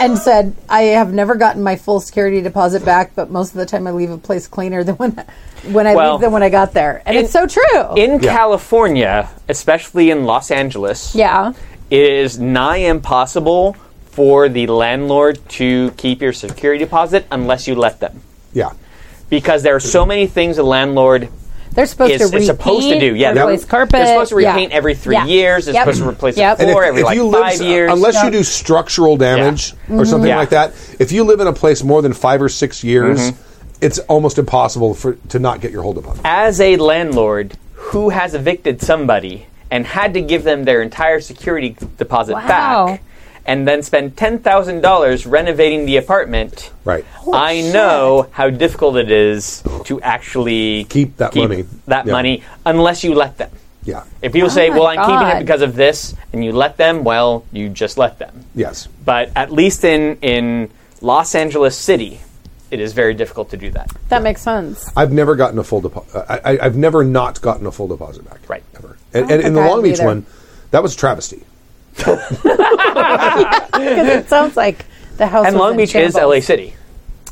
[SPEAKER 3] and said, "I have never gotten my full security deposit back, but most of the time I leave a place cleaner than when when I
[SPEAKER 4] Well,
[SPEAKER 3] leave than when I got there." And
[SPEAKER 4] in-
[SPEAKER 3] it's so
[SPEAKER 2] Oh,
[SPEAKER 3] true.
[SPEAKER 4] In California, especially in Los Angeles,
[SPEAKER 3] yeah,
[SPEAKER 4] it is nigh impossible for the landlord to keep your security deposit unless you let them.
[SPEAKER 2] yeah
[SPEAKER 4] Because there are so many things a landlord
[SPEAKER 3] they're supposed
[SPEAKER 4] is,
[SPEAKER 3] to
[SPEAKER 4] is
[SPEAKER 3] repaint,
[SPEAKER 4] supposed to do. Yeah, they're-
[SPEAKER 3] replace carpet.
[SPEAKER 4] They're supposed to
[SPEAKER 3] Yeah.
[SPEAKER 4] repaint every three
[SPEAKER 5] Yeah.
[SPEAKER 4] years. They're
[SPEAKER 5] Yep.
[SPEAKER 4] supposed to replace
[SPEAKER 5] Yep.
[SPEAKER 4] the
[SPEAKER 5] And
[SPEAKER 2] if,
[SPEAKER 4] floor every
[SPEAKER 2] if
[SPEAKER 4] like
[SPEAKER 2] you live
[SPEAKER 4] five years.
[SPEAKER 2] unless you do structural damage or something
[SPEAKER 4] Yeah. Mm-hmm.
[SPEAKER 2] like that if you live in a place more than five or six years it's almost impossible for to not get your hold upon it.
[SPEAKER 4] as Mm-hmm. a landlord who has evicted somebody and had to give them their entire security deposit
[SPEAKER 5] Wow.
[SPEAKER 4] back and then spend $10,000 renovating the apartment.
[SPEAKER 2] right
[SPEAKER 4] I know how difficult it is to actually
[SPEAKER 2] Keep that money.
[SPEAKER 4] that
[SPEAKER 2] Yeah.
[SPEAKER 4] money unless you let them.
[SPEAKER 2] yeah
[SPEAKER 4] If people say,
[SPEAKER 5] Oh my
[SPEAKER 4] "Well, I'm keeping it
[SPEAKER 5] God.
[SPEAKER 4] because of this," and you let them, well, you just let them.
[SPEAKER 2] yes
[SPEAKER 4] But at least in in Los Angeles City, it is very difficult to do that.
[SPEAKER 3] that makes
[SPEAKER 4] *laughs*
[SPEAKER 3] sense.
[SPEAKER 2] I've never gotten a full deposit. I, I, I've never not gotten a full deposit back.
[SPEAKER 4] Right.
[SPEAKER 2] Ever. And,
[SPEAKER 3] don't
[SPEAKER 2] and in
[SPEAKER 3] think
[SPEAKER 2] the
[SPEAKER 3] I
[SPEAKER 2] Long
[SPEAKER 3] have
[SPEAKER 2] Beach
[SPEAKER 3] either.
[SPEAKER 2] one, that was a travesty.
[SPEAKER 3] Because it sounds like the house.
[SPEAKER 4] And
[SPEAKER 3] was
[SPEAKER 4] Long
[SPEAKER 3] in
[SPEAKER 4] Beach is
[SPEAKER 3] shambles.
[SPEAKER 4] LA City.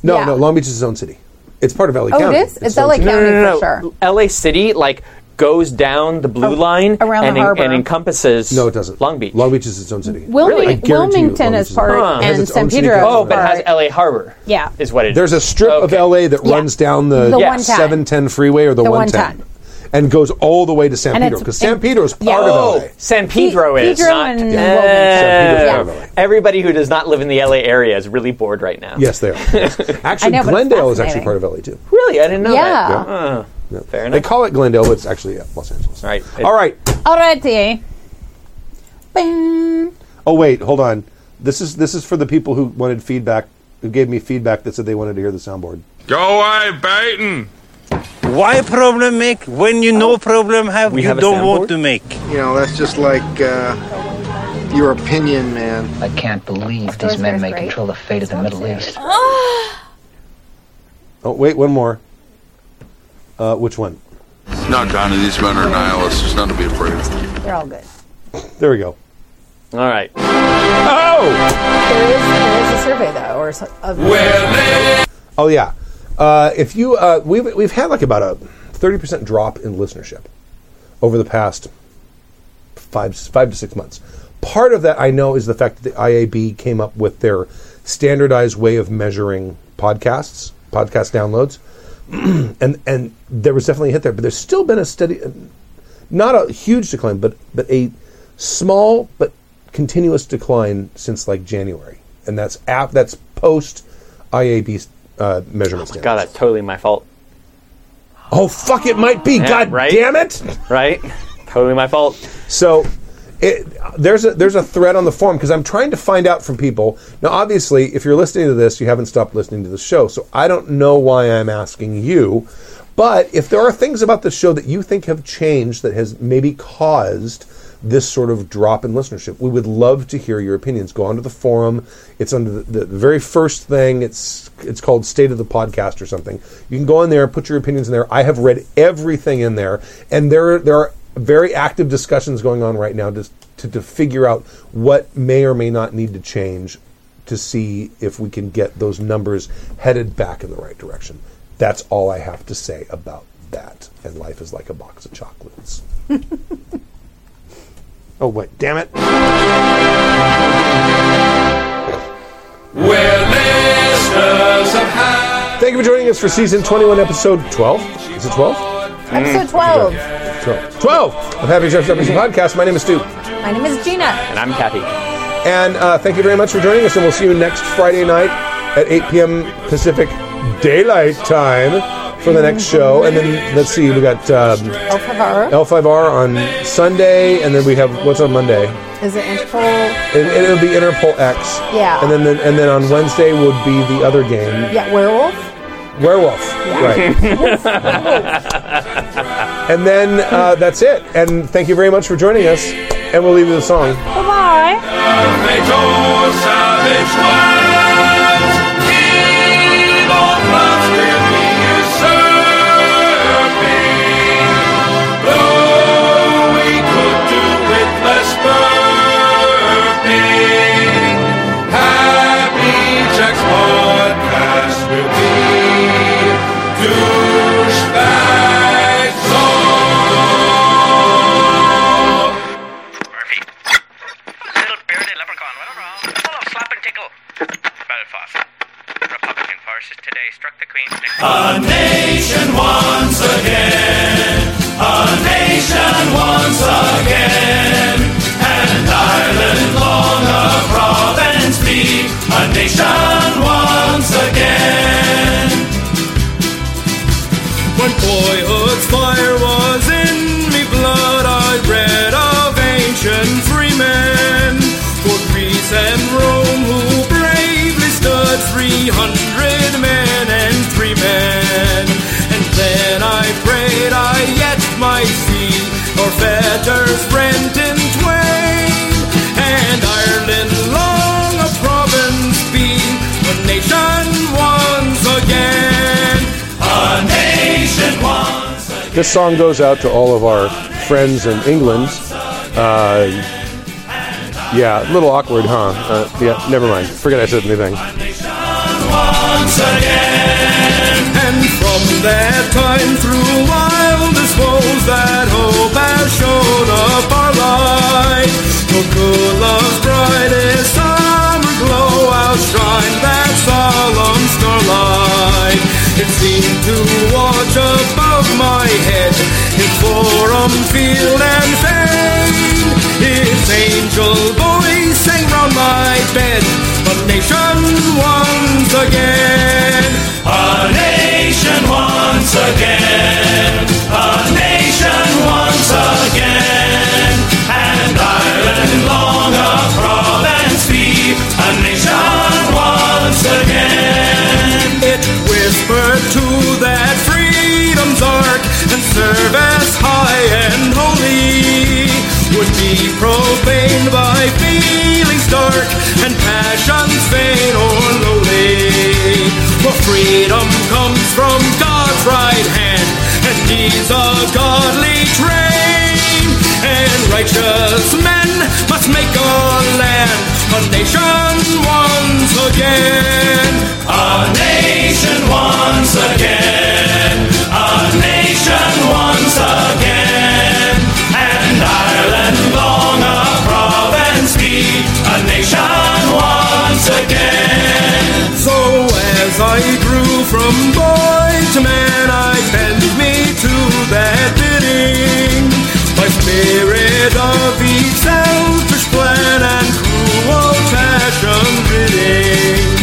[SPEAKER 2] No,
[SPEAKER 3] Yeah.
[SPEAKER 2] no, Long Beach is its own city. It's part of LA
[SPEAKER 3] Oh,
[SPEAKER 2] County.
[SPEAKER 3] it is. It's,
[SPEAKER 2] its own
[SPEAKER 3] LA
[SPEAKER 2] city.
[SPEAKER 3] County for sure. Oh,
[SPEAKER 4] LA City like goes down the blue line
[SPEAKER 3] around the
[SPEAKER 4] and, en-
[SPEAKER 3] harbor.
[SPEAKER 4] and encompasses
[SPEAKER 2] No, it doesn't.
[SPEAKER 4] Long Beach.
[SPEAKER 2] Long Beach is its own city.
[SPEAKER 3] Wilming-
[SPEAKER 4] Really? I
[SPEAKER 2] guarantee you Long
[SPEAKER 3] Wilmington
[SPEAKER 2] Beach
[SPEAKER 3] is
[SPEAKER 2] is-
[SPEAKER 3] part,
[SPEAKER 4] Huh. It
[SPEAKER 2] has
[SPEAKER 3] and
[SPEAKER 2] its
[SPEAKER 3] San
[SPEAKER 2] own city
[SPEAKER 3] Pedro.
[SPEAKER 2] council.
[SPEAKER 4] Oh, but it has LA Harbor.
[SPEAKER 5] Yeah.
[SPEAKER 4] Is what it is.
[SPEAKER 2] There's a strip of
[SPEAKER 4] Okay.
[SPEAKER 2] LA that
[SPEAKER 5] Yeah.
[SPEAKER 2] runs down the,
[SPEAKER 5] The
[SPEAKER 4] Yes.
[SPEAKER 5] 110.
[SPEAKER 2] 710 freeway or the,
[SPEAKER 3] The
[SPEAKER 2] 110.
[SPEAKER 3] 110.
[SPEAKER 2] And goes all the way to San
[SPEAKER 3] And
[SPEAKER 2] Pedro
[SPEAKER 3] it's-
[SPEAKER 2] because San
[SPEAKER 3] and-
[SPEAKER 2] Pedro is part
[SPEAKER 3] yeah.
[SPEAKER 2] of LA.
[SPEAKER 4] Oh, San Pedro
[SPEAKER 3] Pe-
[SPEAKER 4] is
[SPEAKER 3] Pedro
[SPEAKER 4] not.
[SPEAKER 3] and
[SPEAKER 4] Yeah.
[SPEAKER 3] Wilmington.
[SPEAKER 2] San Pedro's
[SPEAKER 4] Yeah.
[SPEAKER 2] part of LA.
[SPEAKER 4] Everybody who does not live in the LA area is really bored right now.
[SPEAKER 2] Yes, they are.
[SPEAKER 4] *laughs*
[SPEAKER 2] Actually,
[SPEAKER 3] know, but it's
[SPEAKER 2] Glendale is actually
[SPEAKER 3] fascinating.
[SPEAKER 2] part of LA too.
[SPEAKER 4] Really, I didn't know that.
[SPEAKER 5] Yeah.
[SPEAKER 4] Huh. Fair
[SPEAKER 2] They
[SPEAKER 4] enough.
[SPEAKER 2] call it Glendale, but it's actually yeah, Los Angeles.
[SPEAKER 4] All right.
[SPEAKER 2] All right.
[SPEAKER 5] Alrighty.
[SPEAKER 3] Bing.
[SPEAKER 2] Oh wait, hold on. This is this is for the people who wanted feedback, who gave me feedback that said they wanted to hear the soundboard.
[SPEAKER 6] Go away, Baton!
[SPEAKER 7] Why problem make when you no problem have
[SPEAKER 4] We
[SPEAKER 7] you
[SPEAKER 4] have a
[SPEAKER 7] don't want
[SPEAKER 4] soundboard?
[SPEAKER 7] to make?
[SPEAKER 8] You know, that's just like uh, your opinion, man.
[SPEAKER 9] I can't believe
[SPEAKER 5] Doors
[SPEAKER 9] these men
[SPEAKER 5] there's
[SPEAKER 9] may
[SPEAKER 5] great.
[SPEAKER 9] control the fate of the Middle East.
[SPEAKER 2] Oh wait, one more. Uh, which one?
[SPEAKER 6] No, Johnny, these men are nihilists. There's nothing to be afraid of.
[SPEAKER 5] They're all good.
[SPEAKER 2] There we go.
[SPEAKER 4] All right.
[SPEAKER 2] Oh.
[SPEAKER 3] There is, there is a survey though, or so- of
[SPEAKER 2] Oh yeah. Uh, if you uh, we've we've had like about a thirty percent drop in listenership over the past five five to six months. Part of that I know is the fact that the IAB came up with their standardized way of measuring podcasts, podcast downloads, *clears throat* and and there was definitely a hit there. But there's still been a steady, not a huge decline, but but a small but continuous decline since like January, and that's app that's post IAB uh, measurement standards.
[SPEAKER 4] God, that's totally my fault.
[SPEAKER 2] Oh fuck! It might be. God
[SPEAKER 4] right?
[SPEAKER 2] damn it!
[SPEAKER 4] Right? totally my fault.
[SPEAKER 2] So it, there's a there's a thread on the forum because I'm trying to find out from people. Now, obviously, if you're listening to this, you haven't stopped listening to the show, so I don't know why I'm asking you. But if there are things about the show that you think have changed that has maybe caused this sort of drop in listenership, we would love to hear your opinions. Go onto the forum. It's under the, the very first thing. It's it's called State of the Podcast or something. You can go in there and put your opinions in there. I have read everything in there, and there there are very active discussions going on right now to, to, to figure out what may or may not need to change to see if we can get those numbers headed back in the right direction. That's all I have to say about that. And life is like a box of chocolates. oh, wait, damn it. Thank you for joining us for season 21, episode 12. Is it 12?
[SPEAKER 4] Mm-hmm.
[SPEAKER 5] Episode 12.
[SPEAKER 2] 12. 12 of Happy Jeff's Episode Podcast. My name is Stu.
[SPEAKER 5] My name is Gina.
[SPEAKER 4] And I'm Kathy.
[SPEAKER 2] And uh, thank you very much for joining us, and we'll see you next Friday night at 8 p.m. Pacific Daylight Time for the next show. And then let's see, we got um,
[SPEAKER 5] El Favaro.
[SPEAKER 2] L5R on Sunday, and then we have what's on Monday?
[SPEAKER 5] Is it Interpol?
[SPEAKER 2] It, it'll be Interpol X.
[SPEAKER 5] Yeah.
[SPEAKER 2] And then and then on Wednesday would be the other game,
[SPEAKER 5] Yeah, Werewolf.
[SPEAKER 2] Werewolf. Right. *laughs* and then uh, that's it. And thank you very much for joining us. And we'll leave you with a song.
[SPEAKER 5] Bye-bye.
[SPEAKER 10] Little bearded leprechaun, whatever. Full of slap and tickle. Belfast. Republican forces today struck the Queen's neck.
[SPEAKER 7] When boyhood's fire was in me blood, I read of ancient free men. For Greece and Rome, who bravely stood 300 men and three men. And then I prayed I yet might see our fetters rent in twain. And Ireland long a province be, a nation once again. A nation once again.
[SPEAKER 2] This song goes out to all of our friends in England. Uh, yeah, a little awkward, huh? Uh, yeah, never mind. Forget I said anything.
[SPEAKER 7] once again. And from that time through wildest woes, that hope has shown up our light. For good love's brightest summer glow outshine that solemn starlight. It seemed to watch above my head in forum, field, and fane. Its angel voice sang round my bed, a nation once again. A nation once again. A nation once again. And Ireland long a province be, a nation once again. It whispered to that freedom's ark and service high and holy would be profaned by feelings dark and passions vain or lowly. For freedom comes from God's right hand and needs a godly train. And righteous men must make our land a nation once again. A nation once again. A nation once again. And Ireland long a province be. A nation once again. So as I boy to man, I bend me to their bidding. By spirit of each selfish plan and cruel passion bidding.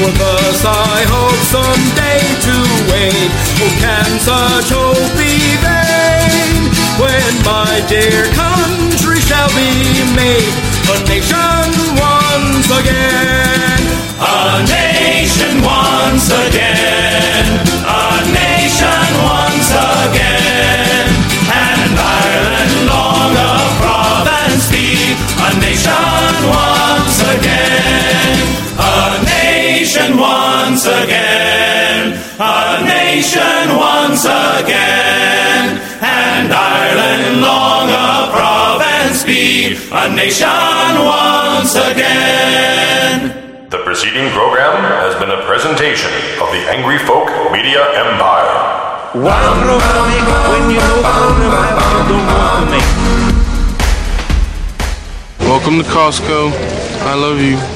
[SPEAKER 7] For thus I hope someday to wait. Oh, can such hope be vain? When my dear country shall be made a nation once again. A nation once again. A nation once again. And Ireland long a province be. A nation once again. A nation once again. A nation once again. And Ireland long a province be. A nation once again.
[SPEAKER 1] The preceding program has been a presentation of the Angry Folk Media Empire.
[SPEAKER 6] Welcome to Costco. I love you.